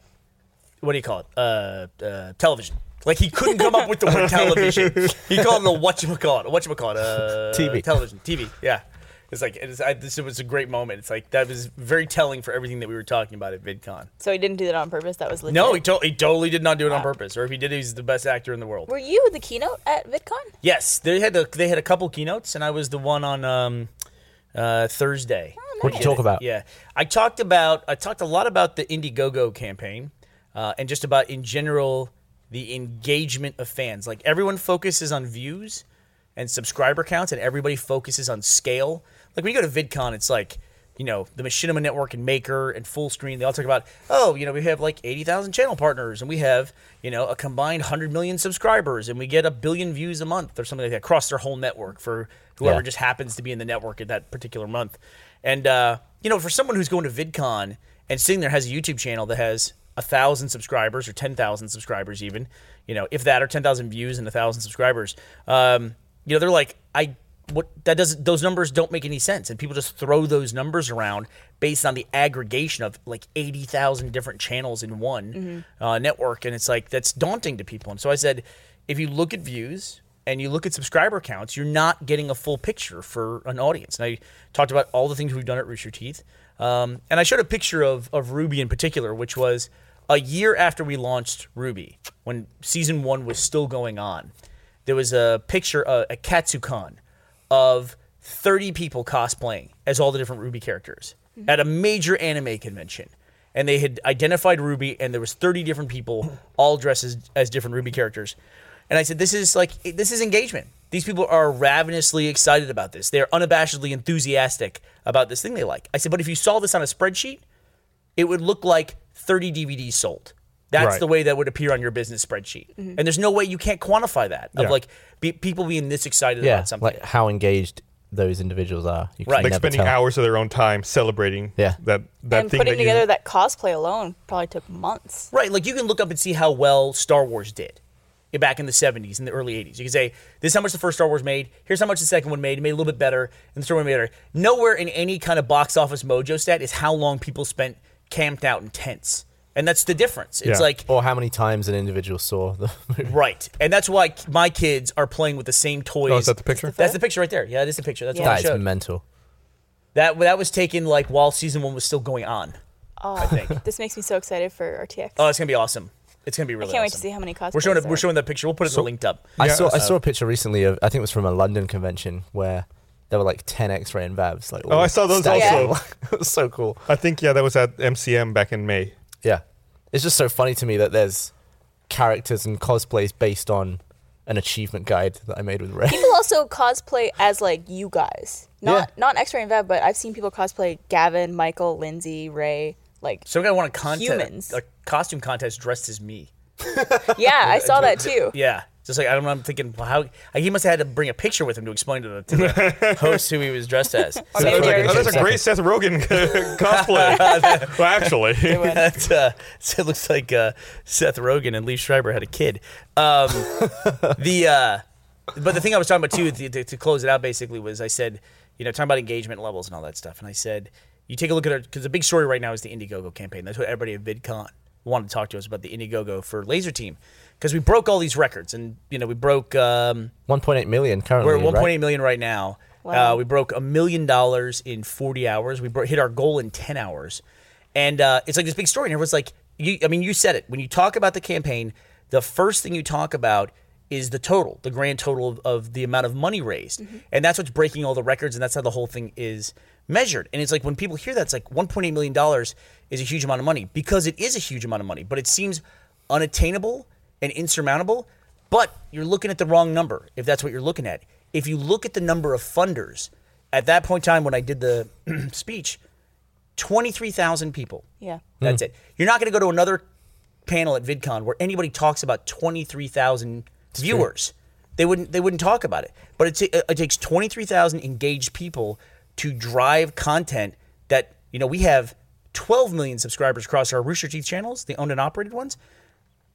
Speaker 2: what do you call it? Uh, uh, television. Like he couldn't come up with the word television. He called it a whatchamacallit, a whatchamacallit, uh,
Speaker 3: TV.
Speaker 2: television, TV. Yeah, it's like it's, I, this was a great moment. It's like that was very telling for everything that we were talking about at VidCon.
Speaker 4: So he didn't do that on purpose. That was legit.
Speaker 2: No, he, to- he totally did not do it on purpose. Or if he did, he's the best actor in the world.
Speaker 4: Were you the keynote at VidCon?
Speaker 2: Yes, they had a, they had a couple keynotes, and I was the one on um, uh, Thursday.
Speaker 3: What do you talk about?
Speaker 2: Yeah, I talked about I talked a lot about the Indiegogo campaign, uh, and just about in general the engagement of fans. Like everyone focuses on views and subscriber counts, and everybody focuses on scale. Like when you go to VidCon, it's like you know the Machinima Network and Maker and Full Screen. They all talk about oh you know we have like eighty thousand channel partners, and we have you know a combined hundred million subscribers, and we get a billion views a month or something like that across their whole network for whoever
Speaker 3: Yeah.
Speaker 2: just happens to be in the network at that particular month. And uh, you know, for someone who's going to VidCon and sitting there has a YouTube channel that has a thousand subscribers or ten thousand subscribers, even you know, if that or ten thousand views and a thousand subscribers, um, you know, they're like, I what that does those numbers don't make any sense, and people just throw those numbers around based on the aggregation of like eighty thousand different channels in one uh, network, and it's like that's daunting to people. And so I said, if you look at views and you look at subscriber counts, you're not getting a full picture for an audience. And I talked about all the things we've done at Rooster Teeth. Um, and I showed a picture of, of Ruby in particular, which was a year after we launched Ruby, when season one was still going on. There was a picture, uh, a Katsucon, of 30 people cosplaying as all the different Ruby characters at a major anime convention and they had identified Ruby, and there was 30 different people, all dressed as, as different Ruby characters. And I said, "This is like it- this is engagement. These people are ravenously excited about this. They are unabashedly enthusiastic about this thing they like." I said, "But if you saw this on a spreadsheet, it would look like 30 DVDs sold. That's
Speaker 1: Right.
Speaker 2: the way that would appear on your business spreadsheet. And there's no way you can't quantify that of
Speaker 1: Yeah.
Speaker 2: like be, people being this excited
Speaker 3: Yeah,
Speaker 2: about something.
Speaker 3: like how engaged those individuals are. You can
Speaker 2: Right. Like
Speaker 1: Like
Speaker 3: never
Speaker 1: spending
Speaker 3: tell.
Speaker 1: hours of their own time celebrating
Speaker 3: Yeah.
Speaker 1: that that
Speaker 4: and
Speaker 1: thing
Speaker 4: putting
Speaker 1: that
Speaker 4: together
Speaker 1: you,
Speaker 4: that cosplay alone probably took months.
Speaker 2: Right, like you can look up and see how well Star Wars did back in the 70s and the early 80s. You can say, this is how much the first Star Wars made, here's how much the second one made, it made a little bit better, and the third one made better. Nowhere in any kind of box office mojo stat is how long people spent camped out in tents. And that's the difference. It's
Speaker 1: Yeah.
Speaker 2: like
Speaker 3: Or how many times an individual saw the movie.
Speaker 2: Right, and that's why k- my kids are playing with the same toys.
Speaker 1: Oh, is that the picture?
Speaker 2: That's the picture right there. Yeah, it is the picture. That's
Speaker 3: That
Speaker 2: what I
Speaker 3: is
Speaker 2: showed.
Speaker 3: mental.
Speaker 2: that that was taken like while season one was still going on.
Speaker 4: Oh,
Speaker 2: I think.
Speaker 4: this makes me so excited for RTX.
Speaker 2: Oh, it's gonna be awesome. It's gonna be really.
Speaker 4: can't wait to
Speaker 2: awesome.
Speaker 4: see how many
Speaker 2: We're showing.
Speaker 4: cosplayers
Speaker 2: A, we're
Speaker 4: are.
Speaker 2: showing the picture. We'll put it in the linked up.
Speaker 3: I
Speaker 1: Yeah.
Speaker 3: saw I saw a picture recently of I think it was from a London convention where there were like ten X-ray and Vabs. Like
Speaker 1: Oh, I saw those
Speaker 3: stacked
Speaker 4: also.
Speaker 3: up. it was so cool.
Speaker 1: I think yeah, that was at MCM back in May.
Speaker 3: Yeah, it's just so funny to me that there's characters and cosplays based on an achievement guide that I made with Ray.
Speaker 4: People also cosplay as like you guys, not
Speaker 3: Yeah.
Speaker 4: not X-ray and Vev, but I've seen people cosplay Gavin, Michael, Lindsay, Ray. Like,
Speaker 2: So we're gonna want a contest,
Speaker 4: Humans.
Speaker 2: a costume contest dressed as me.
Speaker 4: yeah, I saw that too.
Speaker 2: Yeah, just like I don't know. I'm thinking well, how like, he must have had to bring a picture with him to explain to the, to the host who he was dressed as. So
Speaker 4: mean,
Speaker 2: that was
Speaker 1: That's a,
Speaker 2: like
Speaker 4: there-
Speaker 2: a-
Speaker 1: that's a great Seth Rogen cosplay. well, actually,
Speaker 2: That's, uh, so it looks like uh, Seth Rogen and Lee Schreiber had a kid. Um, the uh, but the thing I was talking about too to, to- to close it out basically was I said you know talking about engagement levels and all that stuff, and I said you take a look at our because the big story right now is the Indiegogo campaign. That's what everybody at VidCon wanted to talk to us about the Indiegogo for Laser Team because we broke all these records and you know we broke. Um,
Speaker 3: 1.8 million currently.
Speaker 2: we're at 1.8
Speaker 3: right?
Speaker 2: million right now.
Speaker 4: Wow.
Speaker 2: Uh, we broke a million dollars in 40 hours. We bro- hit our goal in 10 hours. And uh, it's like this big story. And everyone's like, you, I mean, you said it. When you talk about the campaign, the first thing you talk about is the total, the grand total of, of the amount of money raised. And that's what's breaking all the records. And that's how the whole thing is measured. And it's like when people hear that, it's like $1.8 million is a huge amount of money because it is a huge amount of money, but it seems unattainable and insurmountable. But you're looking at the wrong number if that's what you're looking at. If you look at the number of funders, at that point in time when I did the speech, 23,000 people.
Speaker 4: Yeah.
Speaker 2: That's it. You're not going to go to another panel at VidCon where anybody talks about 23,000 viewers. They wouldn't they wouldn't talk about it. But it, ta- it takes 23,000 engaged people to drive content that, you know, we have 12 million subscribers across our Rooster Teeth channels, the owned and operated ones.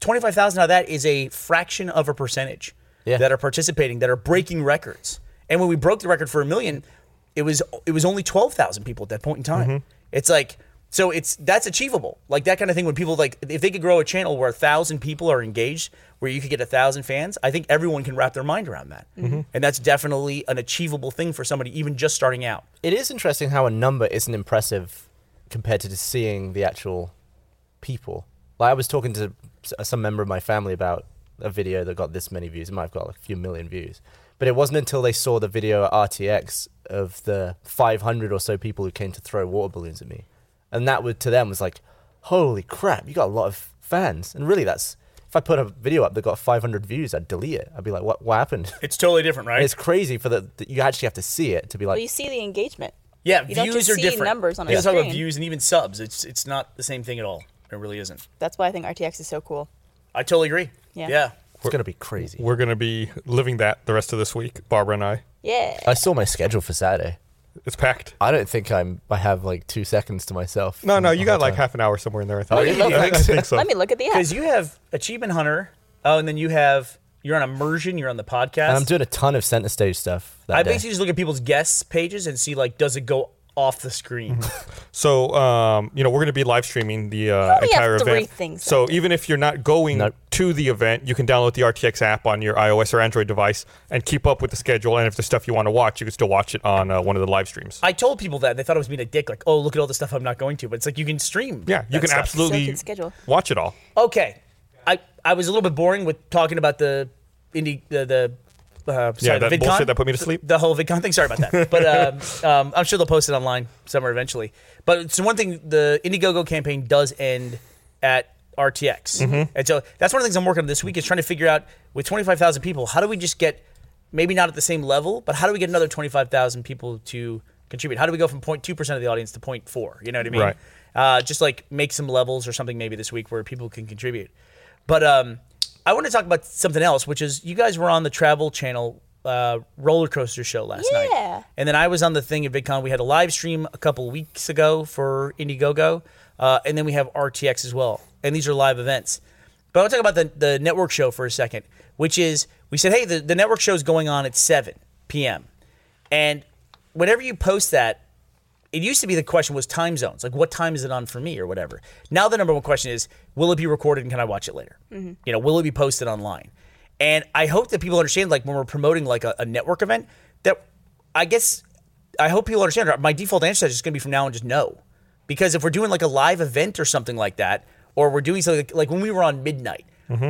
Speaker 2: 25,000 out of that is a fraction of a percentage
Speaker 3: Yeah.
Speaker 2: that are participating, that are breaking records. And when we broke the record for a million, it was it was only 12,000 people at that point in time. It's like so it's that's achievable. Like that kind of thing when people like if they could grow a channel where a 1,000 people are engaged, where you could get a 1,000 fans, I think everyone can wrap their mind around that. And that's definitely an achievable thing for somebody even just starting out.
Speaker 3: It is interesting how a number isn't impressive compared to just seeing the actual people. Like I was talking to s- uh, some member of my family about a video that got this many views. It might have got a few million views, but it wasn't until they saw the video at RTX of the 500 or so people who came to throw water balloons at me, and that would to them was like, "Holy crap, you got a lot of fans!" And really, that's if I put a video up that got 500 views, I'd delete it. I'd be like, "What? What happened?"
Speaker 2: It's totally different, right?
Speaker 3: it's crazy for the, that you actually have to see it to be like,
Speaker 4: Well, you see the engagement.
Speaker 2: yeah,
Speaker 4: you
Speaker 2: views
Speaker 4: don't just
Speaker 2: are
Speaker 4: see
Speaker 2: different.
Speaker 4: numbers on a
Speaker 2: People talk about
Speaker 4: screen.
Speaker 2: views and even subs. It's it's not the same thing at all. It really isn't.
Speaker 4: That's why I think RTX is so cool.
Speaker 2: I totally agree.
Speaker 4: Yeah.
Speaker 2: Yeah.
Speaker 3: It's gonna be crazy.
Speaker 1: we're gonna be living that the rest of this week. Barbara and I.
Speaker 4: Yeah.
Speaker 3: I saw my schedule for Saturday.
Speaker 1: It's packed.
Speaker 3: I don't think I'm. I have like two seconds to myself.
Speaker 1: No, no, you
Speaker 3: The
Speaker 1: got
Speaker 3: whole
Speaker 1: like
Speaker 3: time.
Speaker 1: half an hour somewhere in there. I think.
Speaker 3: Oh, you do?
Speaker 1: I, I think so.
Speaker 4: Let me look at the app.
Speaker 2: Because you have Achievement Hunter. Oh, and then you have you're on immersion. You're on the podcast.
Speaker 3: And I'm doing a ton of center stage stuff that
Speaker 2: I
Speaker 3: day.
Speaker 2: basically just look at people's guests pages and see like, does it go off the screen?
Speaker 1: Mm-hmm. So, um, you know, we're going to be live streaming the uh,
Speaker 4: only have
Speaker 1: entire
Speaker 4: three
Speaker 1: event.
Speaker 4: things
Speaker 1: so even if you're not going
Speaker 3: Nope.
Speaker 1: to the event, you can download the RTX app on your iOS or Android device and keep up with the schedule. And if there's stuff you want to watch, you can still watch it on uh, one of the live streams.
Speaker 2: I told people that they thought I was being a dick. Like, oh, look at all the stuff I'm not going to. But it's like you can stream.
Speaker 1: yeah, you
Speaker 2: that
Speaker 1: can
Speaker 2: stuff.
Speaker 1: absolutely
Speaker 4: can schedule.
Speaker 1: watch it all.
Speaker 2: Okay, I I was a little bit boring with talking about the indie the. the uh, sorry, the
Speaker 1: that
Speaker 2: VidCon,
Speaker 1: bullshit that put me to sleep.
Speaker 2: The whole VidCon thing. Sorry about that, but um, um, I'm sure they'll post it online somewhere eventually. But it's one thing the Indiegogo campaign does end at RTX,
Speaker 1: Mm-hmm.
Speaker 2: and so that's one of the things I'm working on this week is trying to figure out with 25,000 people how do we just get maybe not at the same level, but how do we get another 25,000 people to contribute? How do we go from 0.2 percent of the audience to 0.4? You know what I mean?
Speaker 1: Right.
Speaker 2: uh, just like make some levels or something maybe this week where people can contribute. But um, I want to talk about something else, which is you guys were on the Travel Channel uh, roller coaster show last
Speaker 4: Yeah.
Speaker 2: night, and then I was on the thing at VidCon. We had a live stream a couple weeks ago for Indiegogo, uh, and then we have RTX as well, and these are live events. But I want to talk about the the network show for a second, which is we said, hey, the, the network show is going on at seven p.m. And whenever you post that, it used to be the question was time zones, like what time is it on for me or whatever. Now the number one question is, will it be recorded and can I watch it later? You know, will it be posted online? And I hope that people understand, like when we're promoting like a, a network event, that I guess I hope people uh, understand. My default answer is just going to be from now on, just no, because if we're doing like a live event or something like that, or we're doing something like when we were on midnight.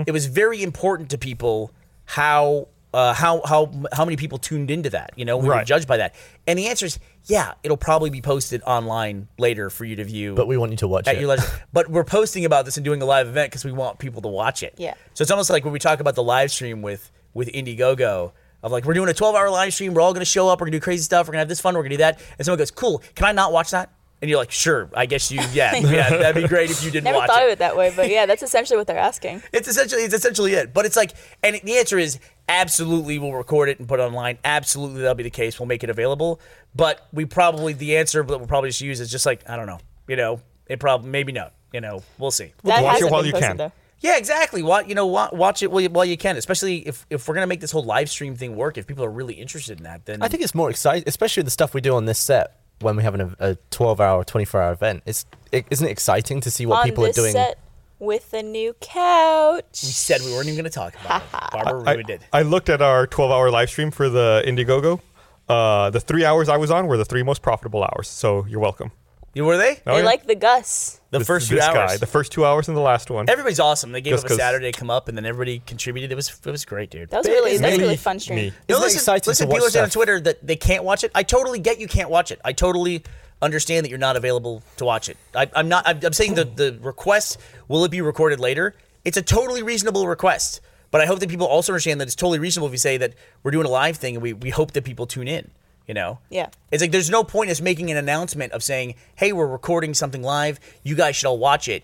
Speaker 2: It was very important to people how uh, how how how many people tuned into that. You know, we were
Speaker 1: Right.
Speaker 2: judged by that. And the answer is, yeah, it'll probably be posted online later for you to view.
Speaker 3: But we want you to watch
Speaker 2: at
Speaker 3: it.
Speaker 2: your leisure. But we're posting about this and doing a live event because we want people to watch it.
Speaker 4: Yeah.
Speaker 2: So it's almost like when we talk about the live stream with with Indiegogo of like we're doing a 12 hour live stream. We're all going to show up. We're going to do crazy stuff. We're going to have this fun. We're going to do that. And someone goes, "Cool, can I not watch that?" And you're like, "Sure, I guess you. Yeah, yeah, that'd be great if you didn't
Speaker 4: Never
Speaker 2: watch
Speaker 4: thought
Speaker 2: it."
Speaker 4: of it that way, but yeah, that's essentially what they're asking.
Speaker 2: It's essentially it's essentially it. But it's like, and the answer is absolutely we'll record it and put it online. Absolutely that'll be the case. We'll make it available. But we probably the answer that we'll probably just use is just like I don't know. You know, it probably maybe not. You know, we'll see.
Speaker 1: watch
Speaker 4: That
Speaker 1: it
Speaker 4: hasn't
Speaker 1: while
Speaker 4: been
Speaker 1: you
Speaker 4: posted,
Speaker 1: can.
Speaker 4: Though.
Speaker 2: Yeah, exactly. Watch you know wa- watch it while you, while you can, especially if if we're gonna make this whole live stream thing work. If people are really interested in that, then
Speaker 3: I think it's more exciting, especially the stuff we do on this set when we have an, a 12 hour, 24 hour event. It's, it, isn't it exciting to see what
Speaker 4: On
Speaker 3: people
Speaker 4: this
Speaker 3: are doing?
Speaker 4: set with the new couch.
Speaker 2: we said we weren't even gonna talk about it. Barbara
Speaker 1: I,
Speaker 2: ruined it.
Speaker 1: I looked at our 12 hour live stream for the Indiegogo. Uh, the three hours I was on were the three most profitable hours. So you're welcome.
Speaker 2: You were they?
Speaker 1: Oh,
Speaker 4: they
Speaker 1: yeah.
Speaker 4: like the Gus.
Speaker 2: The
Speaker 1: This-
Speaker 2: first two
Speaker 1: this guy.
Speaker 2: hours.
Speaker 1: the first two hours and the last one.
Speaker 2: Everybody's awesome. They gave
Speaker 1: Just
Speaker 2: up a
Speaker 1: 'cause-
Speaker 2: Saturday to come up, and then everybody contributed. It was it was great, dude.
Speaker 4: That was a really that was a
Speaker 1: Me.
Speaker 4: really fun stream.
Speaker 1: Me.
Speaker 2: No,
Speaker 3: Isn't it
Speaker 2: listen,
Speaker 3: exciting to
Speaker 2: listen,
Speaker 3: watch
Speaker 2: people are saying on
Speaker 3: stuff?
Speaker 2: Twitter that they can't watch it. I totally get you can't watch it. I totally understand that you're not available to watch it. I, I'm not. I'm, I'm saying the the request will it be recorded later? It's a totally reasonable request, but I hope that people also understand that it's totally reasonable if you say that we're doing a live thing and we we hope that people tune in. You know.
Speaker 4: Yeah.
Speaker 2: It's like there's no point in us making an announcement of saying, "Hey, we're recording something live. You guys should all watch it."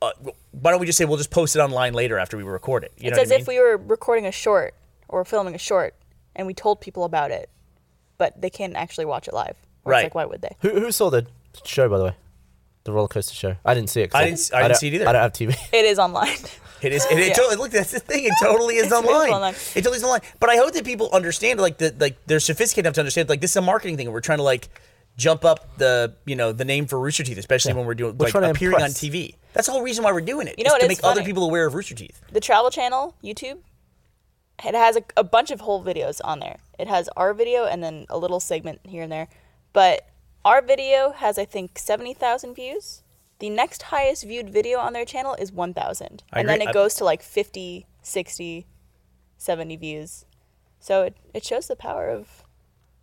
Speaker 2: Uh, why don't we just say we'll just post it online later after we record it? You know
Speaker 4: It's
Speaker 2: what
Speaker 4: as
Speaker 2: I mean?
Speaker 4: if we were recording a short or filming a short and we told people about it, but they can't actually watch it live. Or
Speaker 2: Right.
Speaker 4: It's like why would they?
Speaker 3: Who, who saw the show, by the way? The roller coaster show. I didn't see it. 'cause
Speaker 2: I didn't s- I didn't
Speaker 3: don't-
Speaker 2: see it either.
Speaker 3: I don't have TV.
Speaker 4: It is online.
Speaker 2: It is. It, it
Speaker 4: Yeah.
Speaker 2: totally, look, that's the thing. It totally is online.
Speaker 4: online.
Speaker 2: It totally is online. But I hope that people understand, like, that, like they're sophisticated enough to understand, like, this is a marketing thing. We're trying to like jump up the, you know, the name for Rooster Teeth, especially when we're doing
Speaker 3: We're
Speaker 2: like
Speaker 3: trying to
Speaker 2: appearing on
Speaker 3: impress.
Speaker 2: TV. That's the whole reason why we're doing it.
Speaker 4: You know
Speaker 2: is
Speaker 4: what
Speaker 2: to
Speaker 4: is
Speaker 2: make other
Speaker 4: funny?
Speaker 2: people aware of Rooster Teeth.
Speaker 4: the Travel Channel YouTube. It has a, a bunch of whole videos on there. It has our video and then a little segment here and there. But our video has, I think, 70,000 views. The next highest viewed video on their channel is 1,000.
Speaker 2: I
Speaker 4: And then
Speaker 2: agree.
Speaker 4: it
Speaker 2: I-
Speaker 4: goes to like 50, 60, 70 views. So it, it shows the power of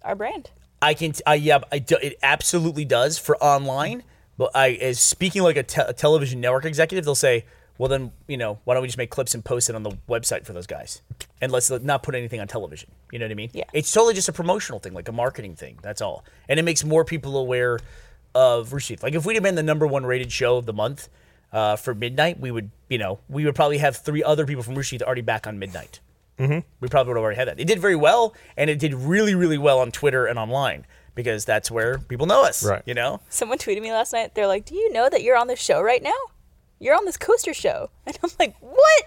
Speaker 4: our brand.
Speaker 2: I can. I yeah. I do, it absolutely does for online. But I, as speaking like a, te- a television network executive, they'll say, "Well, then you know, why don't we just make clips and post it on the website for those guys, and let's not put anything on television." You know what I mean?
Speaker 4: Yeah.
Speaker 2: It's totally just a promotional thing, like a marketing thing. That's all, and it makes more people aware of Rooster Teeth. Like if we'd have been the number one rated show of the month uh, for midnight, we would, you know, we would probably have three other people from Rooster Teeth already back on midnight we probably would have already had that. It did very well, and it did really, really well on Twitter and online because that's where people know us.
Speaker 1: Right.
Speaker 2: You know,
Speaker 4: Someone tweeted me last night. They're like, Do you know that you're on this show right now? You're on this coaster show. And I'm like, What?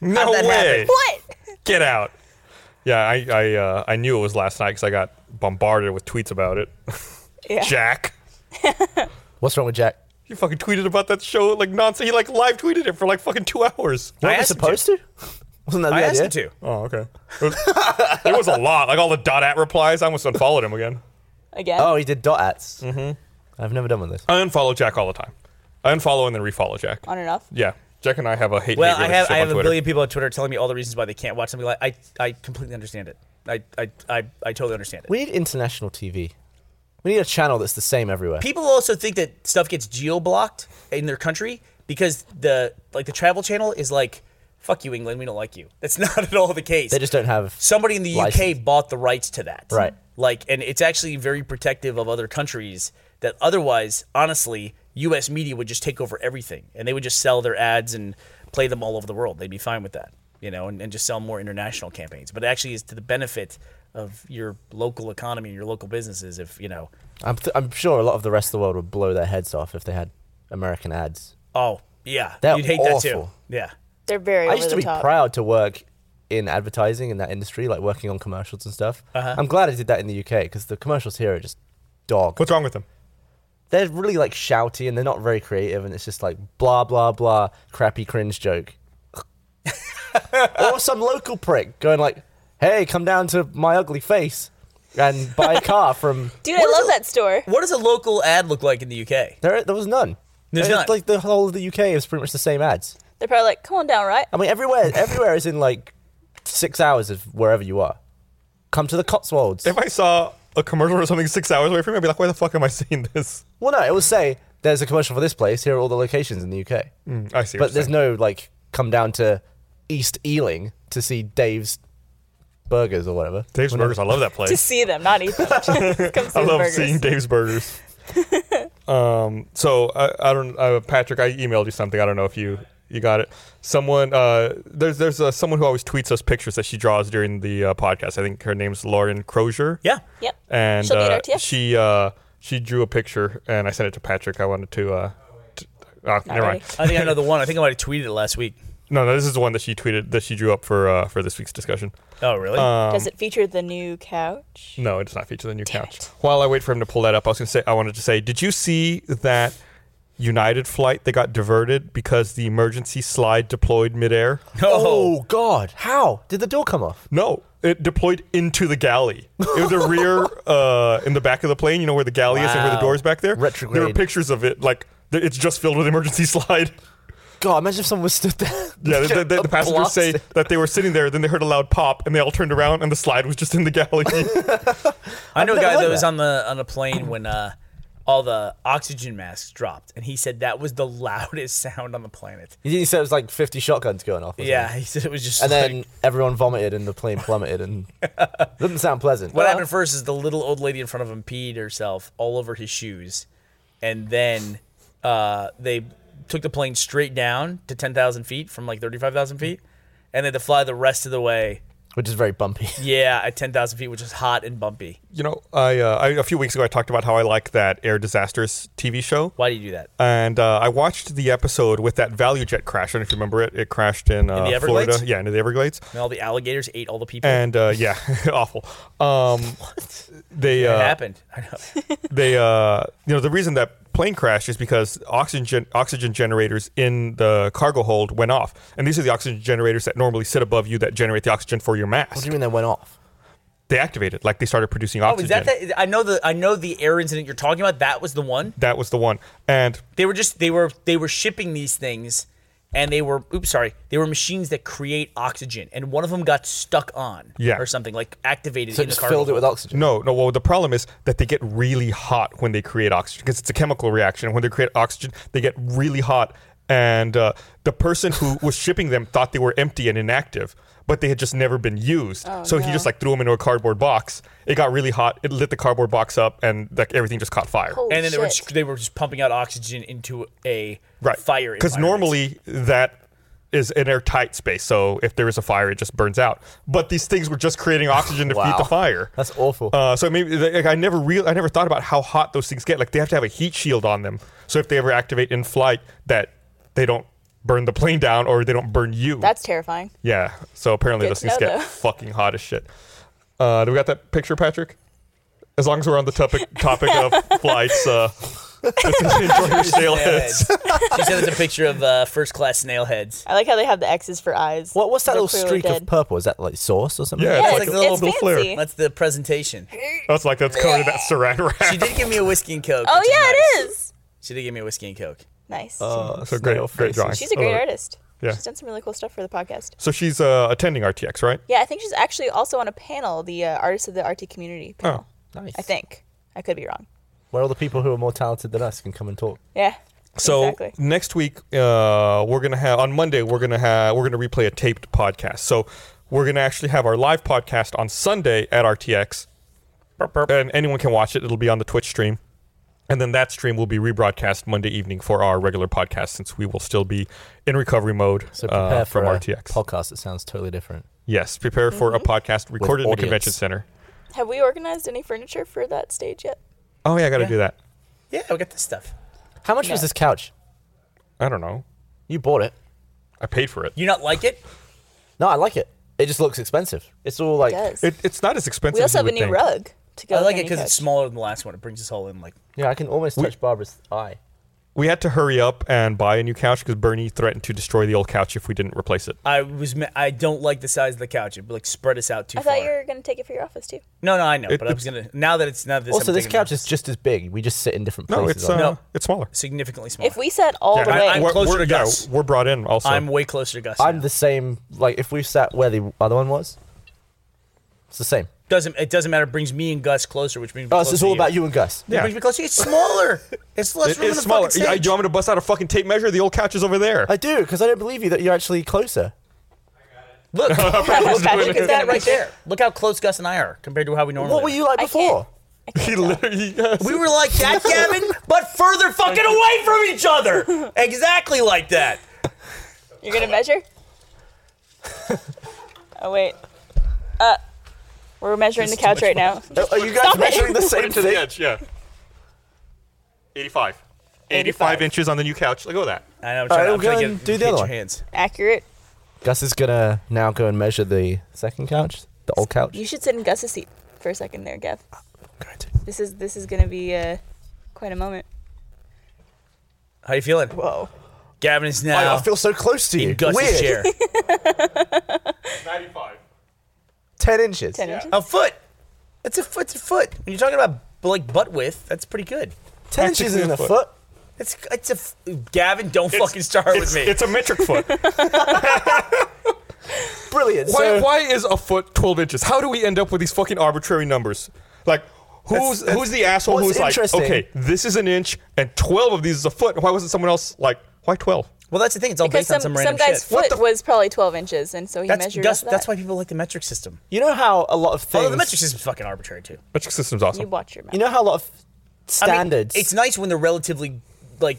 Speaker 1: no
Speaker 2: that
Speaker 1: way.
Speaker 2: happen?
Speaker 4: What?
Speaker 1: Get out. Yeah, I I, uh, I knew it was last night because I got bombarded with tweets about it.
Speaker 4: Yeah.
Speaker 1: Jack,
Speaker 3: What's wrong with Jack?
Speaker 1: you fucking tweeted about that show like nonsense. He like live tweeted it for like fucking two hours.
Speaker 2: I
Speaker 3: Weren't we
Speaker 2: asked him to.
Speaker 3: supposed to? Wasn't that the
Speaker 2: I
Speaker 3: idea?
Speaker 2: asked him to.
Speaker 1: Oh, okay. It was, it was a lot. Like all the dot at replies. I almost unfollowed him again.
Speaker 4: Again?
Speaker 3: Oh, he did dot ats. Mm-hmm. I've never done one of those.
Speaker 1: I unfollow Jack all the time. I unfollow and then refollow Jack.
Speaker 4: on and off.
Speaker 1: Yeah, Jack and I have a hate.
Speaker 2: Well,
Speaker 1: hate
Speaker 2: I have
Speaker 1: relationship
Speaker 2: I have
Speaker 1: on
Speaker 2: a
Speaker 1: Twitter.
Speaker 2: billion people on Twitter telling me all the reasons why they can't watch something. Like I I completely understand it. I I I, I totally understand it.
Speaker 3: We need international TV. We need a channel that's the same everywhere.
Speaker 2: people also think that stuff gets geo blocked in their country because the like the travel channel is like fuck you England we don't like you that's not at all the case
Speaker 3: They just don't have
Speaker 2: somebody in the
Speaker 3: license.
Speaker 2: UK bought the rights to that
Speaker 3: Right.
Speaker 2: like and it's actually very protective of other countries that otherwise honestly US media would just take over everything and they would just sell their ads and play them all over the world they'd be fine with that you know and, and just sell more international campaigns but it actually is to the benefit of your local economy and your local businesses if you know
Speaker 3: I'm, th- I'm sure a lot of the rest of the world would blow their heads off if they had American ads.
Speaker 2: Oh yeah,
Speaker 3: They're
Speaker 2: you'd hate that too.
Speaker 3: awful.
Speaker 2: Yeah,
Speaker 4: They're very
Speaker 3: I
Speaker 4: over
Speaker 3: used to
Speaker 4: the
Speaker 3: be
Speaker 4: top.
Speaker 3: proud to work in advertising in that industry, like working on commercials and stuff. I'm glad I did that in the UK because the commercials here are just dog.
Speaker 1: What's wrong with them?
Speaker 3: They're really like shouty and they're not very creative, and it's just like blah blah blah, crappy cringe joke. or some local prick going like, "Hey, come down to my ugly face and buy a car from."
Speaker 4: Dude, I love that store.
Speaker 2: what does a local ad look like in the UK?
Speaker 3: There, there was none.
Speaker 2: There's
Speaker 3: It's
Speaker 2: not.
Speaker 3: like the whole of the UK is pretty much the same ads.
Speaker 4: They're probably like, come on down, right?
Speaker 3: I mean, everywhere, everywhere is in like six hours of wherever you are. Come to the Cotswolds.
Speaker 1: If I saw a commercial or something six hours away from me, I'd be like, why the fuck am I seeing this?
Speaker 3: Well, no, it will say there's a commercial for this place. Here are all the locations in the UK.
Speaker 1: Mm, I see.
Speaker 3: But there's no like come down to East Ealing to see Dave's Burgers or whatever.
Speaker 1: Dave's Burgers. I love that
Speaker 4: To
Speaker 1: place.
Speaker 4: see them, not eat them. Just come see
Speaker 1: I
Speaker 4: the
Speaker 1: love
Speaker 4: burgers.
Speaker 1: seeing Dave's Burgers. um, so I, I don't, uh, Patrick. I emailed you something. I don't know if you you got it. Someone uh, there's there's uh, someone who always tweets us pictures that she draws during the uh, podcast. I think her name's Lauren Crozier.
Speaker 2: yeah.
Speaker 4: Yep.
Speaker 1: and
Speaker 4: She'll be at
Speaker 1: uh,
Speaker 4: RTX.
Speaker 1: she uh, she drew a picture and I sent it to Patrick. I wanted to. Uh, t- ah, never
Speaker 4: ready.
Speaker 1: mind.
Speaker 2: I think I know the one. I think I might have tweeted it last week.
Speaker 1: No, no, this is the one that she tweeted that she drew up for uh, for this week's discussion.
Speaker 2: Oh, really?
Speaker 3: Uh, Um,
Speaker 4: Does it feature the new couch?
Speaker 1: No, it does not feature the new couch.
Speaker 4: it.
Speaker 1: While I wait for him to pull that up, I was gonna say I wanted to say, did you see that United flight that got diverted because the emergency slide deployed midair?
Speaker 2: oh.
Speaker 3: Oh God! How did the door come off?
Speaker 1: No, it deployed into the galley. It was the rear, uh, in the back of the plane. You know where the galley is and where the
Speaker 2: Wow.
Speaker 1: doors back there. There were
Speaker 3: Retrograde.
Speaker 1: pictures of it. Like th- it's just filled with emergency slide.
Speaker 3: God, imagine if someone was stood there.
Speaker 1: Yeah, the, the, the, the passengers say
Speaker 3: Blasted.
Speaker 1: that they were sitting there. Then they heard a loud pop, and they all turned around, and the slide was just in the galley.
Speaker 2: I know a
Speaker 3: never
Speaker 2: guy
Speaker 3: heard
Speaker 2: that was
Speaker 3: that.
Speaker 2: on the on a plane when uh, all the oxygen masks dropped, and he said that was the loudest sound on the planet.
Speaker 3: You didn't say it was like 50 shotguns going off. or
Speaker 2: Yeah,
Speaker 3: something?
Speaker 2: he said it was just.
Speaker 3: And
Speaker 2: like-
Speaker 3: then everyone vomited and the plane plummeted and doesn't sound pleasant.
Speaker 2: what happened first is the little old lady in front of him peed herself all over his shoes, and then uh, they took the plane straight down to ten thousand feet from like thirty five thousand feet, and they had to fly the rest of the way.
Speaker 3: Which is very bumpy.
Speaker 2: Yeah, at ten thousand feet, which is hot and bumpy.
Speaker 1: you know, I, uh, I a few weeks ago I talked about how I like that air disasters TV show.
Speaker 2: Why do you do that?
Speaker 1: and uh, I watched the episode with that value jet crash. I don't know if you remember it. It crashed in, uh,
Speaker 2: the
Speaker 1: Florida.
Speaker 2: Everglades?
Speaker 1: Yeah, in the Everglades.
Speaker 2: And all the alligators ate all the people.
Speaker 1: And uh, yeah, awful. Um, They
Speaker 2: it
Speaker 1: uh,
Speaker 2: happened. I know.
Speaker 1: they uh, you know the reason that plane crashed is because oxygen gen- oxygen generators in the cargo hold went off, and these are the oxygen generators that normally sit above you that generate the oxygen for your
Speaker 3: What do
Speaker 1: mask.
Speaker 3: you mean they went off?
Speaker 1: They activated, like they started producing
Speaker 2: Oh,
Speaker 1: oxygen.
Speaker 2: is that the, I know the I know the air incident you're talking about. That was the one.
Speaker 1: that was the one, and
Speaker 2: They were just they were they were shipping these things, and they were oops sorry they were machines that create oxygen, and one of them got stuck on
Speaker 1: Yeah.
Speaker 2: or something like activated.
Speaker 3: So
Speaker 2: in
Speaker 3: it just
Speaker 2: the cargo
Speaker 3: filled it with
Speaker 2: hold.
Speaker 3: oxygen.
Speaker 1: No, no. Well, the problem is that they get really hot when they create oxygen because it's a chemical reaction. And when they create oxygen, they get really hot. And uh, the person who was shipping them thought they were empty and inactive, but they had just never been used. so he
Speaker 4: Oh, no.
Speaker 1: just like threw them into a cardboard box. It got really hot. It lit the cardboard box up, and like everything just caught fire.
Speaker 4: Holy
Speaker 2: And then they were
Speaker 4: shit.
Speaker 2: just, they were just pumping out oxygen into a
Speaker 1: right.
Speaker 2: fire
Speaker 1: Because
Speaker 2: environment.
Speaker 1: normally that is an airtight space. So if there is a fire, it just burns out. But these things were just creating oxygen to feed
Speaker 3: Wow.
Speaker 1: the fire.
Speaker 3: That's awful.
Speaker 1: Uh, so maybe like, I never real I never thought about how hot those things get. Like they have to have a heat shield on them, so if they ever activate in flight, that they don't burn the plane down or they don't burn you.
Speaker 4: That's terrifying.
Speaker 1: yeah. So apparently
Speaker 4: Good
Speaker 1: those
Speaker 4: to
Speaker 1: things
Speaker 4: know,
Speaker 1: get
Speaker 4: though.
Speaker 1: fucking hot as shit. Uh, do we got that picture, Patrick? As long as we're on the topic topic of flights, uh, enjoy your snail heads.
Speaker 2: Snailheads. she sent us a picture of uh, first class snailheads.
Speaker 4: I like how they have the X's for eyes.
Speaker 3: what, what's that
Speaker 4: They're
Speaker 3: little
Speaker 4: clearly
Speaker 3: streak
Speaker 4: dead.
Speaker 3: of purple? Is that like sauce or something?
Speaker 1: Yeah,
Speaker 4: Yeah,
Speaker 1: it's like
Speaker 4: it's,
Speaker 1: the little
Speaker 4: it's
Speaker 1: little flare.
Speaker 4: fancy.
Speaker 2: That's the presentation.
Speaker 1: That's like that's coated in that saran
Speaker 2: She
Speaker 1: wrap.
Speaker 2: did give me a whiskey and coke.
Speaker 4: Oh
Speaker 2: which
Speaker 4: yeah,
Speaker 2: nice.
Speaker 4: it is.
Speaker 2: She did give me a whiskey and coke.
Speaker 4: Nice.
Speaker 3: Uh,
Speaker 1: So great,
Speaker 3: snail
Speaker 1: great
Speaker 3: faces.
Speaker 1: drawing.
Speaker 4: she's a
Speaker 1: I love
Speaker 4: great
Speaker 1: it.
Speaker 4: artist.
Speaker 1: Yeah.
Speaker 4: She's done some really cool stuff for the podcast.
Speaker 1: So she's uh, attending RTX, right?
Speaker 4: Yeah, I think she's actually also on a panel, the uh, artists of the RT community panel.
Speaker 3: Oh, Nice.
Speaker 4: I think. I could be wrong.
Speaker 3: Where all the people who are more talented than us can come and talk.
Speaker 4: Yeah.
Speaker 1: So
Speaker 4: exactly.
Speaker 1: next week, uh, we're gonna have on Monday. We're gonna have we're gonna replay a taped podcast. So we're gonna actually have our live podcast on Sunday at RTX, and anyone can watch it. It'll be on the Twitch stream, and then that stream will be rebroadcast Monday evening for our regular podcast, since we will still be in recovery mode
Speaker 3: So
Speaker 1: uh,
Speaker 3: prepare for
Speaker 1: from
Speaker 3: a
Speaker 1: RTX.
Speaker 3: podcast that sounds totally different.
Speaker 1: yes, prepare for a
Speaker 2: Mm-hmm.
Speaker 1: podcast recorded in the
Speaker 3: audience.
Speaker 1: convention center.
Speaker 4: Have we organized any furniture for that stage yet?
Speaker 1: Oh yeah, I gotta do that.
Speaker 2: Yeah, we got this stuff.
Speaker 3: How much was this couch?
Speaker 1: I don't know.
Speaker 3: You bought it.
Speaker 1: I paid for it.
Speaker 2: You not like it?
Speaker 3: No, I like it. It just looks expensive. It's all like
Speaker 4: It does.
Speaker 1: it it's not as expensive.
Speaker 4: we also
Speaker 1: as
Speaker 4: have
Speaker 1: you
Speaker 4: a
Speaker 1: would
Speaker 4: new
Speaker 1: think.
Speaker 4: rug to go.
Speaker 2: I like
Speaker 4: with
Speaker 2: it
Speaker 4: our new
Speaker 2: because it's
Speaker 4: couch.
Speaker 2: smaller than the last one. It brings us all in like
Speaker 3: yeah. I can almost touch Barbara's eye.
Speaker 1: We had to hurry up and buy a new couch because Bernie threatened to destroy the old couch if we didn't replace it.
Speaker 2: I was. ma- I don't like the size of the couch. It like spread us out too
Speaker 4: I
Speaker 2: far.
Speaker 4: thought you were gonna take it for your office too.
Speaker 2: no, no, I know.
Speaker 1: It-
Speaker 2: but I was gonna. Now that it's now that
Speaker 3: Also,
Speaker 2: I'm
Speaker 3: this
Speaker 2: thinking
Speaker 3: couch
Speaker 2: about
Speaker 3: is just as big. We just sit in different
Speaker 1: No,
Speaker 3: places.
Speaker 1: it's
Speaker 3: on
Speaker 1: uh,
Speaker 3: it.
Speaker 2: No.
Speaker 1: it's smaller.
Speaker 2: significantly smaller.
Speaker 4: If we sat all the
Speaker 1: I-
Speaker 4: way,
Speaker 2: I'm
Speaker 1: we're,
Speaker 2: closer
Speaker 1: we're-
Speaker 2: to
Speaker 1: yeah,
Speaker 2: Gus.
Speaker 1: we're brought in also.
Speaker 2: I'm way closer to Gus.
Speaker 3: I'm
Speaker 2: now.
Speaker 3: the same. Like if we sat where the other one was, it's the same.
Speaker 2: doesn't it doesn't matter. It brings me and Gus closer, which means. me
Speaker 3: Oh, so it's
Speaker 2: closer
Speaker 3: all
Speaker 2: to
Speaker 3: about you and Gus.
Speaker 2: It
Speaker 1: Yeah.
Speaker 2: brings me closer. It's smaller. It's less
Speaker 1: it
Speaker 2: room
Speaker 1: is
Speaker 2: in
Speaker 1: smaller.
Speaker 2: the
Speaker 1: Yeah, do
Speaker 2: fucking
Speaker 1: you
Speaker 2: stage.
Speaker 1: want me to bust out a fucking tape measure? The old couch is over there.
Speaker 3: I do because I don't believe you that you're actually closer.
Speaker 2: Look, look
Speaker 4: Patrick
Speaker 2: at
Speaker 4: is
Speaker 2: that
Speaker 4: gonna
Speaker 2: right
Speaker 4: be-
Speaker 2: there. Look how close Gus and I are compared to how we normally.
Speaker 3: What were
Speaker 2: are.
Speaker 3: you like
Speaker 4: I
Speaker 3: before?
Speaker 1: he literally. yes.
Speaker 2: We were like that, Gavin, but further fucking away from each other. Exactly like that.
Speaker 4: you're gonna measure. oh wait, uh, we're measuring the couch right now.
Speaker 3: Are- Are you guys
Speaker 4: Stop it.
Speaker 3: measuring the same
Speaker 1: Right to the
Speaker 3: thing?
Speaker 1: edge, yeah. 85.
Speaker 4: 85.
Speaker 1: inches on the new couch. Look at that.
Speaker 2: I know. I'm
Speaker 3: right,
Speaker 2: trying,
Speaker 3: we'll
Speaker 2: I'm trying
Speaker 3: go
Speaker 2: to
Speaker 3: and
Speaker 2: get,
Speaker 3: do the
Speaker 2: get
Speaker 3: other
Speaker 2: your
Speaker 3: one.
Speaker 2: hands.
Speaker 4: Accurate.
Speaker 3: Gus is gonna now go and measure the second couch, the old couch.
Speaker 4: You should sit in Gus's seat for a second there, Gav.
Speaker 3: Good.
Speaker 4: This is this is gonna be uh, quite a moment.
Speaker 2: How you feeling?
Speaker 4: Whoa.
Speaker 2: Gavin is now
Speaker 3: I, I feel so close to you.
Speaker 2: in Gus's
Speaker 3: Weird.
Speaker 2: chair.
Speaker 1: 95.
Speaker 3: Ten inches.
Speaker 4: Ten inches.
Speaker 2: A foot. It's a foot. It's a foot. When you're talking about like butt width, that's pretty good.
Speaker 3: Ten inches
Speaker 1: Practically
Speaker 3: isn't
Speaker 1: a
Speaker 3: a
Speaker 1: foot.
Speaker 3: foot.
Speaker 2: It's it's a f- Gavin. Don't fucking start with me.
Speaker 1: It's a metric foot.
Speaker 3: Brilliant.
Speaker 1: why,
Speaker 3: so,
Speaker 1: why is a foot 12 inches? How do we end up with these fucking arbitrary numbers? Like, who's
Speaker 3: That's-
Speaker 1: who's the asshole
Speaker 3: what's
Speaker 1: who's like,
Speaker 3: interesting-
Speaker 1: okay, this is an inch and 12 of these is a foot? Why wasn't someone else like, why 12?
Speaker 2: well, that's the thing. It's all
Speaker 4: Because
Speaker 2: based on
Speaker 4: some
Speaker 2: some
Speaker 4: some,
Speaker 2: random
Speaker 4: guy's
Speaker 2: shit.
Speaker 1: What
Speaker 4: foot
Speaker 1: the-
Speaker 4: was probably twelve inches, and so he
Speaker 2: That's
Speaker 4: measured.
Speaker 2: Gus,
Speaker 4: off of
Speaker 2: that's
Speaker 4: that.
Speaker 2: why people like the metric system.
Speaker 3: You know how a lot of things.
Speaker 2: Although the metric system's fucking arbitrary too.
Speaker 1: Metric system's
Speaker 4: you
Speaker 1: awesome.
Speaker 4: watch your mouth.
Speaker 3: You know how a lot of
Speaker 2: I mean,
Speaker 3: standards.
Speaker 2: it's nice when they're relatively like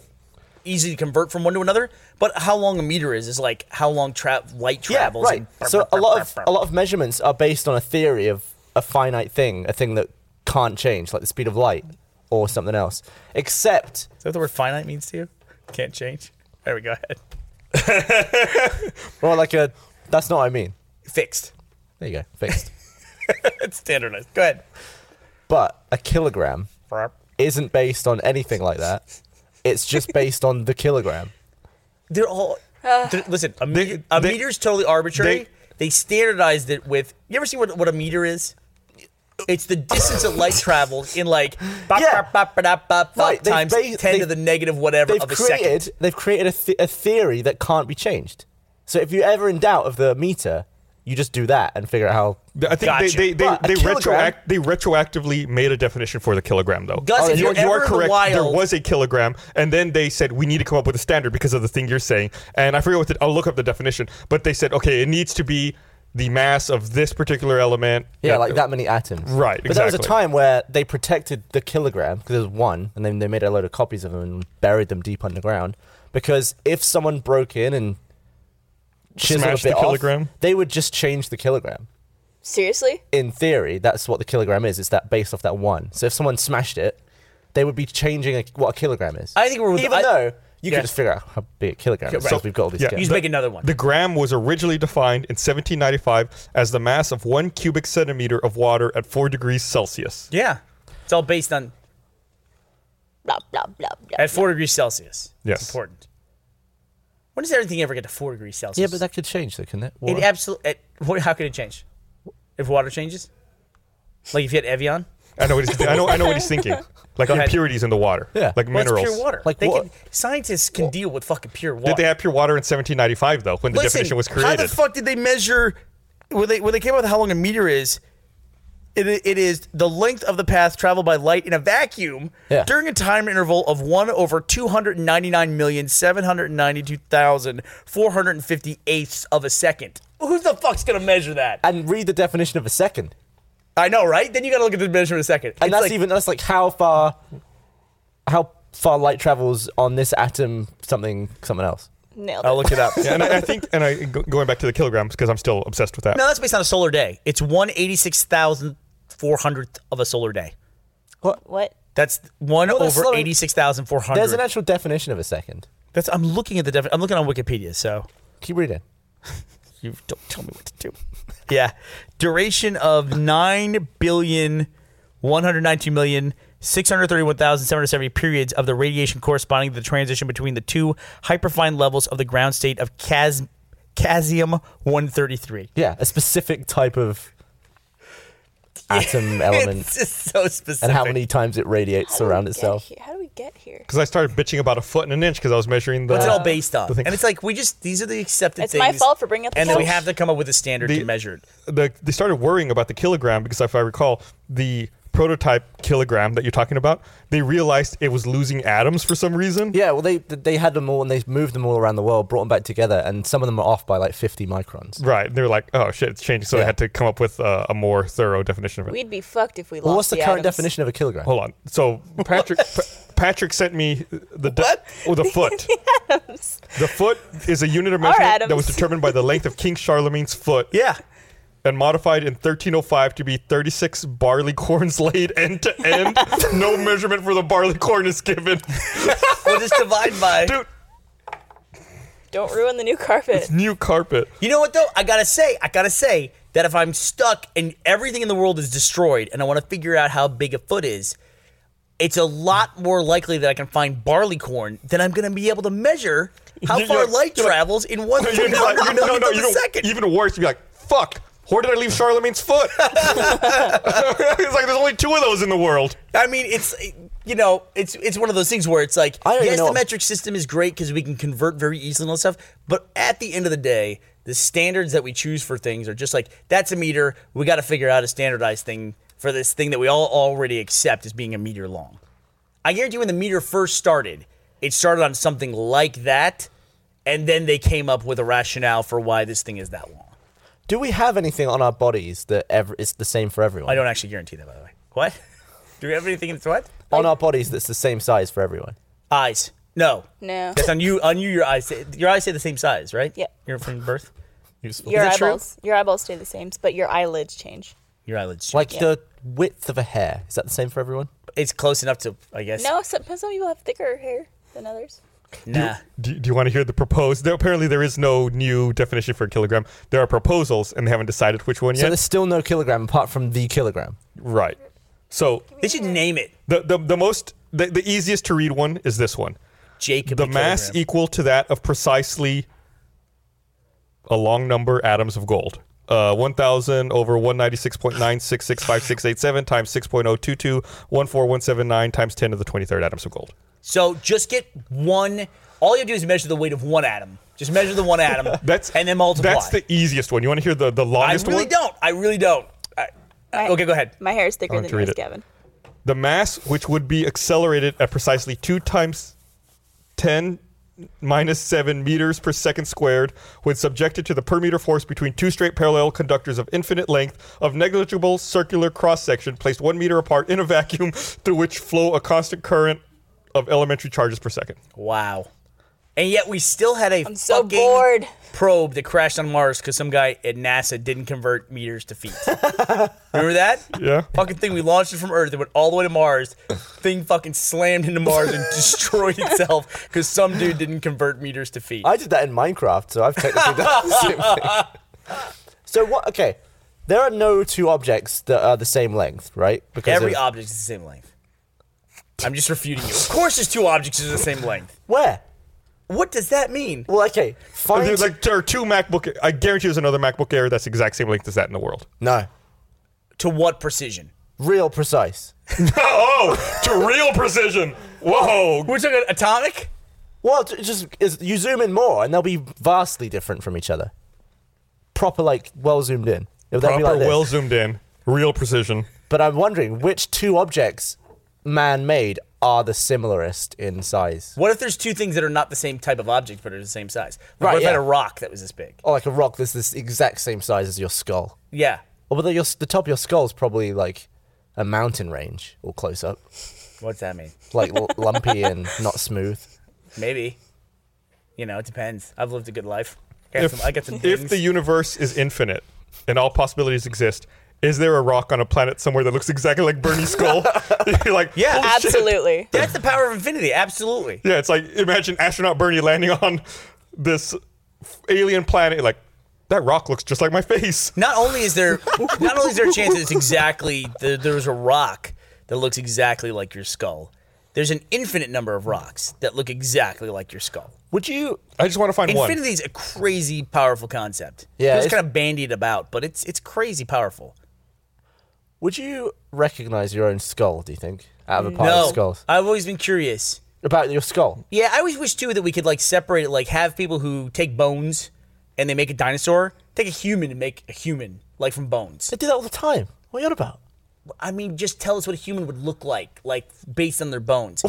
Speaker 2: easy to convert from one to another. But how long a meter is is like how long tra- light
Speaker 3: yeah,
Speaker 2: travels.
Speaker 3: right.
Speaker 2: and burp,
Speaker 3: so
Speaker 2: burp,
Speaker 3: a
Speaker 2: burp,
Speaker 3: lot
Speaker 2: burp,
Speaker 3: of
Speaker 2: burp.
Speaker 3: a lot of measurements are based on a theory of a finite thing, a thing that can't change, like the speed of light or something else. Except
Speaker 2: Is that what the word finite means to you? Can't change. There we go. Ahead.
Speaker 3: Well, like a. That's not what I mean.
Speaker 2: Fixed.
Speaker 3: There you go. Fixed.
Speaker 2: It's standardized. Go ahead.
Speaker 3: but a kilogram
Speaker 2: Burp.
Speaker 3: isn't based on anything like that. It's just based on the kilogram.
Speaker 2: They're all. they're- listen, a, me-
Speaker 1: They-
Speaker 2: a
Speaker 1: they-
Speaker 2: meter's totally arbitrary. They,
Speaker 1: they-
Speaker 2: standardized it with. You ever see what, what a meter is? It's the distance that light travels in like bop,
Speaker 3: Yeah.
Speaker 2: bop, bop, bop, bop, bop,
Speaker 3: Right, they've
Speaker 2: times
Speaker 3: ba-
Speaker 2: ten to
Speaker 3: they've-
Speaker 2: the negative whatever
Speaker 3: They've
Speaker 2: of a second.
Speaker 3: created. They've created a, th- a theory that can't be changed. So if you're ever in doubt of the meter, you just do that and figure out how.
Speaker 1: I think
Speaker 2: Gotcha.
Speaker 1: they, they,
Speaker 3: But a
Speaker 1: they, they,
Speaker 3: kilogram-
Speaker 1: retroact, they retroactively made a definition for the kilogram, though. Oh,
Speaker 2: Gus, if
Speaker 1: you,
Speaker 2: you're
Speaker 1: you are
Speaker 2: ever in the
Speaker 1: correct. There
Speaker 2: wild-
Speaker 1: was a kilogram, and then they said, we need to come up with a standard because of the thing you're saying. And I forget what the, I'll look up the definition, but they said, okay, it needs to be the mass of this particular element.
Speaker 3: Yeah, like that many atoms.
Speaker 1: Right,
Speaker 3: But there was a
Speaker 1: exactly.
Speaker 3: time where they protected the kilogram because there was one, and then they made a load of copies of them and buried them deep underground. Because if someone broke in and chiseled
Speaker 1: Smashed
Speaker 3: a bit
Speaker 1: the kilogram?
Speaker 3: off, they would just change the kilogram.
Speaker 4: Seriously?
Speaker 3: in theory, that's what the kilogram is. It's that based off that one. So if someone smashed it, they would be changing a, what a kilogram is.
Speaker 2: I think we're with-
Speaker 3: even
Speaker 2: I-
Speaker 3: though you
Speaker 2: Yeah.
Speaker 3: could just figure out how big a kilogram is.
Speaker 2: right.
Speaker 3: So we've got all these.
Speaker 1: Yeah.
Speaker 3: Yeah.
Speaker 2: You just
Speaker 1: The-
Speaker 2: make another one.
Speaker 1: The gram was originally defined in 1795 as the mass of one cubic centimeter of water at four degrees Celsius.
Speaker 2: yeah, it's all based on
Speaker 4: Blah blah blah blah.
Speaker 2: at four degrees Celsius.
Speaker 1: Yes.
Speaker 2: it's important. When does everything ever get to four degrees Celsius?
Speaker 3: yeah, but that could change, though, couldn't it? Water.
Speaker 2: It absolutely. It, what, how could it change? If water changes, like if you had Evian,
Speaker 1: I know what he's, I know, I know what he's thinking. Like
Speaker 2: ahead.
Speaker 1: impurities in the water.
Speaker 3: Yeah.
Speaker 1: Like
Speaker 2: well, it's
Speaker 1: minerals.
Speaker 2: pure water.
Speaker 3: Like
Speaker 2: they
Speaker 3: what-
Speaker 2: Can, scientists can deal with fucking pure water.
Speaker 1: Did they have pure water in 1795 though, when the
Speaker 2: Listen,
Speaker 1: definition was
Speaker 2: How
Speaker 1: created?
Speaker 2: the fuck did they measure? When they when they came up with how long a meter is, it, it is the length of the path traveled by light in a vacuum
Speaker 3: Yeah.
Speaker 2: during a time interval of one over two hundred ninety nine million seven hundred ninety two thousand four hundred fifty eighths of a second. Who the fuck's gonna measure that?
Speaker 3: and read the definition of a second.
Speaker 2: I know, right? Then you gotta look at the measurement in a second.
Speaker 3: And
Speaker 2: It's
Speaker 3: that's
Speaker 2: like-
Speaker 3: even that's like how far, how far light travels on this atom, something, something else.
Speaker 4: Nailed it.
Speaker 2: I'll look it up.
Speaker 1: yeah, and I, I think, and I go- going back to the kilograms because I'm still obsessed with that.
Speaker 2: No, that's based on a solar day. It's one eighty six thousand four hundredth of a solar day.
Speaker 4: What?
Speaker 2: That's one
Speaker 3: Well, that's
Speaker 2: over
Speaker 3: slowing-
Speaker 2: eighty six thousand four hundred.
Speaker 3: There's an actual definition of a second.
Speaker 2: That's I'm looking at the definition. I'm looking on Wikipedia, so
Speaker 3: Keep reading.
Speaker 2: you don't tell me what to do. yeah, duration of nine billion one hundred ninety-two million 631,770 periods of the radiation corresponding to the transition between the two hyperfine levels of the ground state of cas- casium 133.
Speaker 3: Yeah, a specific type of atom
Speaker 2: It's
Speaker 3: element
Speaker 2: just so specific.
Speaker 3: and how many times it radiates around itself.
Speaker 4: How do we get here?
Speaker 1: Because I started bitching about a foot and an inch because I was measuring the.
Speaker 2: What's it all based on?
Speaker 1: the thing-
Speaker 2: And it's like we just these are the accepted
Speaker 4: It's
Speaker 2: things.
Speaker 4: my fault for bringing up the
Speaker 2: And then we
Speaker 4: couch.
Speaker 2: have to come up with a standard
Speaker 1: The-
Speaker 2: to measure it.
Speaker 1: the, they started worrying about the kilogram because if I recall, the prototype kilogram that you're talking about, they realized it was losing atoms for some reason.
Speaker 3: Yeah, well, they they had them all and they moved them all around the world, brought them back together, and some of them are off by like 50 microns.
Speaker 1: Right. And they were like, oh shit, it's changing. So they
Speaker 3: Yeah.
Speaker 1: had to come up with uh, a more thorough definition of it.
Speaker 4: We'd be fucked if we lost.
Speaker 3: Well, what's the, current
Speaker 4: atoms.
Speaker 3: definition of a kilogram?
Speaker 1: Hold on. So Patrick Pa- Patrick sent me the de-
Speaker 2: What?
Speaker 1: oh, the foot. the foot is a unit of measurement that was
Speaker 4: atoms.
Speaker 1: determined by the length of King Charlemagne's foot
Speaker 2: Yeah.
Speaker 1: and modified in 1305 to be 36 barley corns laid end to end. no measurement for the barley corn is given.
Speaker 2: We'll just divide by
Speaker 1: Dude,
Speaker 4: Don't ruin the new carpet.
Speaker 1: new carpet.
Speaker 2: You know what though? I gotta say, I gotta say that if I'm stuck and everything in the world is destroyed and I wanna figure out how big a foot is, it's a lot more likely that I can find barleycorn than I'm gonna be able to measure how
Speaker 1: You-
Speaker 2: far
Speaker 1: you're-
Speaker 2: light
Speaker 1: you're like-
Speaker 2: travels in one
Speaker 1: You're not-
Speaker 2: millionth
Speaker 1: no, no,
Speaker 2: of
Speaker 1: you
Speaker 2: a
Speaker 1: don't-
Speaker 2: second.
Speaker 1: Even worse, you'd be like, fuck, where did I leave Charlemagne's foot? it's like there's only two of those in the world.
Speaker 2: I mean, it's you know, it's it's one of those things where it's like,
Speaker 3: I don't
Speaker 2: yes,
Speaker 3: know.
Speaker 2: the metric system is great because we can convert very easily and all that stuff. But at the end of the day, the standards that we choose for things are just like that's a meter. We got to figure out a standardized thing for this thing that we all already accept as being a meter long. I guarantee when the meter first started, it started on something like that, and then they came up with a rationale for why this thing is that long.
Speaker 3: Do we have anything on our bodies that ever is the same for everyone?
Speaker 2: I don't actually guarantee that, by the way. What? Do we have anything in what?
Speaker 3: on our bodies that's the same size for everyone.
Speaker 2: Eyes. No.
Speaker 4: No.
Speaker 2: That's on you. On you, your eyes. stay- Your eyes stay the same size, right?
Speaker 4: Yeah.
Speaker 2: You're from birth.
Speaker 3: Useful.
Speaker 4: Your
Speaker 2: that true?
Speaker 4: eyeballs, your eyeballs stay the same, but your eyelids change.
Speaker 2: Your eyelids.
Speaker 3: Like the width of a hair is that the same for everyone?
Speaker 2: it's close enough to, I guess.
Speaker 4: No, some, some people have thicker hair than others.
Speaker 2: Nah.
Speaker 1: Do, do you want to hear the proposed? There, apparently, there is no new definition for a kilogram. There are proposals, and they haven't decided which one
Speaker 3: So
Speaker 1: yet.
Speaker 3: there's still no kilogram apart from the kilogram.
Speaker 1: right. So
Speaker 2: They should name it
Speaker 1: the the, the most the, the easiest to read one is this one.
Speaker 2: Jacob.
Speaker 1: The mass
Speaker 2: kilogram.
Speaker 1: equal to that of precisely a long number atoms of gold. Uh, 1,000 over 196.9665687 times 6.02214179 times 10 to the 23rd atoms of gold.
Speaker 2: so just get one. All you do is measure the weight of one atom. Just measure the one atom.
Speaker 1: That's
Speaker 2: and then multiply.
Speaker 1: That's the easiest one. You want to hear the the
Speaker 2: I
Speaker 1: longest
Speaker 2: really
Speaker 1: one?
Speaker 2: don't. I really don't. I,
Speaker 4: My-
Speaker 2: okay, go ahead.
Speaker 4: My hair is thicker
Speaker 1: want
Speaker 4: than
Speaker 1: to read
Speaker 4: yours,
Speaker 1: it.
Speaker 4: Gavin.
Speaker 1: the mass which would be accelerated at precisely 2 times 10 minus 7 meters per second squared when subjected to the per meter force between two straight parallel conductors of infinite length of negligible circular cross section placed 1 meter apart in a vacuum through which flow a constant current of elementary charges per second.
Speaker 2: Wow. And yet we still had a
Speaker 4: so
Speaker 2: fucking
Speaker 4: bored.
Speaker 2: probe that crashed on Mars because some guy at NASA didn't convert meters to feet. Remember that?
Speaker 1: Yeah.
Speaker 2: Fucking thing. We launched it from Earth. It went all the way to Mars. Thing fucking slammed into Mars and destroyed itself because some dude didn't convert meters to feet.
Speaker 3: I did that in Minecraft, so I've technically done the same thing. So what? Okay, there are no two objects that are the same length, right? Because
Speaker 2: Every
Speaker 3: of-
Speaker 2: object is the same length. I'm just refuting you. Of course, there's two objects that are the same length.
Speaker 3: where?
Speaker 2: What does that mean?
Speaker 3: Well, okay, find
Speaker 1: There's like there are two MacBook. I guarantee there's another MacBook Air that's the exact same length as that in the world.
Speaker 3: no
Speaker 2: To what precision?
Speaker 3: real precise.
Speaker 1: oh, to real precision. Whoa,
Speaker 2: We're talking atomic.
Speaker 3: Well, t- just is you zoom in more, and they'll be vastly different from each other. Proper, like well zoomed in. They'll be
Speaker 1: proper
Speaker 3: like this.
Speaker 1: well zoomed in, real precision.
Speaker 3: But I'm wondering which two objects, man-made, are the similarest in size,
Speaker 2: What if there's two things that are not the same type of object but are the same size? Like,
Speaker 3: Right,
Speaker 2: What if I had
Speaker 3: yeah.
Speaker 2: a rock that was this big?
Speaker 3: or like a rock that's this exact same size as your skull.
Speaker 2: Yeah.
Speaker 3: Although your, the top of your skull is probably like a mountain range or close up,
Speaker 2: What's that mean?
Speaker 3: like l- lumpy and not smooth.
Speaker 2: Maybe. You know, it depends. I've lived a good life. I got
Speaker 1: if,
Speaker 2: some, I got some
Speaker 1: if
Speaker 2: dings.
Speaker 1: the universe is infinite and all possibilities exist, is there a rock on a planet somewhere that looks exactly like Bernie's skull? You're like,
Speaker 2: Yeah,
Speaker 1: "Holy Oh, shit."
Speaker 4: Absolutely.
Speaker 2: That's the power of infinity. Absolutely.
Speaker 1: Yeah, it's like imagine astronaut Bernie landing on this alien planet. Like that rock looks just like my face.
Speaker 2: Not only is there, not only is there a chance that it's exactly the, there was a rock. that looks exactly like your skull. There's an infinite number of rocks that look exactly like your skull.
Speaker 1: Would you? I just want to find one.
Speaker 2: Infinity is a crazy powerful concept.
Speaker 3: Yeah,
Speaker 2: it's
Speaker 3: it's-
Speaker 2: kind of bandied about, but it's it's crazy powerful.
Speaker 3: Would you recognize your own skull? Do you think out of a pile
Speaker 2: no,
Speaker 3: of skulls
Speaker 2: I've always been curious.
Speaker 3: about your skull?
Speaker 2: Yeah, I always wish too that we could like separate it, like have people who take bones and they make a dinosaur, take a human and make a human like from bones.
Speaker 3: They do that all the time. What are you on about?
Speaker 2: I mean, just tell us what a human would look like, like based on their bones.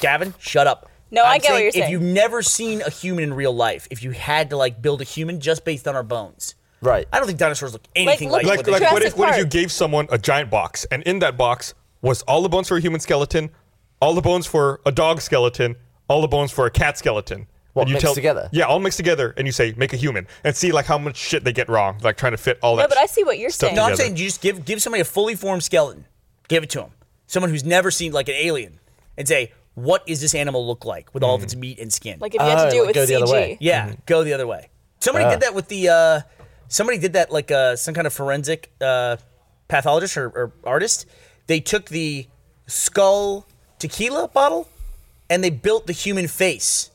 Speaker 2: Gavin, shut up.
Speaker 4: No, I get what you're
Speaker 2: If
Speaker 4: saying.
Speaker 2: you've never seen a human in real life, if you had to like build a human just based on our bones,
Speaker 3: Right.
Speaker 2: I don't think dinosaurs look anything
Speaker 4: look
Speaker 2: like,
Speaker 4: at
Speaker 2: what
Speaker 1: Like,
Speaker 2: they
Speaker 1: like
Speaker 2: do.
Speaker 1: what if
Speaker 4: Jurassic
Speaker 1: what if you
Speaker 4: Park.
Speaker 1: gave someone a giant box, and in that box was all the bones for a human skeleton, all the bones for a dog skeleton, all the bones for a cat skeleton.
Speaker 3: What,
Speaker 1: and you
Speaker 3: mixed together?
Speaker 1: Yeah, all mixed together, and you say make a human, and see like how much shit they get wrong, like trying to fit all that.
Speaker 4: No, but I see what you're
Speaker 1: stuff
Speaker 4: saying.
Speaker 2: No, I'm
Speaker 1: together.
Speaker 2: saying you just give give somebody a fully formed skeleton, give it to them. Someone who's never seen like an alien, and say, "What does this animal look like with all of its meat and skin?"
Speaker 4: Like if you had
Speaker 3: Oh,
Speaker 4: to do
Speaker 3: like,
Speaker 4: it
Speaker 3: go
Speaker 4: with
Speaker 3: the other
Speaker 4: CG.
Speaker 3: way.
Speaker 2: yeah, go the other way. Somebody did that with the uh, somebody did that like uh, some kind of forensic uh, pathologist or, or artist. They took the skull tequila bottle and they built the human face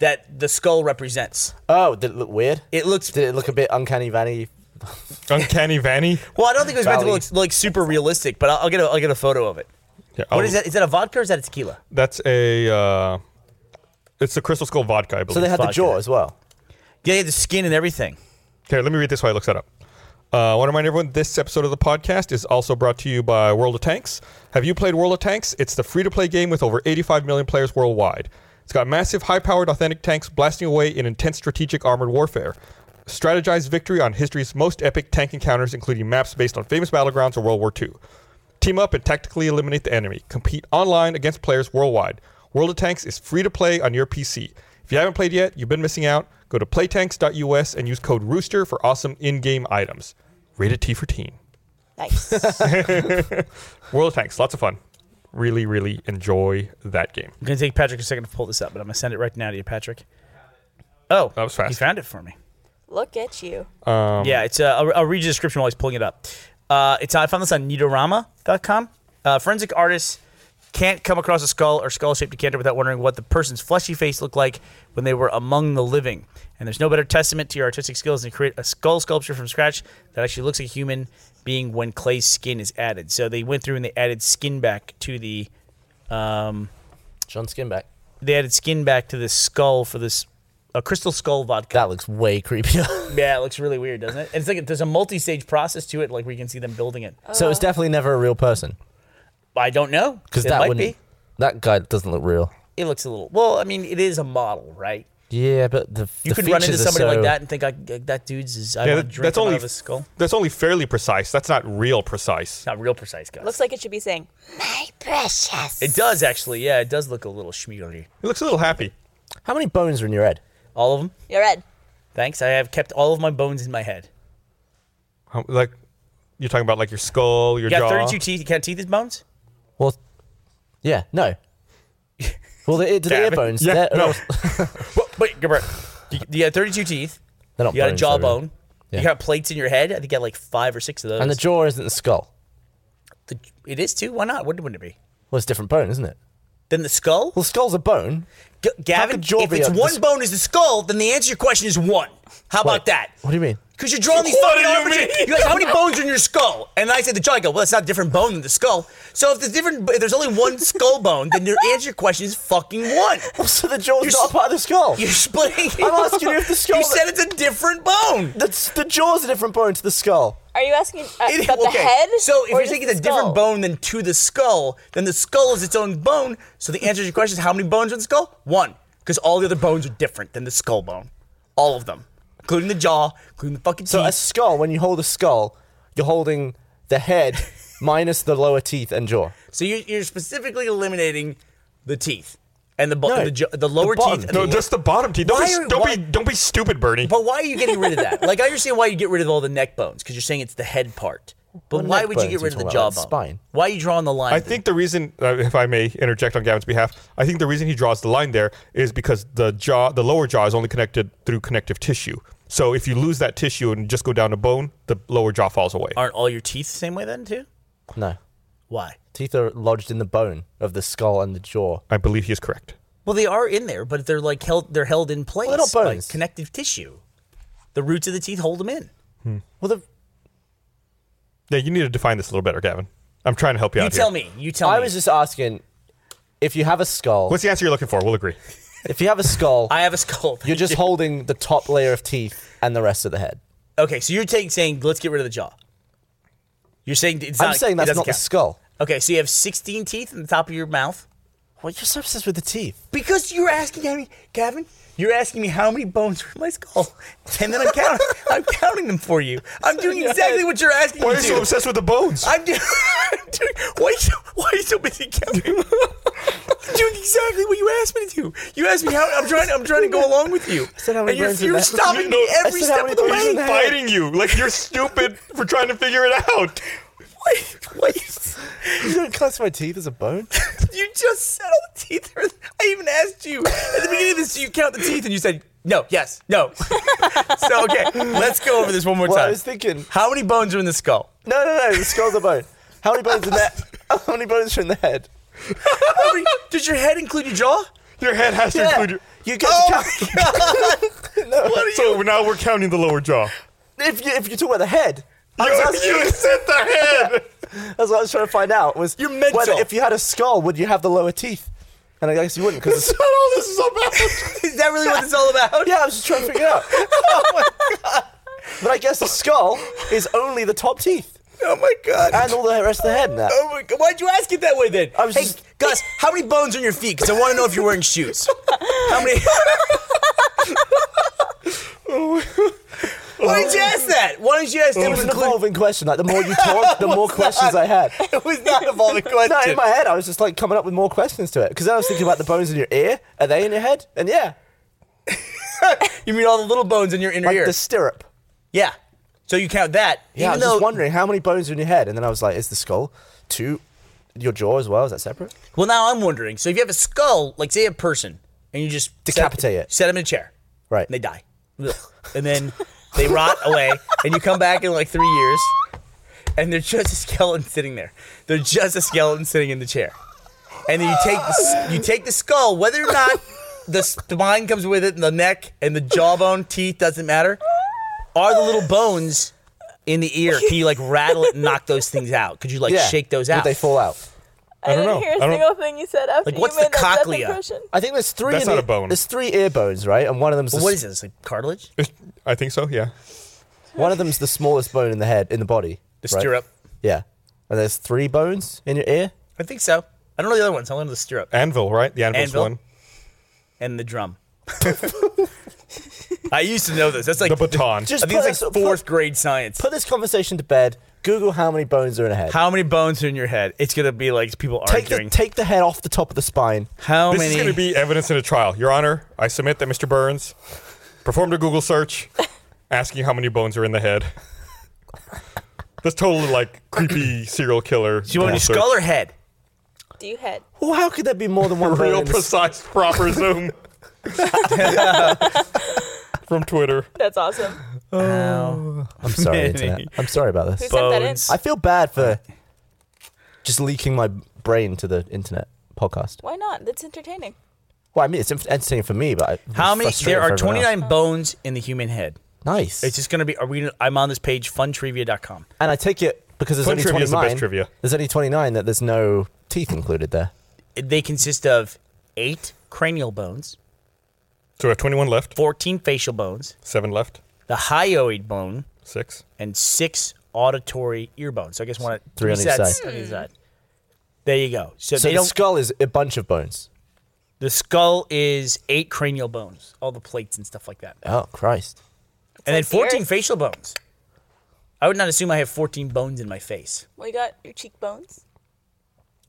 Speaker 2: that the skull represents.
Speaker 3: Oh, did it look weird?
Speaker 2: It looks
Speaker 3: did it look a bit uncanny valley?
Speaker 1: uncanny vanny.
Speaker 2: well. I don't think it was meant to
Speaker 3: Valley.
Speaker 2: look like super realistic, but I'll, I'll get a, I'll get a photo of it.
Speaker 1: Yeah,
Speaker 2: What
Speaker 1: I'll-
Speaker 2: is that? Is that a vodka or is that a tequila?
Speaker 1: Oh, That's a. Uh, it's the Crystal Skull vodka, I believe.
Speaker 3: So they had the
Speaker 2: Vodka.
Speaker 3: jaw as well.
Speaker 2: Yeah, yeah, the skin and everything.
Speaker 1: Here, let me read this while I look that up. Uh, I want to remind everyone this episode of the podcast is also brought to you by World of Tanks. Have you played World of Tanks? It's the free to play game with over 85 million players worldwide. It's got massive, high powered, authentic tanks blasting away in intense strategic armored warfare. Strategize victory on history's most epic tank encounters, including maps based on famous battlegrounds of World War II. Team up and tactically eliminate the enemy. Compete online against players worldwide. World of Tanks is free to play on your PC. If you haven't played yet, you've been missing out. Go to playtanks.us and use code Rooster for awesome in-game items. Rated T for teen.
Speaker 4: Nice.
Speaker 1: World of Tanks, lots of fun. Really, really enjoy that game.
Speaker 2: I'm gonna take Patrick a second to pull this up, but I'm gonna send it right now to you, Patrick. Oh,
Speaker 1: That was fast.
Speaker 2: He found it for me.
Speaker 4: Look at you.
Speaker 2: yeah, it's. Uh, I'll, I'll read you the description while he's pulling it up. Uh, it's. I found this on Nidorama.com. Uh, forensic artists can't come across a skull or skull-shaped decanter without wondering what the person's fleshy face looked like when they were among the living. And there's no better testament to your artistic skills than to create a skull sculpture from scratch that actually looks like a human being when clay's skin is added. So they went through and they added skin back to the
Speaker 3: John Skinback.
Speaker 2: they added skin back to this skull for this a crystal skull vodka.
Speaker 3: That looks way creepier.
Speaker 2: yeah, it looks really weird, doesn't it? And it's like there's a multi-stage process to it, like where you can see them building it.
Speaker 3: so it's definitely never a real person
Speaker 2: I don't know
Speaker 3: because
Speaker 2: It
Speaker 3: that
Speaker 2: might
Speaker 3: wouldn't.
Speaker 2: be.
Speaker 3: That guy doesn't look real.
Speaker 2: It looks a little. Well, I mean, it is a model, right?
Speaker 3: Yeah, but the
Speaker 2: You
Speaker 3: the
Speaker 2: could run into
Speaker 3: features are
Speaker 2: somebody
Speaker 3: so-
Speaker 2: like that and think I, that dude's is. I
Speaker 1: Yeah,
Speaker 2: want
Speaker 1: that-
Speaker 2: to drink
Speaker 1: that's
Speaker 2: him out
Speaker 1: only
Speaker 2: of his skull.
Speaker 1: that's only fairly precise. That's not real precise.
Speaker 2: Not real precise, guys.
Speaker 4: Looks like it should be saying, "My precious."
Speaker 2: it does actually. Yeah, it does look a little schmeary.
Speaker 1: He looks a little happy.
Speaker 3: How many bones are in your head?
Speaker 2: All of them.
Speaker 4: You're red.
Speaker 2: Thanks. I have kept all of my bones in my head.
Speaker 1: How- Like you're talking about like your skull, your
Speaker 2: You got
Speaker 1: jaw.
Speaker 2: 32 teeth. You count teeth as bones?
Speaker 3: Well, yeah, no. Well, the, the ear
Speaker 1: Gavin.
Speaker 3: bones.
Speaker 1: Yeah,
Speaker 3: they're,
Speaker 1: no.
Speaker 2: Well, Wait, Gilbert. You, you got 32 teeth.
Speaker 3: they're not
Speaker 2: You got a
Speaker 3: bones, they're real.
Speaker 2: jawbone. You
Speaker 3: Yeah.
Speaker 2: got plates in your head. I think you got like five or six of those.
Speaker 3: And the jaw isn't the skull.
Speaker 2: The- it is too. Why not? What wouldn't it be?
Speaker 3: Well, it's a different bone, isn't it?
Speaker 2: Then the skull.
Speaker 3: Well, skull's a bone.
Speaker 2: G- Gavin,
Speaker 3: could jaw
Speaker 2: if
Speaker 3: be
Speaker 2: it's
Speaker 3: on
Speaker 2: one
Speaker 3: this-
Speaker 2: bone is the skull, then the answer to your question is one. How about
Speaker 3: Wait,
Speaker 2: that?
Speaker 3: What do you mean?
Speaker 2: Because you're drawing these
Speaker 1: What
Speaker 2: fucking
Speaker 1: do you
Speaker 2: arbitrary.
Speaker 1: mean?
Speaker 2: You're like, how many bones are in your skull? And I said the jaw. I go, well, that's not a different bone than the skull. So if there's different, if there's only one skull bone, then your answer to your question is fucking one.
Speaker 3: So the jaw's
Speaker 2: You're
Speaker 3: not
Speaker 2: s-
Speaker 3: part of the skull.
Speaker 2: You're splitting.
Speaker 3: I'm asking you if the skull-
Speaker 2: You said it's a different bone.
Speaker 3: That's the jaw's a different bone to the skull.
Speaker 4: Are you asking uh,
Speaker 2: It-
Speaker 4: about the
Speaker 2: okay,
Speaker 4: head?
Speaker 2: So if
Speaker 4: or
Speaker 2: you're
Speaker 4: just
Speaker 2: taking
Speaker 4: the
Speaker 2: a different
Speaker 4: skull?
Speaker 2: bone than to the skull, then the skull is its own bone. So the answer to your question is how many bones are in the skull? One. Because all the other bones are different than the skull bone. All of them. Including the jaw, including the fucking
Speaker 3: So a
Speaker 2: teeth.
Speaker 3: skull, when you hold a skull, you're holding the head minus the lower teeth and jaw.
Speaker 2: So you're, you're specifically eliminating the teeth and the bo-
Speaker 3: No,
Speaker 2: the, jo- the lower
Speaker 3: bottom.
Speaker 2: teeth. And
Speaker 1: No,
Speaker 2: the
Speaker 1: just the bottom teeth. Don't,
Speaker 2: Why
Speaker 1: be,
Speaker 2: are-
Speaker 1: don't
Speaker 2: why-
Speaker 1: be don't be stupid, Bernie.
Speaker 2: But why are you getting rid of that? Like I understand why you get rid of all the neck bones because you're saying it's the head part. But
Speaker 3: What
Speaker 2: why
Speaker 3: neck
Speaker 2: would you
Speaker 3: bones
Speaker 2: get
Speaker 3: are
Speaker 2: rid of the
Speaker 3: you talking about?
Speaker 2: jawbone?
Speaker 3: That's spine.
Speaker 2: Why are you drawing the line?
Speaker 1: I think the reason, uh, if I may interject on Gavin's behalf, I think the reason he draws the line there is because the jaw, the lower jaw, is only connected through connective tissue. So if you lose that tissue and just go down to bone, the lower jaw falls away.
Speaker 2: aren't all your teeth the same way then too?
Speaker 3: No.
Speaker 2: Why?
Speaker 3: Teeth are lodged in the bone of the skull and the jaw.
Speaker 1: I believe he is correct.
Speaker 2: Well, they are in there, but they're like held. They're held in place
Speaker 3: they're not
Speaker 2: by
Speaker 3: bones.
Speaker 2: connective tissue. The roots of the teeth hold them in.
Speaker 3: Well, the,
Speaker 1: Yeah, you need to define this a little better, Gavin. I'm trying to help you,
Speaker 2: You
Speaker 1: out
Speaker 2: tell
Speaker 1: here.
Speaker 2: me. You tell
Speaker 3: I
Speaker 2: me.
Speaker 3: was just asking if you have a skull.
Speaker 1: What's the answer you're looking for? We'll agree.
Speaker 3: If you have a skull,
Speaker 2: I have a skull.
Speaker 3: you're just holding the top layer of teeth and the rest of the head.
Speaker 2: okay, so you're taking saying let's get rid of the jaw. You're saying it's
Speaker 3: I'm
Speaker 2: not,
Speaker 3: saying
Speaker 2: it
Speaker 3: that's
Speaker 2: doesn't
Speaker 3: not the
Speaker 2: count.
Speaker 3: skull.
Speaker 2: Okay, so you have 16 teeth in the top of your mouth.
Speaker 3: Well, you're so obsessed with the teeth.
Speaker 2: Because you're asking how many, Gavin, you're asking me how many bones are in my skull, and then I'm counting. I'm counting them for you. I'm doing exactly what you're asking
Speaker 1: Why are
Speaker 2: me
Speaker 1: you
Speaker 2: to.
Speaker 1: so obsessed with the bones?
Speaker 2: I'm doing. why, are you so, why are you so busy counting? I'm doing exactly what you asked me to do. You asked me how I'm trying. I'm trying to go along with you,
Speaker 3: said how many
Speaker 2: and you're,
Speaker 3: bones in
Speaker 2: you're
Speaker 3: that-
Speaker 2: stopping
Speaker 1: You
Speaker 2: me
Speaker 1: know- I
Speaker 2: every
Speaker 3: said how
Speaker 2: step
Speaker 3: many
Speaker 2: of the
Speaker 3: bones
Speaker 1: He's
Speaker 3: in
Speaker 2: way.
Speaker 3: that-
Speaker 1: biting you like you're stupid for trying to figure it out.
Speaker 2: Why? why you-
Speaker 3: You don't classify teeth as a bone.
Speaker 2: You just said all the teeth are. I even asked you at the beginning of this. Do you count the teeth? And you said no. Yes. No. so okay, let's go over this one more
Speaker 3: Well,
Speaker 2: time.
Speaker 3: I was thinking,
Speaker 2: How many bones are in the skull?
Speaker 3: no, no, no, the skull's a bone. How many bones in that? How many bones are in the head?
Speaker 2: How many- does your head include your jaw?
Speaker 1: Your head has to
Speaker 3: Yeah,
Speaker 1: include your.
Speaker 3: you get
Speaker 2: Oh
Speaker 3: to count.
Speaker 2: What are you?
Speaker 1: So now we're counting the lower jaw.
Speaker 3: If you if you talk about the head, I
Speaker 1: You,
Speaker 3: was asking
Speaker 1: you said the head.
Speaker 3: That's what I was trying to find out. Was
Speaker 2: You're mental.
Speaker 3: Whether if you had a skull, would you have the lower teeth? And I guess you wouldn't because.
Speaker 1: That's not all this is about.
Speaker 2: Is that really what it's all about?
Speaker 3: yeah, I was just trying to figure it out. But I guess the skull is only the top teeth
Speaker 2: Oh my god.
Speaker 3: and all the rest of the head. and That
Speaker 2: Oh my god. Why'd you ask it that way then?
Speaker 3: I was
Speaker 2: hey,
Speaker 3: just-
Speaker 2: Gus, how many bones are in your feet? Because I want to know if you're wearing shoes. How many? Why did you ask that? Why didn't you ask
Speaker 3: it
Speaker 2: him
Speaker 3: was an
Speaker 2: include-
Speaker 3: evolving question. Like the more you talked, the more questions I had.
Speaker 2: It was not evolving question.
Speaker 3: No, in my head, I was just like coming up with more questions to it because I was thinking about the bones in your ear. Are they in your head? And yeah,
Speaker 2: you mean all the little bones in your inner
Speaker 3: like
Speaker 2: ear?
Speaker 3: the stirrup.
Speaker 2: Yeah. So you count that.
Speaker 3: Yeah, I
Speaker 2: even
Speaker 3: was
Speaker 2: though,
Speaker 3: just wondering how many bones are in your head, and then I was like, is the skull two? Your jaw as well? Is that separate?
Speaker 2: Well, now I'm wondering. So if you have a skull, like say a person, and you just set-
Speaker 3: Decapitate it.
Speaker 2: set them in a chair,
Speaker 3: Right.
Speaker 2: and they die, Ugh. and then they rot away, and you come back in like three years, and they're just a skeleton sitting there. They're just a skeleton sitting in the chair, and then you take the, s- you take the skull, whether or not the spine comes with it, and the neck and the jawbone, teeth doesn't matter. Are the little bones in the ear? Can you like rattle it and knock those things out? Could you like
Speaker 3: yeah.
Speaker 2: shake those
Speaker 3: Would
Speaker 2: out?
Speaker 3: they fall out?
Speaker 4: I,
Speaker 1: don't know.
Speaker 4: didn't hear a
Speaker 1: I don't-
Speaker 4: single thing you said after
Speaker 2: Like, what's
Speaker 4: you made
Speaker 2: the
Speaker 4: that death
Speaker 2: cochlea?
Speaker 4: impression.
Speaker 3: I think there's three.
Speaker 1: That's
Speaker 3: in the-
Speaker 1: not a bone.
Speaker 3: There's three ear bones, right? And one of them's the,
Speaker 2: what
Speaker 3: s-
Speaker 2: is this? Like cartilage?
Speaker 1: I think so. Yeah.
Speaker 3: one of them's the smallest bone in the head in the body.
Speaker 2: The
Speaker 3: right?
Speaker 2: stirrup.
Speaker 3: Yeah, and there's three bones in your ear.
Speaker 2: I think so. I don't know the other ones. I only know the stirrup
Speaker 1: Anvil, right? The anvil's
Speaker 2: Anvil.
Speaker 1: one.
Speaker 2: and the drum. I used to know this. That's like
Speaker 1: The baton.
Speaker 3: Just
Speaker 2: I think
Speaker 3: put
Speaker 2: it's like
Speaker 3: this-
Speaker 2: fourth grade science.
Speaker 3: Put this conversation to bed. Google how many bones are in a head.
Speaker 2: How many bones are in your head? It's gonna be like people
Speaker 3: take the
Speaker 2: arguing.
Speaker 3: take the head off the top of the spine.
Speaker 2: How
Speaker 1: this
Speaker 2: many?
Speaker 1: is going to be evidence in a trial. Your Honor, I submit that Mr. Burns performed a Google search asking how many bones are in the head. That's totally like creepy serial killer.
Speaker 2: Do you want to do
Speaker 1: Google
Speaker 2: skull or head?
Speaker 4: Do you head?
Speaker 3: Well, how could there be more than one
Speaker 1: search.
Speaker 3: bone?
Speaker 1: real
Speaker 3: in this-
Speaker 1: precise, proper zoom? From Twitter.
Speaker 4: That's awesome.
Speaker 3: I'm sorry,
Speaker 2: many.
Speaker 3: internet. I'm sorry about
Speaker 4: Who
Speaker 3: this.
Speaker 4: sent that in?
Speaker 2: Bones.
Speaker 3: I feel bad for just leaking my brain to the internet podcast.
Speaker 4: Why not? That's entertaining.
Speaker 3: Well, I mean, it's entertaining for me, but I-
Speaker 2: How many?
Speaker 3: frustrating
Speaker 2: There
Speaker 3: for
Speaker 2: are
Speaker 3: everyone
Speaker 2: 29 bones in the human head.
Speaker 3: else. Nice.
Speaker 2: It's just gonna be. Are we? gonna- I'm on this page, funtrivia.com.
Speaker 3: And I take it because there's
Speaker 1: Fun
Speaker 3: only
Speaker 1: trivia is the
Speaker 3: 29.
Speaker 1: best trivia.
Speaker 3: There's only 29 that there's no teeth included there.
Speaker 2: They consist of eight cranial bones,
Speaker 1: So we have 21 left,
Speaker 2: 14 facial bones,
Speaker 1: 7 left,
Speaker 2: the hyoid bone,
Speaker 1: 6.
Speaker 2: and six auditory ear bones. So I guess one at three,
Speaker 3: Three on each
Speaker 2: sets
Speaker 3: side.
Speaker 2: on each side. There you go. So,
Speaker 3: So
Speaker 2: they
Speaker 3: the
Speaker 2: don't.
Speaker 3: skull is a bunch of bones.
Speaker 2: the skull is eight cranial bones, all the plates and stuff like that,
Speaker 3: Oh Christ!
Speaker 2: and then
Speaker 4: like the earth.
Speaker 2: fourteen facial bones. I would not assume I have fourteen bones in my face.
Speaker 4: We got your cheekbones.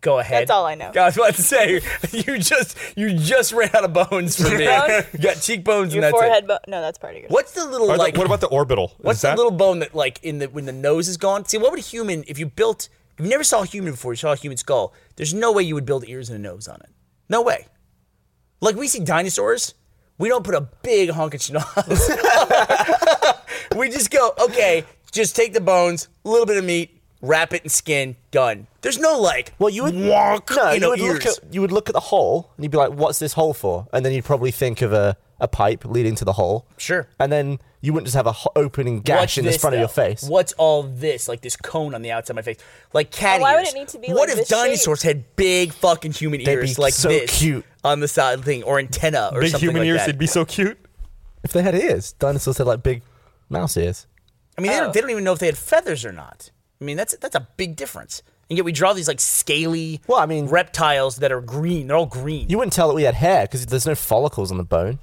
Speaker 2: Go ahead.
Speaker 4: That's all I know.
Speaker 2: I was about to say you just you just ran out of bones for me.
Speaker 4: Cheekbone?
Speaker 2: you got cheekbones
Speaker 4: Your
Speaker 2: and that's
Speaker 4: forehead
Speaker 2: it.
Speaker 4: bone. No, that's part of your.
Speaker 2: What's the little
Speaker 1: Are the-
Speaker 2: like?
Speaker 1: what about the orbital?
Speaker 2: What's
Speaker 1: is
Speaker 2: the
Speaker 1: that
Speaker 2: little bone that like in the when the nose is gone? See, what would a human if you built if you never saw a human before, you saw a human skull, there's no way you would build ears and a nose on it. No way. Like we see dinosaurs, we don't put a big honk of schnoz. we just go, okay, just take the bones, a little bit of meat, wrap it in skin, done. There's no like.
Speaker 3: Well, you would
Speaker 2: wonk,
Speaker 3: no,
Speaker 2: you know,
Speaker 3: would
Speaker 2: ears.
Speaker 3: look at you would look at the hole and you'd be like, "What's this hole for?" And then you'd probably think of a, a pipe leading to the hole.
Speaker 2: Sure.
Speaker 3: And then you wouldn't just have a ho- opening gash
Speaker 2: What's
Speaker 3: in the
Speaker 2: this,
Speaker 3: front of your
Speaker 2: though?
Speaker 3: face.
Speaker 2: What's all this? Like this cone on the outside of my face, like cat
Speaker 4: And why would
Speaker 2: ears.
Speaker 4: it need to be
Speaker 2: What
Speaker 4: like
Speaker 2: if
Speaker 4: this shape?
Speaker 2: dinosaurs had big fucking human
Speaker 3: be
Speaker 2: ears like
Speaker 3: so
Speaker 2: this
Speaker 3: cute.
Speaker 2: on the side of the thing, or antenna, or
Speaker 1: Big
Speaker 2: something
Speaker 1: human
Speaker 2: like
Speaker 1: ears,
Speaker 2: that?
Speaker 1: it'd be so cute.
Speaker 3: If they had ears, dinosaurs had like big mouse ears.
Speaker 2: I mean, they,
Speaker 4: Oh.
Speaker 2: don't, they don't even know if they had feathers or not. I mean, that's that's a big difference. And yet we draw these like scaly,
Speaker 3: Well, I mean-
Speaker 2: reptiles that are green. They're all green,
Speaker 3: You wouldn't tell that we had hair because there's no follicles on the bone.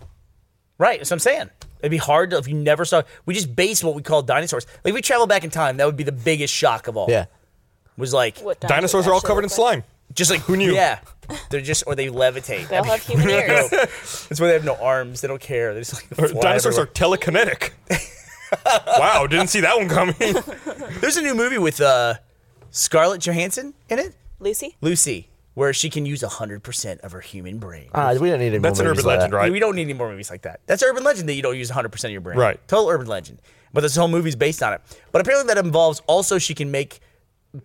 Speaker 2: right? That's what I'm saying. It'd be hard to, if you never saw. We just base what we call dinosaurs. Like if we travel back in time, that would be the biggest shock of all.
Speaker 3: Yeah.
Speaker 2: was like
Speaker 4: What
Speaker 1: Dinosaurs are all covered in slime.
Speaker 2: just like who
Speaker 1: knew?
Speaker 2: Yeah, they're just or they levitate.
Speaker 4: They all have human
Speaker 2: No.
Speaker 4: ears.
Speaker 2: That's why they have no arms. They don't care. They're just like
Speaker 1: Or
Speaker 2: fly
Speaker 1: dinosaurs
Speaker 2: everywhere.
Speaker 1: are telekinetic. wow, didn't see that one coming.
Speaker 2: There's a new movie with uh, Scarlett Johansson in it,
Speaker 4: Lucy?
Speaker 2: Lucy, where she can use hundred percent of her human brain.
Speaker 3: Ah, we don't need any
Speaker 1: That's
Speaker 3: more
Speaker 1: an
Speaker 3: movies
Speaker 1: urban
Speaker 3: like
Speaker 1: legend,
Speaker 3: that.
Speaker 2: I mean,
Speaker 1: right?
Speaker 2: we don't need any more movies like that. That's urban legend that you don't use 100% of your brain.
Speaker 1: Right.
Speaker 2: Total urban legend. But this whole movie's based on it. But apparently that involves also she can make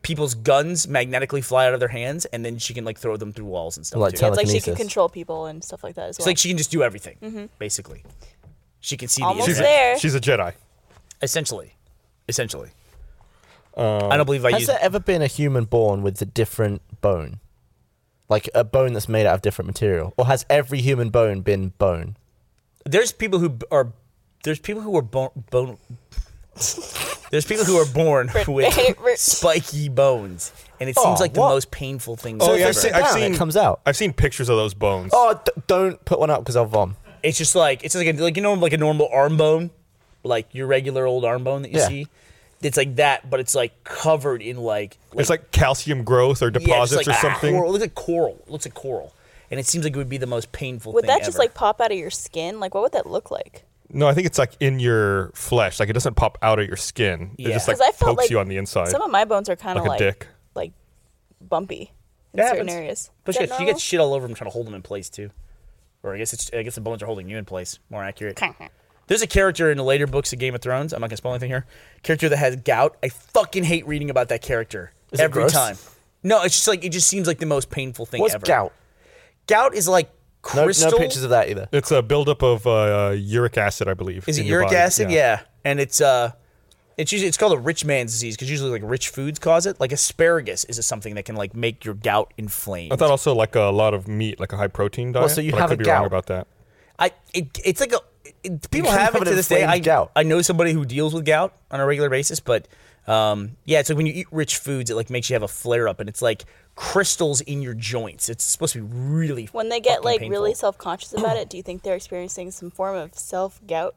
Speaker 2: people's guns magnetically fly out of their hands and then she can like throw them through walls and stuff.
Speaker 3: Like
Speaker 2: too.
Speaker 3: tele-
Speaker 4: It's like she can
Speaker 3: Telekinesis.
Speaker 4: control people and stuff like that as well.
Speaker 2: It's like she can just do everything, basically. She can see
Speaker 4: Mm-hmm. Almost
Speaker 2: the
Speaker 1: she's,
Speaker 4: She's
Speaker 2: internet.
Speaker 4: there.
Speaker 1: a, she's a Jedi.
Speaker 2: Essentially. Essentially.
Speaker 3: Um,
Speaker 2: I don't believe I
Speaker 3: Has
Speaker 2: used
Speaker 3: there ever been a human born with a different bone? Like a bone that's made out of different material? Or has every human bone been bone?
Speaker 2: There's people who b- are there's people who are born bone There's people who are born with spiky bones, and it seems
Speaker 3: Oh,
Speaker 2: like the
Speaker 3: what?
Speaker 2: most painful thing.
Speaker 1: Oh,
Speaker 2: to
Speaker 1: yeah,
Speaker 2: ever.
Speaker 1: I've seen,
Speaker 3: down,
Speaker 1: I've
Speaker 3: it
Speaker 1: seen
Speaker 3: comes out.
Speaker 1: I've seen pictures of those bones.
Speaker 3: Oh, d- don't put one up because I'll vom.
Speaker 2: It's just like it's just like a, like you know like a normal arm bone, like your regular old arm bone that you
Speaker 3: Yeah.
Speaker 2: see. It's like that, but it's like covered in like,
Speaker 1: it's like calcium growth or
Speaker 2: yeah, it's
Speaker 1: deposits
Speaker 2: like, ah,
Speaker 1: or something.
Speaker 2: Coral. It looks like coral. It looks like coral, and it seems like it would be the most painful.
Speaker 4: would
Speaker 2: thing
Speaker 4: that just
Speaker 2: ever.
Speaker 4: like pop out of your skin? Like what would that look like?
Speaker 1: No, I think it's like in your flesh. Like it doesn't pop out of your skin. It
Speaker 2: Yeah.
Speaker 1: just like
Speaker 4: Because I felt
Speaker 1: pokes
Speaker 4: like
Speaker 1: you on the inside.
Speaker 4: Some of my bones are kind of
Speaker 1: Like a
Speaker 4: like
Speaker 1: dick.
Speaker 4: like bumpy in
Speaker 2: That
Speaker 4: certain
Speaker 2: happens.
Speaker 4: areas.
Speaker 2: But
Speaker 4: Is
Speaker 2: you
Speaker 4: that
Speaker 2: get, you
Speaker 4: normal?
Speaker 2: get shit all over them trying to hold them in place too. Or I guess it's I guess the bones are holding you in place. More accurate. There's a character in the later books of Game of Thrones. I'm not gonna spoil anything here. Character that has gout. I fucking hate reading about that character
Speaker 3: it
Speaker 2: every
Speaker 3: gross?
Speaker 2: time. No, it's just like it just seems like the most painful thing
Speaker 3: What's
Speaker 2: ever.
Speaker 3: gout?
Speaker 2: Gout is like
Speaker 3: No,
Speaker 2: crystal.
Speaker 3: no pictures of that either.
Speaker 1: it's a buildup of uh, uric acid, I believe.
Speaker 2: Is it
Speaker 1: in your
Speaker 2: uric
Speaker 1: body.
Speaker 2: acid? Yeah. and it's uh, it's usually it's called a rich man's disease because usually like rich foods cause it. Like asparagus is something that can like make your gout inflamed.
Speaker 1: I thought also like a lot of meat, like a high protein diet.
Speaker 3: so you
Speaker 1: but I
Speaker 3: have a
Speaker 1: could be wrong
Speaker 3: gout.
Speaker 1: about that.
Speaker 2: I it, it's like a it, people
Speaker 3: can
Speaker 2: have
Speaker 3: have
Speaker 2: it
Speaker 3: an
Speaker 2: to this day. I
Speaker 3: inflamed gout.
Speaker 2: I know somebody who deals with gout on a regular basis, but um, yeah, it's like when you eat rich foods, it like makes you have a flare up, and it's like crystals in your joints. It's supposed to be really
Speaker 4: when they get
Speaker 2: fucking
Speaker 4: like really
Speaker 2: painful.
Speaker 4: self-conscious about it, do you think they're experiencing some form of self-gout?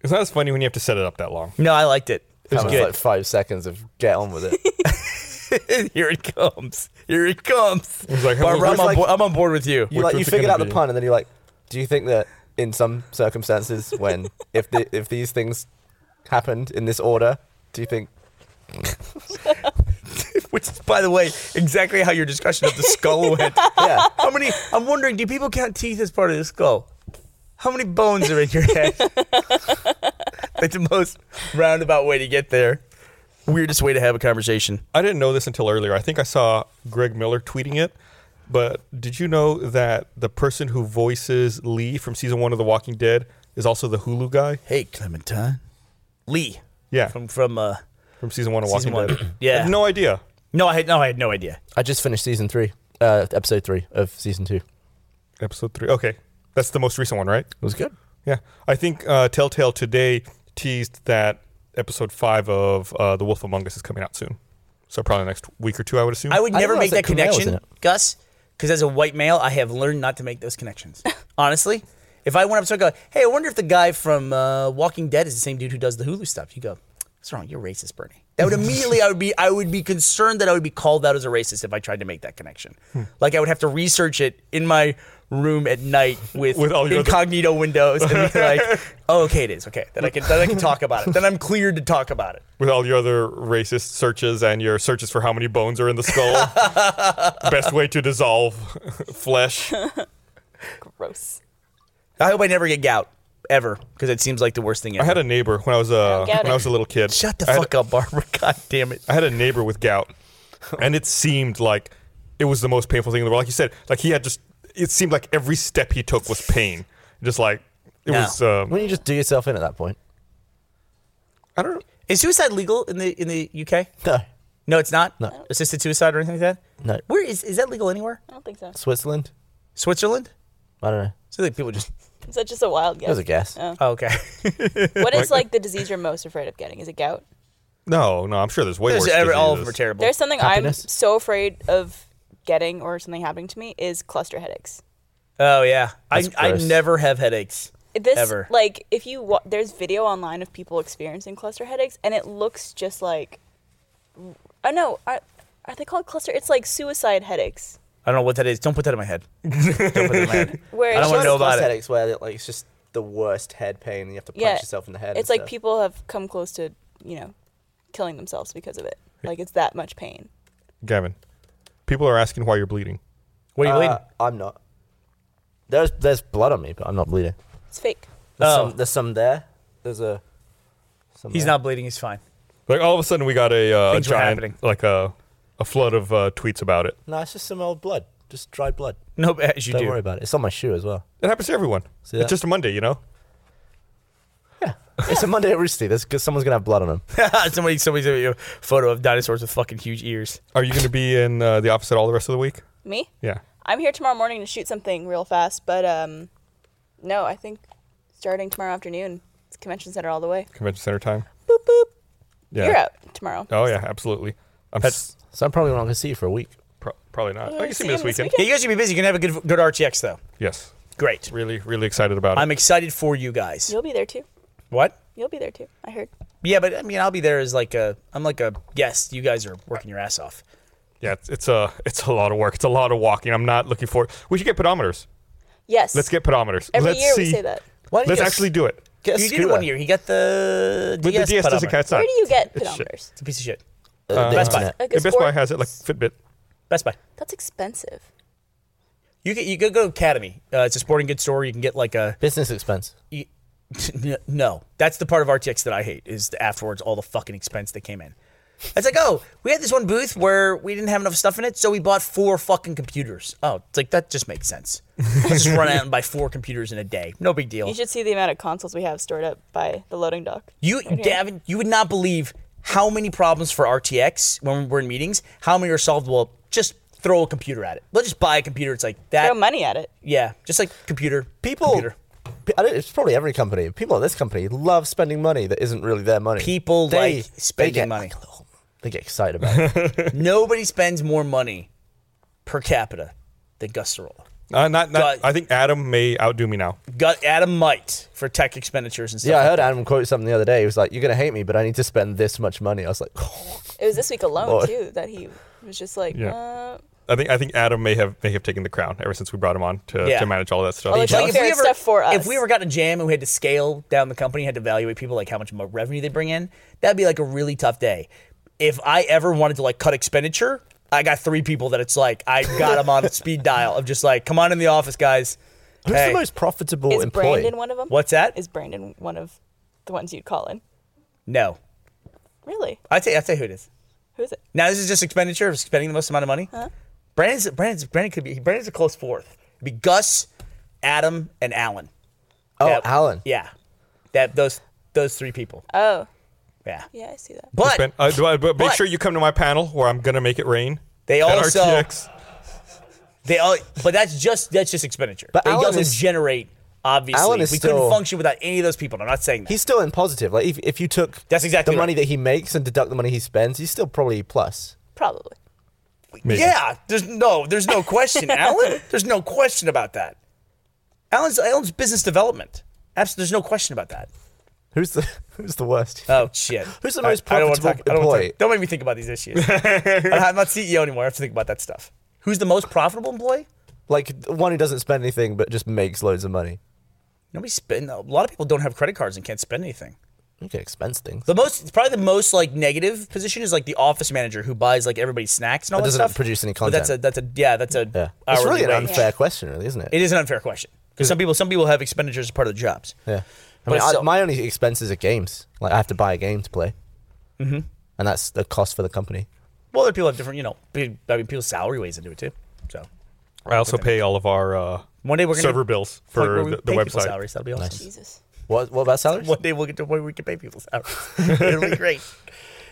Speaker 1: It's not as funny when you have to set it up that long.
Speaker 2: No, I liked it. It was
Speaker 3: That
Speaker 2: good.
Speaker 3: like five seconds of get on with it.
Speaker 2: Here it comes. Here it comes.
Speaker 1: was like-
Speaker 2: Barbara,
Speaker 1: it
Speaker 2: I'm,
Speaker 1: was
Speaker 2: on
Speaker 1: like-
Speaker 2: board, I'm on board with you.
Speaker 3: you like you
Speaker 1: was it
Speaker 3: figured
Speaker 1: gonna
Speaker 3: out the
Speaker 1: be?
Speaker 3: pun, and then you're like, do you think that in some circumstances, when if the, if these things happened in this order, do you think
Speaker 2: Which is, by the way, exactly how your discussion of the skull went.
Speaker 3: yeah?
Speaker 2: How many? I'm wondering, do people count teeth as part of the skull? How many bones are in your head? It's the most roundabout way to get there. Weirdest way to have a conversation.
Speaker 1: I didn't know this until earlier. I think I saw Greg Miller tweeting it. But did you know that the person who voices Lee from season one of The Walking Dead is also the Hulu guy
Speaker 2: Hey, Clementine. Lee.
Speaker 1: Yeah.
Speaker 2: From from uh.
Speaker 1: from season one of
Speaker 2: Season
Speaker 1: Walking
Speaker 2: one.
Speaker 1: Dead?
Speaker 2: Yeah.
Speaker 1: I had no idea.
Speaker 2: No, I had no, I had no idea.
Speaker 3: I just finished season three, uh, episode three of season two. It
Speaker 1: Episode three. Okay. That's the most recent one, right?
Speaker 3: was good.
Speaker 1: Yeah, I think uh, Telltale today teased that episode five of uh, The Wolf Among Us is coming out soon. So probably next week or two, I would assume.
Speaker 2: I would
Speaker 3: I
Speaker 2: never make
Speaker 3: didn't
Speaker 2: that
Speaker 3: realize that Kumail was
Speaker 2: connection,
Speaker 3: in
Speaker 2: Gus, because as a white male, I have learned not to make those connections. Honestly, if I went up to go, hey, I wonder if the guy from uh, Walking Dead is the same dude who does the Hulu stuff, you go, what's wrong? You're racist, Bernie. That would immediately, I would be, I would be concerned that I would be called out as a racist if I tried to make that connection.
Speaker 3: Hmm.
Speaker 2: Like I would have to research it in my room at night with,
Speaker 1: With all your other-
Speaker 2: incognito windows and be like, oh, okay, it is okay. Then I can, then I can talk about it. Then I'm cleared to talk about it.
Speaker 1: With all your other racist searches and your searches for how many bones are in the skull, best way to dissolve flesh.
Speaker 4: Gross.
Speaker 2: I hope I never get gout. ever because it seems like the worst thing ever.
Speaker 1: I had a neighbor when I was a
Speaker 4: get
Speaker 1: when I
Speaker 4: it.
Speaker 1: was a little kid.
Speaker 2: Shut the
Speaker 1: I had-
Speaker 2: fuck up, Barbara. God damn it.
Speaker 1: I had a neighbor with gout, and it seemed like it was the most painful thing in the world. Like you said, like he had just it seemed like every step he took was pain. Just like it
Speaker 2: No.
Speaker 1: was. Um,
Speaker 3: Wouldn't you just do yourself in at that point?
Speaker 1: I don't.
Speaker 2: Is suicide legal in the in the UK?
Speaker 3: No.
Speaker 2: No, it's not.
Speaker 3: No.
Speaker 2: Assisted suicide or anything like that.
Speaker 3: No.
Speaker 2: Where is is that legal anywhere?
Speaker 4: I don't think so.
Speaker 3: Switzerland?
Speaker 2: Switzerland.
Speaker 3: I don't know.
Speaker 2: So like people just.
Speaker 4: Is that just a wild guess?
Speaker 3: That was a guess.
Speaker 4: Oh.
Speaker 2: Oh, okay.
Speaker 4: What is like the disease you're most afraid of getting? Is it gout?
Speaker 1: No, no. I'm sure there's way
Speaker 2: There's
Speaker 1: worse.
Speaker 2: every, all of them are
Speaker 1: diseases.
Speaker 2: terrible.
Speaker 4: There's something
Speaker 3: Happiness?
Speaker 4: I'm so afraid of getting or something happening to me is cluster headaches.
Speaker 2: oh yeah. I
Speaker 3: That's
Speaker 2: I
Speaker 3: gross.
Speaker 2: never have headaches.
Speaker 4: This
Speaker 2: Ever.
Speaker 4: like if you wa- there's video online of people experiencing cluster headaches and it looks just like I know I are they called cluster? It's like suicide headaches.
Speaker 2: I don't know what that is. Don't put that in my head. Don't put that in my head.
Speaker 4: Where
Speaker 2: I
Speaker 4: it's
Speaker 2: don't wanna
Speaker 4: just-
Speaker 2: know about it.
Speaker 3: headaches where like, it's just the worst head pain and you have to punch
Speaker 4: Yeah.
Speaker 3: yourself in the head.
Speaker 4: it's
Speaker 3: and
Speaker 4: like
Speaker 3: stuff.
Speaker 4: people have come close to you know killing themselves because of it. Like it's that much pain.
Speaker 1: Gavin, people are asking why you're bleeding.
Speaker 2: What are you
Speaker 3: Uh,
Speaker 2: bleeding?
Speaker 3: I'm not. There's there's blood on me, but I'm not bleeding.
Speaker 4: It's fake.
Speaker 3: There's,
Speaker 2: Oh.
Speaker 3: some, there's some there. There's a. Some
Speaker 2: He's
Speaker 3: there.
Speaker 2: not bleeding. He's fine.
Speaker 1: Like all of a sudden we got a uh,
Speaker 2: Things were happening.
Speaker 1: giant like a a flood of uh, tweets about it.
Speaker 3: No, it's just some old blood. Just dry blood.
Speaker 2: No, as you
Speaker 3: Don't
Speaker 2: do.
Speaker 3: worry about it. It's on my shoe as well.
Speaker 1: It happens to everyone.
Speaker 3: See
Speaker 1: It's
Speaker 3: that?
Speaker 1: just a Monday, you know.
Speaker 3: It's a Monday at Rooster. There's 'cause someone's gonna have blood on him.
Speaker 2: somebody, somebody sent me a photo of dinosaurs with fucking huge ears.
Speaker 1: Are you going to be in uh, the office at all the rest of the week?
Speaker 4: Me?
Speaker 1: Yeah.
Speaker 4: I'm here tomorrow morning to shoot something real fast, but um, no, I think starting tomorrow afternoon, it's convention center all the way.
Speaker 1: Convention Center time.
Speaker 4: Boop boop.
Speaker 1: Yeah.
Speaker 4: You're out tomorrow.
Speaker 1: Oh yeah, absolutely. I'm s-
Speaker 3: So I'm probably not gonna see you for a week.
Speaker 1: pro- probably not.
Speaker 4: You
Speaker 1: Oh, you
Speaker 4: wanna
Speaker 1: see
Speaker 4: Uh, see
Speaker 1: me this
Speaker 4: him this
Speaker 1: weekend.
Speaker 4: weekend?
Speaker 2: Yeah, you guys are gonna be busy. You're gonna have a good good RTX though.
Speaker 1: Yes.
Speaker 2: Great.
Speaker 1: Really, really excited about it.
Speaker 2: I'm excited for you guys.
Speaker 4: You'll be there too.
Speaker 2: What?
Speaker 4: You'll be there too. I heard.
Speaker 2: Yeah, but I mean, I'll be there as like a. I'm like a guest. You guys are working your ass off.
Speaker 1: yeah, it's, it's a it's a lot of work. It's a lot of walking. I'm not looking for. We should get pedometers.
Speaker 4: Yes.
Speaker 1: Let's get pedometers.
Speaker 4: Every
Speaker 1: Let's
Speaker 4: year
Speaker 1: see.
Speaker 4: we say that.
Speaker 3: Why don't you
Speaker 1: Let's
Speaker 3: get a-
Speaker 1: actually do it.
Speaker 3: Get a
Speaker 2: you did it
Speaker 3: scooter.
Speaker 2: one year. He got the
Speaker 1: But
Speaker 2: DS.
Speaker 1: the DS doesn't
Speaker 2: pedometer.
Speaker 1: count. It's
Speaker 4: Where
Speaker 1: not-
Speaker 4: do you get
Speaker 1: it's shit.
Speaker 4: pedometers?
Speaker 2: It's a piece of shit.
Speaker 3: Uh, the
Speaker 2: Best Buy.
Speaker 3: internet.
Speaker 4: Like a
Speaker 1: Yeah, Best Buy
Speaker 4: sports-
Speaker 1: has it like Fitbit.
Speaker 2: Best Buy.
Speaker 4: That's expensive.
Speaker 2: You could you could go to Academy. Uh, it's a sporting goods store. You can get like a.
Speaker 3: Business expense.
Speaker 2: you- no, that's the part of RTX that I hate is the afterwards all the fucking expense that came in. It's like, oh, we had this one booth where we didn't have enough stuff in it, so we bought four fucking computers. Oh, it's like that just makes sense. Let's just run out and buy four computers in a day. No big deal.
Speaker 1: Oh.
Speaker 4: You should see the amount of consoles we have stored up by the loading dock.
Speaker 2: You, Gavin, you would not believe how many problems for RTX when we're in meetings, how many are solved. Well, just throw a computer at it. Let's just buy a computer. It's like that.
Speaker 4: Throw money at it.
Speaker 2: yeah, just like computer.
Speaker 3: People.
Speaker 2: Computer.
Speaker 3: P- I don't, it's probably every company. People at this company love spending money that isn't really their money.
Speaker 2: People like spending
Speaker 3: get,
Speaker 2: money.
Speaker 3: like, a little- they get excited about it.
Speaker 2: Nobody spends more money per capita than Gus Sorolla.
Speaker 1: Uh, not, not,
Speaker 2: But-
Speaker 1: I think Adam may outdo me now.
Speaker 2: Gu- Adam might for tech expenditures and stuff.
Speaker 3: yeah, I
Speaker 2: like
Speaker 3: heard Adam quote something the other day. He was like, "You're gonna hate me, but I need to spend this much money." I was like,
Speaker 4: It was this week alone
Speaker 3: Lord.
Speaker 4: too that he was just like,
Speaker 1: Yeah.
Speaker 4: uh,
Speaker 1: I think I think Adam may have may have taken the crown ever since we brought him on to,
Speaker 2: Yeah. Oh,
Speaker 1: to manage all that stuff.
Speaker 4: Well, it's like- Fair
Speaker 2: ever,
Speaker 4: stuff for
Speaker 2: if
Speaker 4: us.
Speaker 2: we ever got a jam and we had to scale down the company, had to evaluate people like how much more revenue they bring in, that'd be like a really tough day. If I ever wanted to like cut expenditure, I got three people that it's like I got them on speed dial of just like, come on in the office, guys.
Speaker 3: "Who's
Speaker 2: Hey,
Speaker 3: the most profitable
Speaker 4: is
Speaker 3: employee?"
Speaker 4: Brandon one of them?
Speaker 2: What's that?
Speaker 4: Is Brandon one of the ones you'd call in?
Speaker 2: no,
Speaker 4: Really?
Speaker 2: I tell I tell you who it is.
Speaker 4: Who's it?
Speaker 2: Now this is just expenditure of spending the most amount of money. Brandon's Brandon's Brandon could be Brandon's a close fourth. It'd be Gus, Adam, and Alan.
Speaker 3: oh,
Speaker 2: That-
Speaker 3: Alan.
Speaker 2: Yeah, that those those three people.
Speaker 4: Oh,
Speaker 2: Yeah,
Speaker 4: yeah, I see that.
Speaker 2: but
Speaker 1: Ben, uh, do I- but make
Speaker 2: but-
Speaker 1: sure you come to my panel where I'm gonna make it rain.
Speaker 2: They
Speaker 1: at
Speaker 2: also-
Speaker 1: RTX.
Speaker 2: They all, but that's just that's just expenditure. But
Speaker 3: But
Speaker 2: it
Speaker 3: Alan
Speaker 2: doesn't
Speaker 3: is-
Speaker 2: generate obviously.
Speaker 3: Alan is
Speaker 2: we couldn't
Speaker 3: still-
Speaker 2: function without any of those people. and I'm not saying that.
Speaker 3: He's still in positive. Like if, if you took
Speaker 2: That's exactly
Speaker 3: the
Speaker 2: right.
Speaker 3: money that he makes and deduct the money he spends, he's still probably plus.
Speaker 4: Probably.
Speaker 1: Maybe.
Speaker 2: yeah, there's no there's no question, Alan. There's no question about that. Alan's Alan's business development. Absolutely, there's no question about that.
Speaker 3: Who's the who's the worst?
Speaker 2: Oh shit!
Speaker 3: Who's the most
Speaker 2: I- I don't wanna
Speaker 3: profitable
Speaker 2: I don't wanna
Speaker 3: employee?
Speaker 2: Talk, don't make me think about these issues. I'm not CEO anymore. I have to think about that stuff. Who's the most profitable employee?
Speaker 3: Like the one who doesn't spend anything but just makes loads of money.
Speaker 2: Nobody spend. A lot of people don't have credit cards and can't spend anything.
Speaker 3: You can expense things.
Speaker 2: The most, probably the most like negative position is like the office manager who buys like everybody's snacks and all
Speaker 3: That
Speaker 2: that
Speaker 3: doesn't
Speaker 2: stuff.
Speaker 3: produce any
Speaker 2: But that's a that's a yeah that's a
Speaker 3: Yeah.
Speaker 2: hourly
Speaker 3: It's really an
Speaker 2: rate.
Speaker 3: unfair question, really, isn't it?
Speaker 2: It is an unfair question. Because some people, some people have expenditures as part of their jobs.
Speaker 3: Yeah. I
Speaker 2: But
Speaker 3: mean, I,
Speaker 2: still-
Speaker 3: my only expenses are games. Like I have to buy a game to play, mm-hmm. and that's the cost for the company.
Speaker 2: Well, other people have different, you know, pe- I mean, people's salary weighs into it too. So
Speaker 1: I also pay all of our uh,
Speaker 2: one day we're gonna
Speaker 1: server
Speaker 2: get to
Speaker 1: bills
Speaker 2: a point
Speaker 1: for
Speaker 2: where we
Speaker 1: the, the
Speaker 2: pay people's
Speaker 1: website.
Speaker 2: Salaries. That'll be awesome.
Speaker 4: Jesus.
Speaker 3: What what about salaries?
Speaker 2: One day we'll get to a point where we can pay people's salaries. It'll be great.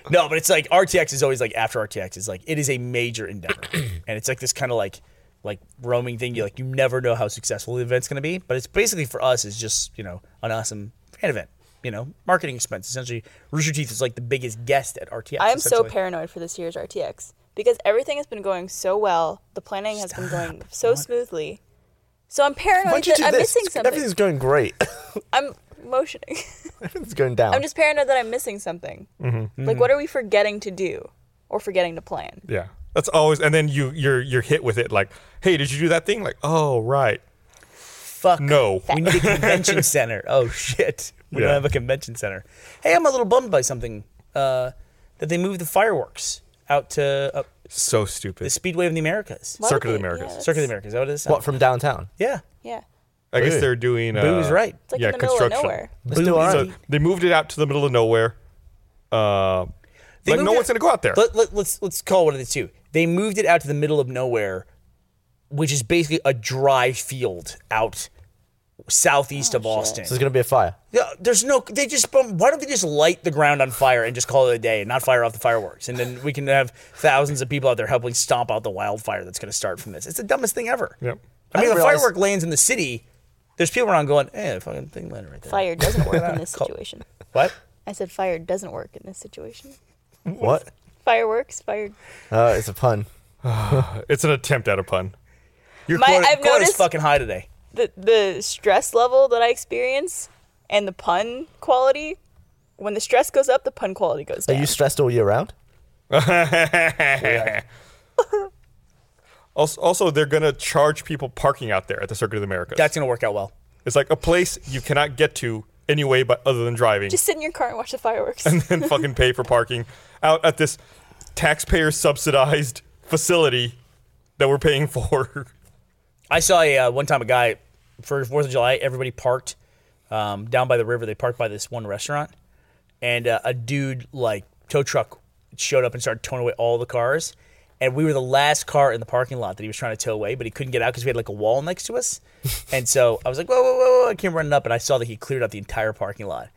Speaker 2: No, but it's like RTX is always like after RTX is like it is a major endeavor, and it's like this kind of like like roaming thing. You like you never know how successful the event's going to be, but it's basically for us is just you know an awesome fan event. You know, marketing expense essentially. Rooster Teeth is like the biggest guest at RTX.
Speaker 4: I am so
Speaker 2: essentially.
Speaker 4: paranoid for this year's RTX because everything has been going so well. The planning has been going so smoothly. So I'm
Speaker 3: Why
Speaker 4: paranoid
Speaker 3: don't you
Speaker 4: that
Speaker 3: do
Speaker 4: I'm
Speaker 3: this?
Speaker 4: missing something.
Speaker 3: Everything's going great.
Speaker 4: I'm motioning.
Speaker 3: Everything's going down.
Speaker 4: I'm just paranoid that I'm missing something. Like, what are we forgetting to do or forgetting to plan?
Speaker 1: Yeah, that's always. And then you you're you're hit with it like, hey, did you do that thing? Like, oh right,
Speaker 2: Fuck
Speaker 1: no.
Speaker 2: We need a convention center. Oh shit, we
Speaker 1: Yeah.
Speaker 2: don't have a convention center. Hey, I'm a little bummed by something. Uh, that they moved the fireworks out to uh,
Speaker 1: So
Speaker 2: the
Speaker 1: stupid.
Speaker 2: Speedway of the Americas,
Speaker 4: Why
Speaker 1: Circuit
Speaker 4: would
Speaker 1: of the
Speaker 4: they-
Speaker 1: Americas.
Speaker 4: yeah,
Speaker 2: Circuit of the
Speaker 4: that's-
Speaker 2: Americas. Is that what it is?
Speaker 3: what from downtown?
Speaker 2: Yeah,
Speaker 4: Yeah.
Speaker 1: I guess
Speaker 3: Really?
Speaker 1: they're doing. Uh,
Speaker 2: Boo was right.
Speaker 4: It's like
Speaker 1: yeah,
Speaker 4: in the middle of
Speaker 1: construction.
Speaker 4: nowhere.
Speaker 3: Let's do our
Speaker 1: So
Speaker 3: own.
Speaker 1: they moved it out to the middle of nowhere. Uh,
Speaker 2: They
Speaker 1: like
Speaker 2: moved
Speaker 1: no
Speaker 2: it-
Speaker 1: one's gonna go out there.
Speaker 2: Let, let, let's let's call one of the two. They moved it out to the middle of nowhere, which is basically a dry field out southeast of Austin.
Speaker 3: So there's gonna be a fire.
Speaker 2: Yeah, there's no. They just. bum- Why don't they just light the ground on fire and just call it a day and not fire off the fireworks? And then we can have thousands of people out there helping stomp out the wildfire that's going to start from this. It's the dumbest thing ever.
Speaker 1: Yep.
Speaker 2: I, mean,
Speaker 3: didn't
Speaker 2: the
Speaker 3: realize-
Speaker 2: firework lands in the city. There's people around going, "Eh, fucking thing landed right there."
Speaker 4: Fire doesn't work in this situation.
Speaker 2: What?
Speaker 4: I said fire doesn't work in this situation.
Speaker 3: What?
Speaker 4: Fireworks, fire.
Speaker 3: Oh, it's a pun.
Speaker 1: It's an attempt at a pun.
Speaker 2: Your
Speaker 4: My-
Speaker 2: quota,
Speaker 4: I've
Speaker 2: quota's
Speaker 4: noticed-
Speaker 2: fucking high today.
Speaker 4: The the stress level that I experience and the pun quality. When the stress goes up, the pun quality goes
Speaker 3: Are
Speaker 4: down.
Speaker 3: you stressed all year round?
Speaker 1: Also, also, they're gonna charge people parking out there at the Circuit of the Americas.
Speaker 2: That's going to work out well.
Speaker 1: it's like a place you cannot get to anyway, but other than driving,
Speaker 4: Just sit in your car and watch the fireworks.
Speaker 1: and fucking pay for parking out at this taxpayer subsidized facility that we're paying for.
Speaker 2: I saw a uh, one time a guy for Fourth of July. Everybody parked um, down by the river. They parked by this one restaurant, and uh, a dude like tow truck showed up and started towing away all the cars. And we were the last car in the parking lot that he was trying to tow away, but he couldn't get out because we had like a wall next to us. and so I was like, "Whoa, whoa, whoa, whoa!" I came running up, and I saw that he cleared out the entire parking lot.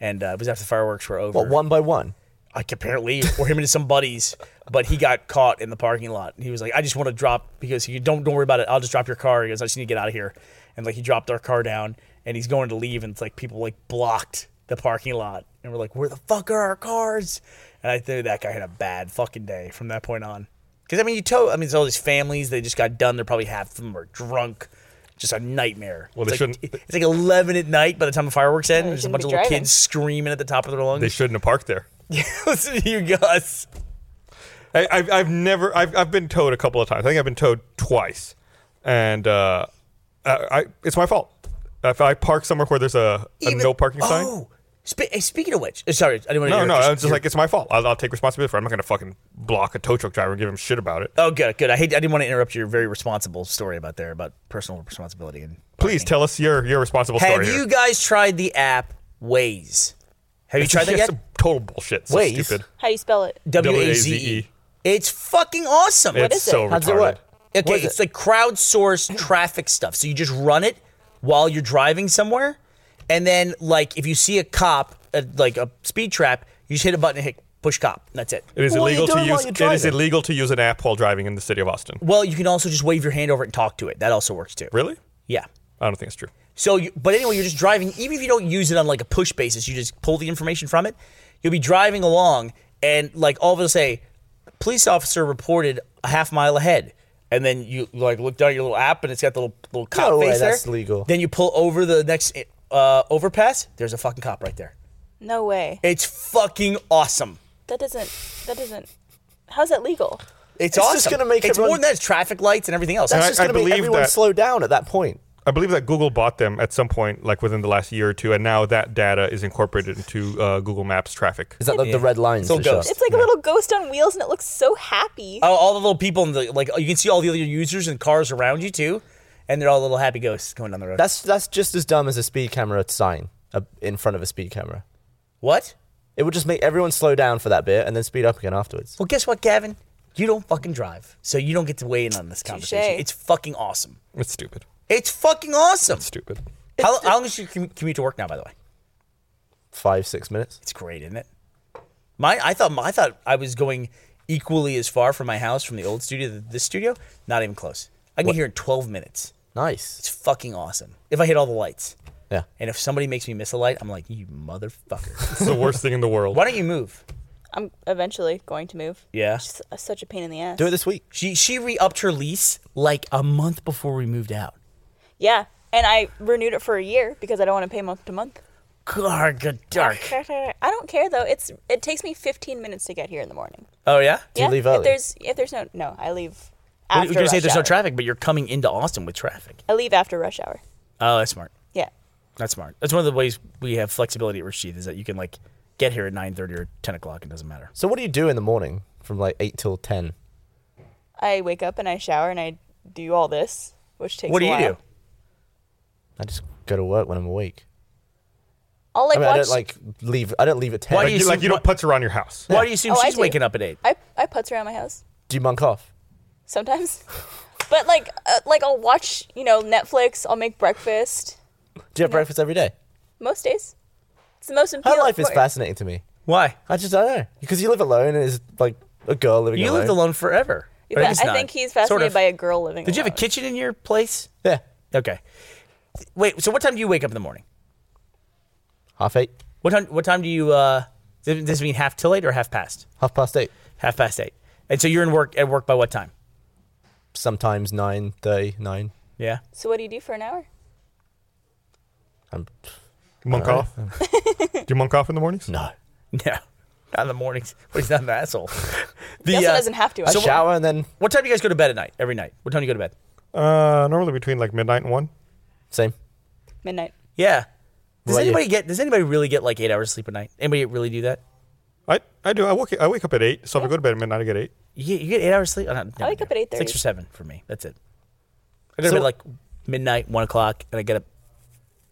Speaker 2: And uh, it was after the fireworks were over.
Speaker 3: What one by one?
Speaker 2: Like apparently, or him and some buddies, but he got caught in the parking lot. He was like, "I just want to drop because you don't don't worry about it. I'll just drop your car." He goes, "I just need to get out of here," and like he dropped our car down, and he's going to leave, and it's like people like blocked the parking lot, and we're like, "Where the fuck are our cars?" And I think that guy had a bad fucking day from that point on, because I mean, you tow. I mean, it's all these families. They just got done. They're probably half of them are drunk. Just a nightmare.
Speaker 1: Well,
Speaker 2: it's
Speaker 1: they
Speaker 2: like,
Speaker 1: shouldn't-
Speaker 2: It's like eleven at night. By the time the fireworks end,
Speaker 4: they
Speaker 2: there's a
Speaker 4: shouldn't
Speaker 2: bunch
Speaker 4: be
Speaker 2: of little
Speaker 4: driving.
Speaker 2: kids screaming at the top of their lungs.
Speaker 1: They shouldn't have parked there.
Speaker 2: Listen to you guys.
Speaker 1: I, I've, I've never I've, I've been towed a couple of times. I think I've been towed twice, and uh, I, I it's my fault. If I park somewhere where there's a, a no parking sign,
Speaker 2: Oh, spe- hey, speaking of which, uh, sorry, I didn't want to.
Speaker 1: no, no, I'm just like it's my fault. I'll, I'll take responsibility for. it. I'm not gonna fucking block a tow truck driver and give him shit about it.
Speaker 2: Oh, good, good. I hate. I didn't want to interrupt your very responsible story about there about personal responsibility. And
Speaker 1: Please tell us your your responsible
Speaker 2: have
Speaker 1: story.
Speaker 2: you
Speaker 1: here.
Speaker 2: guys tried the app Waze? Have you tried that
Speaker 1: It's
Speaker 2: yet?
Speaker 1: Total bullshit. So
Speaker 3: Waze?
Speaker 1: stupid.
Speaker 4: How do you spell it?
Speaker 2: W A Z E.
Speaker 1: W-A-Z-E.
Speaker 2: It's fucking awesome.
Speaker 1: it's
Speaker 4: is it?
Speaker 1: so retarded.
Speaker 4: How
Speaker 3: How's it work?
Speaker 2: Okay,
Speaker 3: What is
Speaker 2: it's
Speaker 3: it?
Speaker 2: like crowdsourced traffic stuff. So you just run it while you're driving somewhere, and then like if you see a cop, uh, like a speed trap, you just hit a button and hit push cop. And that's it.
Speaker 1: It is
Speaker 3: Well, what are you
Speaker 1: illegal to
Speaker 3: doing while
Speaker 1: use.
Speaker 3: you're
Speaker 1: It is
Speaker 3: driving?
Speaker 1: illegal to use an app while driving in the city of Austin.
Speaker 2: Well, you can also just wave your hand over it and talk to it. That also works too.
Speaker 1: Really?
Speaker 2: Yeah.
Speaker 1: I don't think it's true.
Speaker 2: So, you, but anyway, you're just driving. Even if you don't use it on like a push basis, you just pull the information from it. You'll be driving along, and like all of us say, police officer reported a half mile ahead. And then you like look down at your little app, and it's got the little little cop
Speaker 3: No way,
Speaker 2: face there.
Speaker 3: that's legal.
Speaker 2: Then you pull over the next uh, overpass. There's a fucking cop right there.
Speaker 4: No way.
Speaker 2: It's fucking awesome.
Speaker 4: That doesn't. That doesn't. How's that legal?
Speaker 2: It's,
Speaker 3: It's
Speaker 2: awesome.
Speaker 3: just gonna make
Speaker 2: it's
Speaker 3: everyone-
Speaker 2: more than that. It's traffic lights and everything else.
Speaker 3: That's
Speaker 1: I-
Speaker 3: just
Speaker 1: I
Speaker 3: gonna make
Speaker 1: believe
Speaker 3: everyone
Speaker 1: that-
Speaker 3: slow down at that point.
Speaker 1: I believe that Google bought them at some point, like within the last year or two, and now that data is incorporated into uh, Google Maps traffic.
Speaker 3: Is that like the red lines?
Speaker 2: Still
Speaker 3: that show
Speaker 2: ghost.
Speaker 3: up?
Speaker 4: It's like a little ghost on wheels, and it looks so happy.
Speaker 2: Oh. all, all the little people in the like you can see all the other users and cars around you too and they're all little happy ghosts going down the road.
Speaker 3: That's that's just as dumb as a speed camera sign uh, in front of a speed camera.
Speaker 2: what?
Speaker 3: It would just make everyone slow down for that bit and then speed up again afterwards.
Speaker 2: Well, guess what, Gavin? You don't fucking drive, so you don't get to weigh in on this conversation. It's fucking awesome.
Speaker 1: It's stupid.
Speaker 2: It's fucking awesome.
Speaker 1: Stupid.
Speaker 2: How, how long is your commu- commute to work now? By the way,
Speaker 3: Five six minutes.
Speaker 2: it's great, isn't it? My, I thought, I thought I was going equally as far from my house from the old studio to this studio. Not even close. I can get here in twelve minutes.
Speaker 3: Nice.
Speaker 2: It's fucking awesome. If I hit all the lights,
Speaker 3: Yeah.
Speaker 2: and if somebody makes me miss a light, I'm like, you motherfucker.
Speaker 1: It's the worst thing in the world.
Speaker 2: Why don't you move?
Speaker 4: I'm eventually going to move.
Speaker 2: Yeah.
Speaker 4: It's s- such a pain in the ass.
Speaker 3: Do it this week.
Speaker 2: She she re upped her lease like a month before we moved out.
Speaker 4: yeah, and I renewed it for a year because I don't want to pay month to month.
Speaker 2: God, good dark.
Speaker 4: I don't care though. It's it takes me 15 minutes to get here in the morning.
Speaker 2: Oh yeah.
Speaker 4: Do yeah?
Speaker 3: leave early?
Speaker 4: If there's if there's no no, I leave
Speaker 2: What
Speaker 4: after
Speaker 2: you gonna say
Speaker 4: rush
Speaker 2: there's
Speaker 4: hour.
Speaker 2: no traffic, but you're coming into Austin with traffic.
Speaker 4: I leave after rush hour.
Speaker 2: Oh, that's smart.
Speaker 4: Yeah.
Speaker 2: That's smart. That's one of the ways we have flexibility at Rashid is that you can like get here at nine thirty or ten o'clock. It doesn't matter.
Speaker 3: So what do you do in the morning from like eight till ten?
Speaker 4: I wake up and I shower and I do all this, which takes
Speaker 2: what do
Speaker 4: a
Speaker 2: you
Speaker 4: while.
Speaker 2: do?
Speaker 3: I just go to work when I'm awake.
Speaker 4: I'll like
Speaker 3: I mean,
Speaker 4: watch
Speaker 3: I don't like leave. I don't leave at ten.
Speaker 2: Why
Speaker 3: Like,
Speaker 2: do
Speaker 1: You, like
Speaker 2: assume-
Speaker 1: you don't putz around your house.
Speaker 2: Why do you assume
Speaker 4: Oh, I
Speaker 2: she's
Speaker 4: do.
Speaker 2: waking up at eight?
Speaker 4: I I putz around my house
Speaker 3: do you monk off?
Speaker 4: sometimes. But like, uh, like I'll watch, you know, Netflix. I'll make breakfast
Speaker 3: Do you have breakfast every day?
Speaker 4: most days. It's the most
Speaker 3: Her
Speaker 4: important.
Speaker 3: life is fascinating to me.
Speaker 2: Why?
Speaker 3: I just don't know because you live alone and it's like a girl living
Speaker 2: You
Speaker 3: alone.
Speaker 2: lived alone forever. Or
Speaker 4: But
Speaker 2: at least
Speaker 4: I
Speaker 2: not.
Speaker 4: think he's
Speaker 2: Sort
Speaker 4: fascinated
Speaker 2: of.
Speaker 4: by a girl living.
Speaker 2: Did you have a
Speaker 4: alone.
Speaker 2: kitchen in your place?
Speaker 3: Yeah,
Speaker 2: Okay. Wait. So what time do you wake up in the morning?
Speaker 3: half eight,
Speaker 2: What time? What time do you? Uh, does does it mean half till eight or half past?
Speaker 3: half past eight,
Speaker 2: Half past eight. And so you're in work at work by what time?
Speaker 3: sometimes nine thirty, nine.
Speaker 2: Yeah.
Speaker 4: So what do you do for an hour?
Speaker 3: I'm
Speaker 1: Monk off. do you monk off in the mornings?
Speaker 3: no.
Speaker 2: Yeah. Not in the mornings. But he's not an asshole. The,
Speaker 4: He also
Speaker 2: uh,
Speaker 4: doesn't have to.
Speaker 3: I
Speaker 4: actually.
Speaker 3: shower and then
Speaker 2: What time do you guys go to bed at night? Every night. What time do you go to bed?
Speaker 1: Uh, normally between like midnight and one.
Speaker 3: same.
Speaker 4: Midnight.
Speaker 2: Yeah. Does
Speaker 3: about you?
Speaker 2: anybody get? Does anybody really get like eight hours sleep a night? Anybody really do that?
Speaker 1: I, I do. I wake I wake up at eight, so if I go to bed at midnight, I get eight.
Speaker 2: You get, you get eight hours sleep? Oh, I, don't,
Speaker 4: wake up at
Speaker 2: Six
Speaker 4: 8:30.
Speaker 2: or seven for me. That's it. I go to bed like midnight, one o'clock, and I get up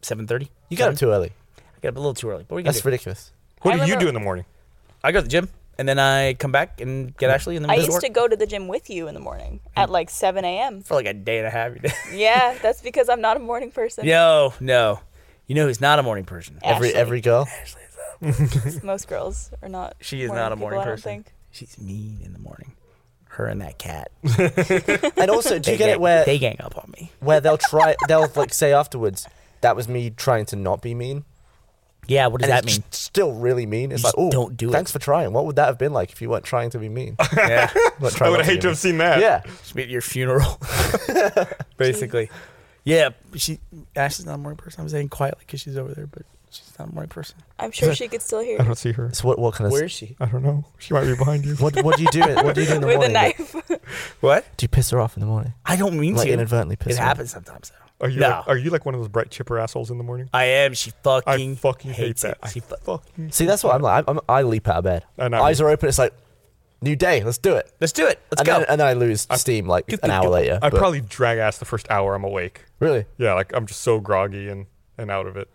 Speaker 2: seven thirty.
Speaker 3: You get up too early.
Speaker 2: I get up a little too early. But we can
Speaker 3: That's
Speaker 2: do.
Speaker 3: ridiculous.
Speaker 1: What
Speaker 4: I
Speaker 1: do you
Speaker 4: remember-
Speaker 1: do in the morning?
Speaker 2: I go to the gym and then I come back and get Ashley and then
Speaker 4: I
Speaker 2: we go
Speaker 4: used
Speaker 2: to work Mm.
Speaker 4: to go to the gym with you in the morning at like 7 a.m.
Speaker 2: for like a day and a half.
Speaker 4: Yeah, that's because I'm not a morning person.
Speaker 2: no, no. You know who's not a morning person?
Speaker 3: Every
Speaker 4: Ashley.
Speaker 3: every girl.
Speaker 4: Most girls are not.
Speaker 2: She is not a morning
Speaker 4: people, I don't
Speaker 2: person.
Speaker 4: think.
Speaker 2: She's mean in the morning. Her and that cat.
Speaker 3: And also, do
Speaker 2: They
Speaker 3: you get
Speaker 2: gang,
Speaker 3: it where
Speaker 2: they gang up on me?
Speaker 3: where they'll try they'll like say afterwards that was me trying to not be mean.
Speaker 2: Yeah, what does that
Speaker 3: it's
Speaker 2: mean?
Speaker 3: st- still really mean. It's
Speaker 2: just
Speaker 3: like, oh,
Speaker 2: don't do it."
Speaker 3: Thanks for trying. What would that have been like if you weren't trying to be mean?
Speaker 2: yeah.
Speaker 3: Not
Speaker 1: I
Speaker 3: trying
Speaker 1: would
Speaker 3: not
Speaker 1: hate
Speaker 3: be
Speaker 1: to
Speaker 3: mean.
Speaker 1: have seen that.
Speaker 3: Yeah,
Speaker 2: She'll be at your funeral. Basically. Yeah, she Ashley's not a morning person. I'm saying quietly because she's over there, but she's not a morning person.
Speaker 4: I'm sure she could still hear.
Speaker 1: I don't see her.
Speaker 3: So what? What kind of?
Speaker 2: Where is she?
Speaker 1: I don't know. She might be behind you.
Speaker 3: What? What do you do? in- What do you do in the
Speaker 4: With a
Speaker 3: morning?
Speaker 4: knife.
Speaker 2: What?
Speaker 3: Do you piss her off in the morning?
Speaker 2: I don't mean
Speaker 3: Like
Speaker 2: to.
Speaker 3: inadvertently piss
Speaker 2: It
Speaker 3: her off.
Speaker 2: happens sometimes though.
Speaker 1: Are you
Speaker 2: no.
Speaker 1: like, are you like one of those bright chipper assholes in the morning?
Speaker 2: I am. She fucking,
Speaker 1: I fucking hate
Speaker 2: hates
Speaker 1: that.
Speaker 2: it. She
Speaker 1: I
Speaker 2: fu-
Speaker 1: fucking
Speaker 3: See, that's what I'm like. I'm, I'm, I leap out of bed.
Speaker 1: I know.
Speaker 3: Eyes are open. It's like new day. Let's do it.
Speaker 2: Let's do it. Let's
Speaker 3: and
Speaker 2: go.
Speaker 3: Then, and then I lose steam like an hour later.
Speaker 1: I
Speaker 3: but-
Speaker 1: probably drag ass the first hour I'm awake.
Speaker 3: really.
Speaker 1: Yeah, like I'm just so groggy and and out of it.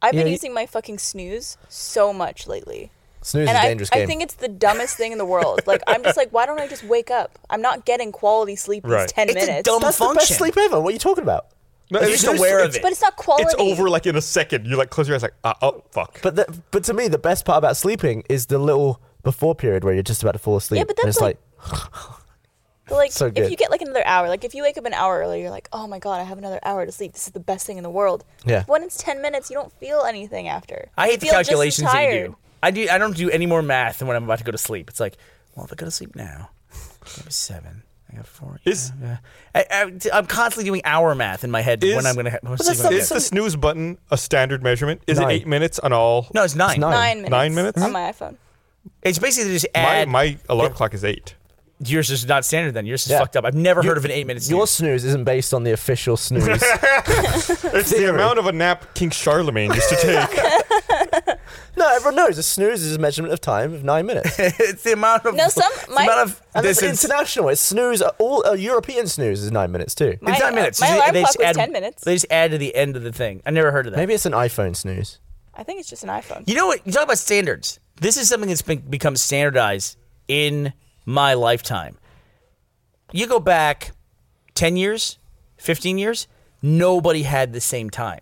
Speaker 4: I've been
Speaker 3: Yeah, you-
Speaker 4: using my fucking snooze so much lately.
Speaker 3: Snooze
Speaker 4: and
Speaker 3: is a
Speaker 4: I,
Speaker 3: dangerous
Speaker 4: I
Speaker 3: game.
Speaker 4: think it's the dumbest thing in the world. Like I'm just like, why don't I just wake up? I'm not getting quality sleep in
Speaker 1: Right.
Speaker 4: these ten
Speaker 2: It's a
Speaker 4: minutes.
Speaker 2: dumb
Speaker 3: that's the
Speaker 2: function.
Speaker 3: best sleep ever. What are you talking about?
Speaker 1: No,
Speaker 2: You're
Speaker 1: it's-
Speaker 2: just
Speaker 1: it's-
Speaker 2: aware of
Speaker 1: it's-
Speaker 2: it.
Speaker 4: but it's not quality.
Speaker 1: It's over like in a second. You like close your eyes like ah, oh fuck.
Speaker 3: But the, but to me, the best part about sleeping is the little before period where you're just about to fall asleep.
Speaker 4: Yeah, but
Speaker 3: and
Speaker 4: that's
Speaker 3: it's like,
Speaker 4: But, like
Speaker 3: so good.
Speaker 4: if you get like another hour, like if you wake up an hour early, you're like, oh my god, I have another hour to sleep. This is the best thing in the world.
Speaker 3: Yeah.
Speaker 4: When it's ten minutes, you don't feel anything after.
Speaker 2: I
Speaker 4: You
Speaker 2: hate the
Speaker 4: feel just as
Speaker 2: calculations that you
Speaker 4: tired.
Speaker 2: do. I do. I don't do any more math than when I'm about to go to sleep. It's like, well, if I go to sleep now, I have seven. I got four.
Speaker 1: Is-
Speaker 2: yeah, yeah. I, I, am constantly doing hour math in my head
Speaker 1: Is-
Speaker 2: when I'm gonna. Ha- when I'm
Speaker 3: that's
Speaker 2: sleeping
Speaker 3: not-
Speaker 1: is
Speaker 2: again.
Speaker 1: the snooze button a standard measurement? Is
Speaker 3: Nine.
Speaker 1: it eight minutes on all?
Speaker 2: no, it's nine. It's,
Speaker 3: nine.
Speaker 4: Nine minutes.
Speaker 1: Nine minutes?
Speaker 4: on my iPhone.
Speaker 2: basically just
Speaker 1: My
Speaker 2: add.
Speaker 1: my alarm clock is eight.
Speaker 2: yours is not standard. Then yours is
Speaker 3: Yeah.
Speaker 2: fucked up. I've never heard of an eight minute snooze.
Speaker 3: your snooze isn't based on the official snooze.
Speaker 1: It's the amount of a nap King Charlemagne used to take.
Speaker 3: No, everyone knows a snooze is a measurement of time of nine minutes.
Speaker 2: it's the amount of
Speaker 4: No, some-
Speaker 2: it's the
Speaker 4: my-
Speaker 2: amount of
Speaker 3: And
Speaker 2: this
Speaker 3: it's
Speaker 2: is
Speaker 3: international. It's snooze. All uh, European snooze is nine minutes too.
Speaker 4: My-
Speaker 2: it's nine minutes.
Speaker 4: my
Speaker 2: They-
Speaker 4: alarm
Speaker 2: they just
Speaker 4: clock was
Speaker 2: add-
Speaker 4: 10 minutes.
Speaker 2: They just add to the end of the thing. I never heard of that.
Speaker 3: Maybe it's an iPhone snooze.
Speaker 4: I think it's just an iPhone.
Speaker 2: You know what? You talk about standards. This is something that's been, become standardized in my lifetime. You go back 10 years, 15 years, nobody had the same time.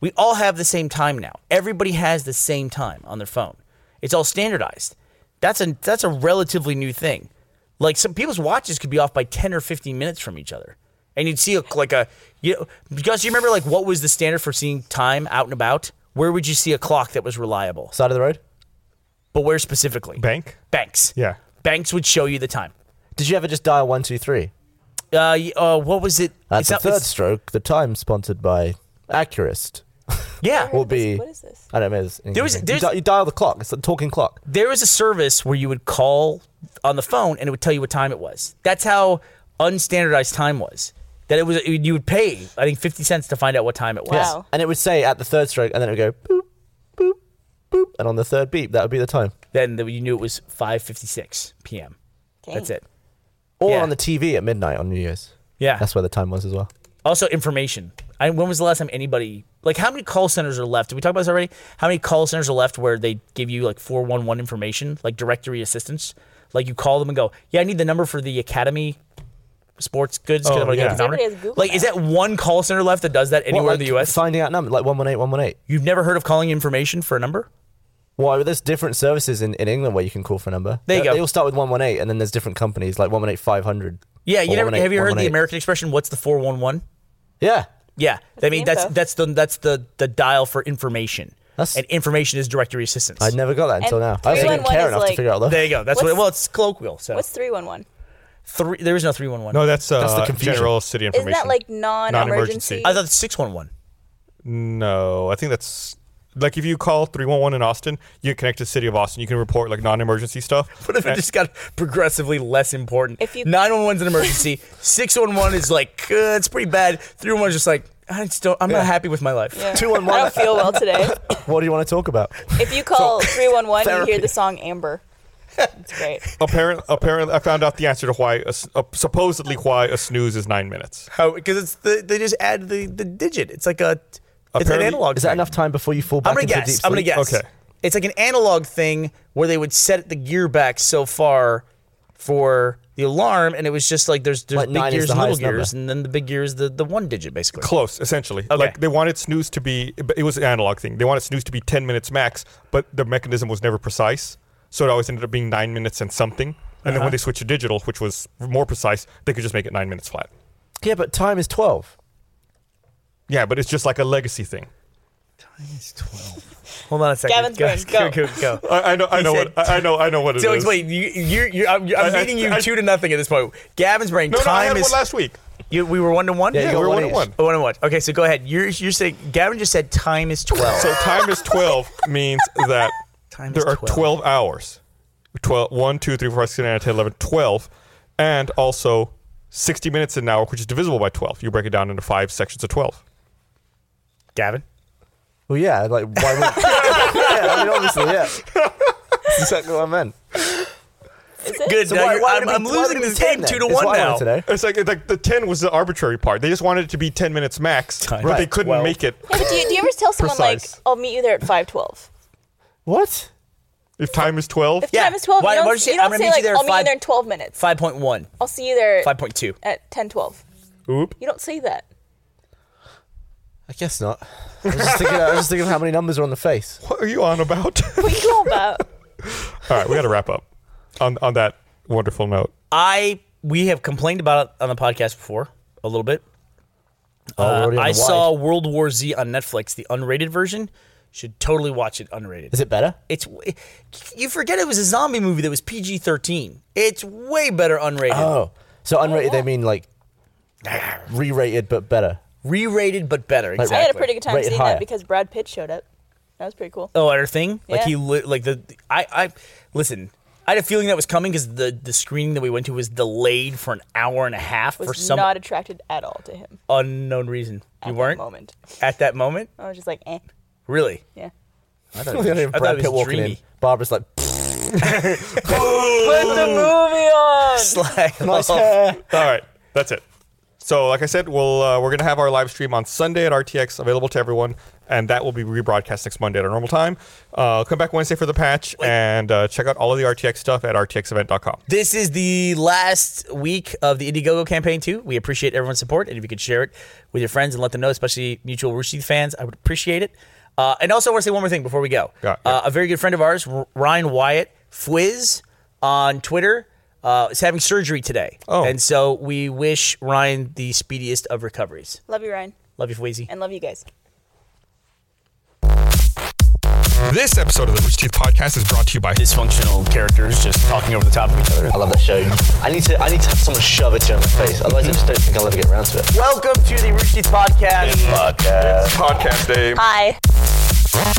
Speaker 2: We all have the same time now. Everybody has the same time on their phone. It's all standardized. That's a that's a relatively new thing. Like some people's watches could be off by 10 or 15 minutes from each other. And you'd see a, like a you know, because you remember like what was the standard for seeing time out and about? Where would you see a clock that was reliable?
Speaker 3: Side of the road.
Speaker 2: But where specifically?
Speaker 1: Bank?
Speaker 2: Banks.
Speaker 1: Yeah.
Speaker 2: Banks would show you the time.
Speaker 3: Did you ever just dial one two three?
Speaker 2: Uh, y- uh what was it?
Speaker 3: At
Speaker 2: It's
Speaker 3: the
Speaker 2: not-
Speaker 3: third
Speaker 2: it's-
Speaker 3: stroke, the time sponsored by Accurist
Speaker 2: Yeah.
Speaker 3: will be.
Speaker 4: What is this?
Speaker 3: I don't know. It's
Speaker 2: There was-
Speaker 3: you,
Speaker 2: there's-
Speaker 3: di- you dial the clock. It's a talking clock.
Speaker 2: there was a service where you would call on the phone and it would tell you what time it was. That's how unstandardized time was. That it was you would pay I think fifty cents to find out what time it was.
Speaker 4: Yes. Wow.
Speaker 3: And it would say at the third stroke, and then it would go boop boop boop, and on the third beep, that would be the time.
Speaker 2: Then the, you knew it was five fifty six p.m. That's
Speaker 4: Dang.
Speaker 2: it.
Speaker 3: Or
Speaker 2: Yeah.
Speaker 3: on the TV at midnight on New Year's.
Speaker 2: Yeah.
Speaker 3: That's where the time was as well.
Speaker 2: Also, information. I, when was the last time anybody like how many call centers are left? Did we talk about this already? How many call centers are left where they give you like four one one information, like directory assistance? Like you call them and go, "Yeah, I need the number for the Academy sports goods." 'cause
Speaker 1: Oh,
Speaker 2: I'm gonna get
Speaker 1: yeah.
Speaker 2: the number."
Speaker 4: Everybody has Google
Speaker 2: Like, is
Speaker 4: now.
Speaker 2: that one call center left that does that anywhere
Speaker 3: What,
Speaker 2: in the
Speaker 3: like,
Speaker 2: U.S.?
Speaker 3: Finding out number like one one eight one one eight.
Speaker 2: You've never heard of calling information for a number?
Speaker 3: Well, there's different services in, in England where you can call for a number.
Speaker 2: There you
Speaker 3: they,
Speaker 2: go.
Speaker 3: They all start with 118, and then there's different companies like 118 500.
Speaker 2: Yeah, you
Speaker 3: or
Speaker 2: never
Speaker 3: 118
Speaker 2: have you heard the
Speaker 3: 118.
Speaker 2: American expression? What's the four one one?
Speaker 3: Yeah.
Speaker 2: Yeah, I mean
Speaker 4: the
Speaker 2: that's
Speaker 4: info.
Speaker 2: that's the that's the the dial for information,
Speaker 3: That's-
Speaker 2: and information is directory assistance.
Speaker 3: I never got that until now. I also didn't
Speaker 4: 311
Speaker 3: care
Speaker 4: is
Speaker 3: enough to
Speaker 4: like-
Speaker 3: figure out though.
Speaker 2: there you go. That's what.
Speaker 4: What's-
Speaker 2: Well, it's colloquial. So
Speaker 4: What's 311?
Speaker 2: three. There is no three one one.
Speaker 1: No, that's, uh,
Speaker 3: That's the confusion.
Speaker 1: general city
Speaker 4: Isn't
Speaker 1: information.
Speaker 4: that like non
Speaker 1: Non-emergency.
Speaker 4: emergency?
Speaker 2: I thought six one one.
Speaker 1: No, I think that's like if you call 311 in Austin, you connect to the city of Austin. You can report like non-emergency stuff.
Speaker 2: But if it just got progressively less important.
Speaker 4: If you-
Speaker 2: nine one one's an emergency, six one one is like uh, it's pretty bad. Three one one is just like I just don't. I'm not happy with my life.
Speaker 4: Yeah.
Speaker 3: 211.
Speaker 4: I don't feel well today.
Speaker 3: What do you want to talk about?
Speaker 4: If you call 311, you hear
Speaker 3: Therapy.
Speaker 4: the song Amber. It's great.
Speaker 1: apparently, apparently, I found out the answer to why a s uh supposedly why a snooze is nine minutes.
Speaker 2: How? Because it's the, they just add the the digit. It's like a it's an
Speaker 1: Apparently-
Speaker 2: analog.
Speaker 3: Is that
Speaker 2: thing.
Speaker 3: enough time before you fall back
Speaker 2: I'm gonna
Speaker 3: into a
Speaker 2: guess.
Speaker 3: deep
Speaker 2: I'm gonna
Speaker 3: sleep?
Speaker 2: guess.
Speaker 1: Okay.
Speaker 2: It's like an analog thing where they would set the gear back so far for the alarm, and it was just like there's there's
Speaker 3: Like nine
Speaker 2: big
Speaker 3: is
Speaker 2: gears
Speaker 3: the
Speaker 2: and little
Speaker 3: highest number.
Speaker 2: gears, and then the big gear is the, the one digit basically.
Speaker 1: Close, essentially. Uh,
Speaker 2: Okay.
Speaker 1: Like they wanted snooze to be. but It was an analog thing. They wanted snooze to be 10 minutes max, but the mechanism was never precise, so it always ended up being nine minutes and something. And
Speaker 2: Uh-huh.
Speaker 1: then when they switched to digital, which was more precise, they could just make it nine minutes flat.
Speaker 3: Yeah, but time is 12.
Speaker 1: Yeah, but it's just like a legacy thing.
Speaker 2: It's twelve. Hold on a second.
Speaker 4: Gavin's
Speaker 2: go,
Speaker 4: brain, go.
Speaker 2: go, go. go.
Speaker 1: I, I know. I
Speaker 2: He
Speaker 1: know
Speaker 2: said-
Speaker 1: what. I I know. I know what it is.
Speaker 2: So explain. You, you're, you're, I'm, I'm
Speaker 1: I- I-
Speaker 2: beating you
Speaker 1: I-
Speaker 2: two to nothing at this point. Gavin's brain.
Speaker 1: No, no, I
Speaker 2: time
Speaker 1: had
Speaker 2: is.
Speaker 1: one last week.
Speaker 2: you, we were one to one.
Speaker 1: Yeah,
Speaker 3: got
Speaker 1: we were
Speaker 3: one
Speaker 1: one to
Speaker 3: each.
Speaker 1: one.
Speaker 2: Oh, one to one. Okay, so go ahead. You're you're saying Gavin just said time is twelve.
Speaker 1: So time is 12 means that
Speaker 2: Time
Speaker 1: there are
Speaker 2: is 12.
Speaker 1: 12. hours. 12, 1, 2, 3, 4, 5, 6, 7, 8, 10, 11, 12. And also 60 minutes in an hour, which is divisible by 12. You break it down into five sections of 12.
Speaker 2: Gavin.
Speaker 3: Well, yeah, like, why would. yeah, I mean, obviously, yeah. That's exactly what I meant.
Speaker 4: Is it?
Speaker 2: Good.
Speaker 3: So
Speaker 2: now
Speaker 3: why-
Speaker 2: you're-
Speaker 3: why
Speaker 2: I'm,
Speaker 3: would it be-
Speaker 2: I'm
Speaker 3: why would
Speaker 2: losing
Speaker 3: it be
Speaker 2: this
Speaker 3: 10
Speaker 2: game
Speaker 3: then?
Speaker 2: two to
Speaker 3: It's
Speaker 2: one
Speaker 3: what I
Speaker 2: now.
Speaker 3: wanted to know.
Speaker 1: It's like, it's like the 10 was the arbitrary part. They just wanted it to be 10 minutes max,
Speaker 2: Time.
Speaker 1: but they
Speaker 2: Right,
Speaker 1: couldn't
Speaker 2: 12.
Speaker 1: make it
Speaker 4: Yeah, but do you, do you ever tell someone,
Speaker 1: Precise.
Speaker 4: like, I'll meet you there at 512?
Speaker 3: What?
Speaker 1: if time is 12.
Speaker 4: If
Speaker 2: Yeah.
Speaker 4: time is 12,
Speaker 2: Why-
Speaker 4: you don't,
Speaker 2: why don't you say,
Speaker 4: you don't
Speaker 2: "I'm gonna
Speaker 4: say,
Speaker 2: meet you
Speaker 4: like,
Speaker 2: there at
Speaker 4: I'll meet you
Speaker 2: five-
Speaker 4: there in 12 minutes.
Speaker 2: Five point one.
Speaker 4: I'll see you there
Speaker 2: Five point two.
Speaker 4: at 1012.
Speaker 1: Oop.
Speaker 4: You don't say that.
Speaker 3: I guess not. I was just thinking, I was just thinking of how many numbers are on the face.
Speaker 1: What are you on about? All
Speaker 4: What are you all about?
Speaker 1: right, we got to wrap up on, on that wonderful note.
Speaker 2: I we have complained about it on the podcast before a little bit. Uh,
Speaker 3: Oh, we're already on
Speaker 2: I
Speaker 3: the wide.
Speaker 2: saw World War Z on Netflix, the unrated version. Should totally watch it unrated.
Speaker 3: Is it better?
Speaker 2: It's you forget it was a zombie movie that was PG thirteen. It's way better unrated,
Speaker 3: Oh, so unrated they mean like Oh. re-rated but better.
Speaker 2: re-rated but better. Exactly.
Speaker 4: I had a pretty good time
Speaker 3: Rated
Speaker 4: seeing
Speaker 3: higher.
Speaker 4: that because Brad Pitt showed up. That was pretty cool.
Speaker 2: oh, other thing. Like
Speaker 4: Yeah.
Speaker 2: he li- like the I I listen. I had a feeling that was coming because the the screening that we went to was delayed for an hour and a half for
Speaker 4: Was
Speaker 2: some
Speaker 4: not attracted at all to him
Speaker 2: unknown reason.
Speaker 4: at
Speaker 2: You
Speaker 4: that
Speaker 2: weren't
Speaker 4: moment.
Speaker 2: at that moment,
Speaker 4: I was just like, eh,
Speaker 2: really.
Speaker 4: yeah.
Speaker 2: I thought it
Speaker 3: Look
Speaker 2: was,
Speaker 3: at him,
Speaker 2: I thought
Speaker 3: Brad
Speaker 2: it
Speaker 3: Pitt
Speaker 2: was
Speaker 3: walking
Speaker 2: dreamy.
Speaker 3: in. Barbara's like,
Speaker 4: Put the movie on.
Speaker 2: Slack
Speaker 3: nice
Speaker 2: off.
Speaker 3: hair.
Speaker 1: All right, that's it. So, like I said, we'll uh, we're gonna have our live stream on Sunday at RTX, available to everyone, and that will be rebroadcast next Monday at our normal time. Uh, come back Wednesday for the patch, and uh, check out all of the RTX stuff at rtxevent.com.
Speaker 2: This is the last week of the Indiegogo campaign, too. We appreciate everyone's support. And if you could share it with your friends and let them know, especially mutual Rooster Teeth fans, I would appreciate it. Uh, and also, I want to say one more thing before we go.
Speaker 1: Yeah, yeah.
Speaker 2: Uh, a very good friend of ours, R- Ryan Wyatt Fwiz on Twitter, uh, is having surgery today.
Speaker 1: Oh.
Speaker 2: And so we wish Ryan the speediest of recoveries.
Speaker 4: Love you, Ryan,
Speaker 2: Love you, Fwizy.
Speaker 4: and love you guys.
Speaker 1: This episode of the Rooster Teeth Podcast is brought to you by
Speaker 2: Dysfunctional characters just talking over the top of each other.
Speaker 3: I love that show. I need to. I need to have someone shove it to in my face. Otherwise, I just don't think I'll ever get around to it.
Speaker 2: Welcome to the Rooster Teeth podcast.
Speaker 3: Podcast.
Speaker 1: Podcast Day.
Speaker 4: Bye.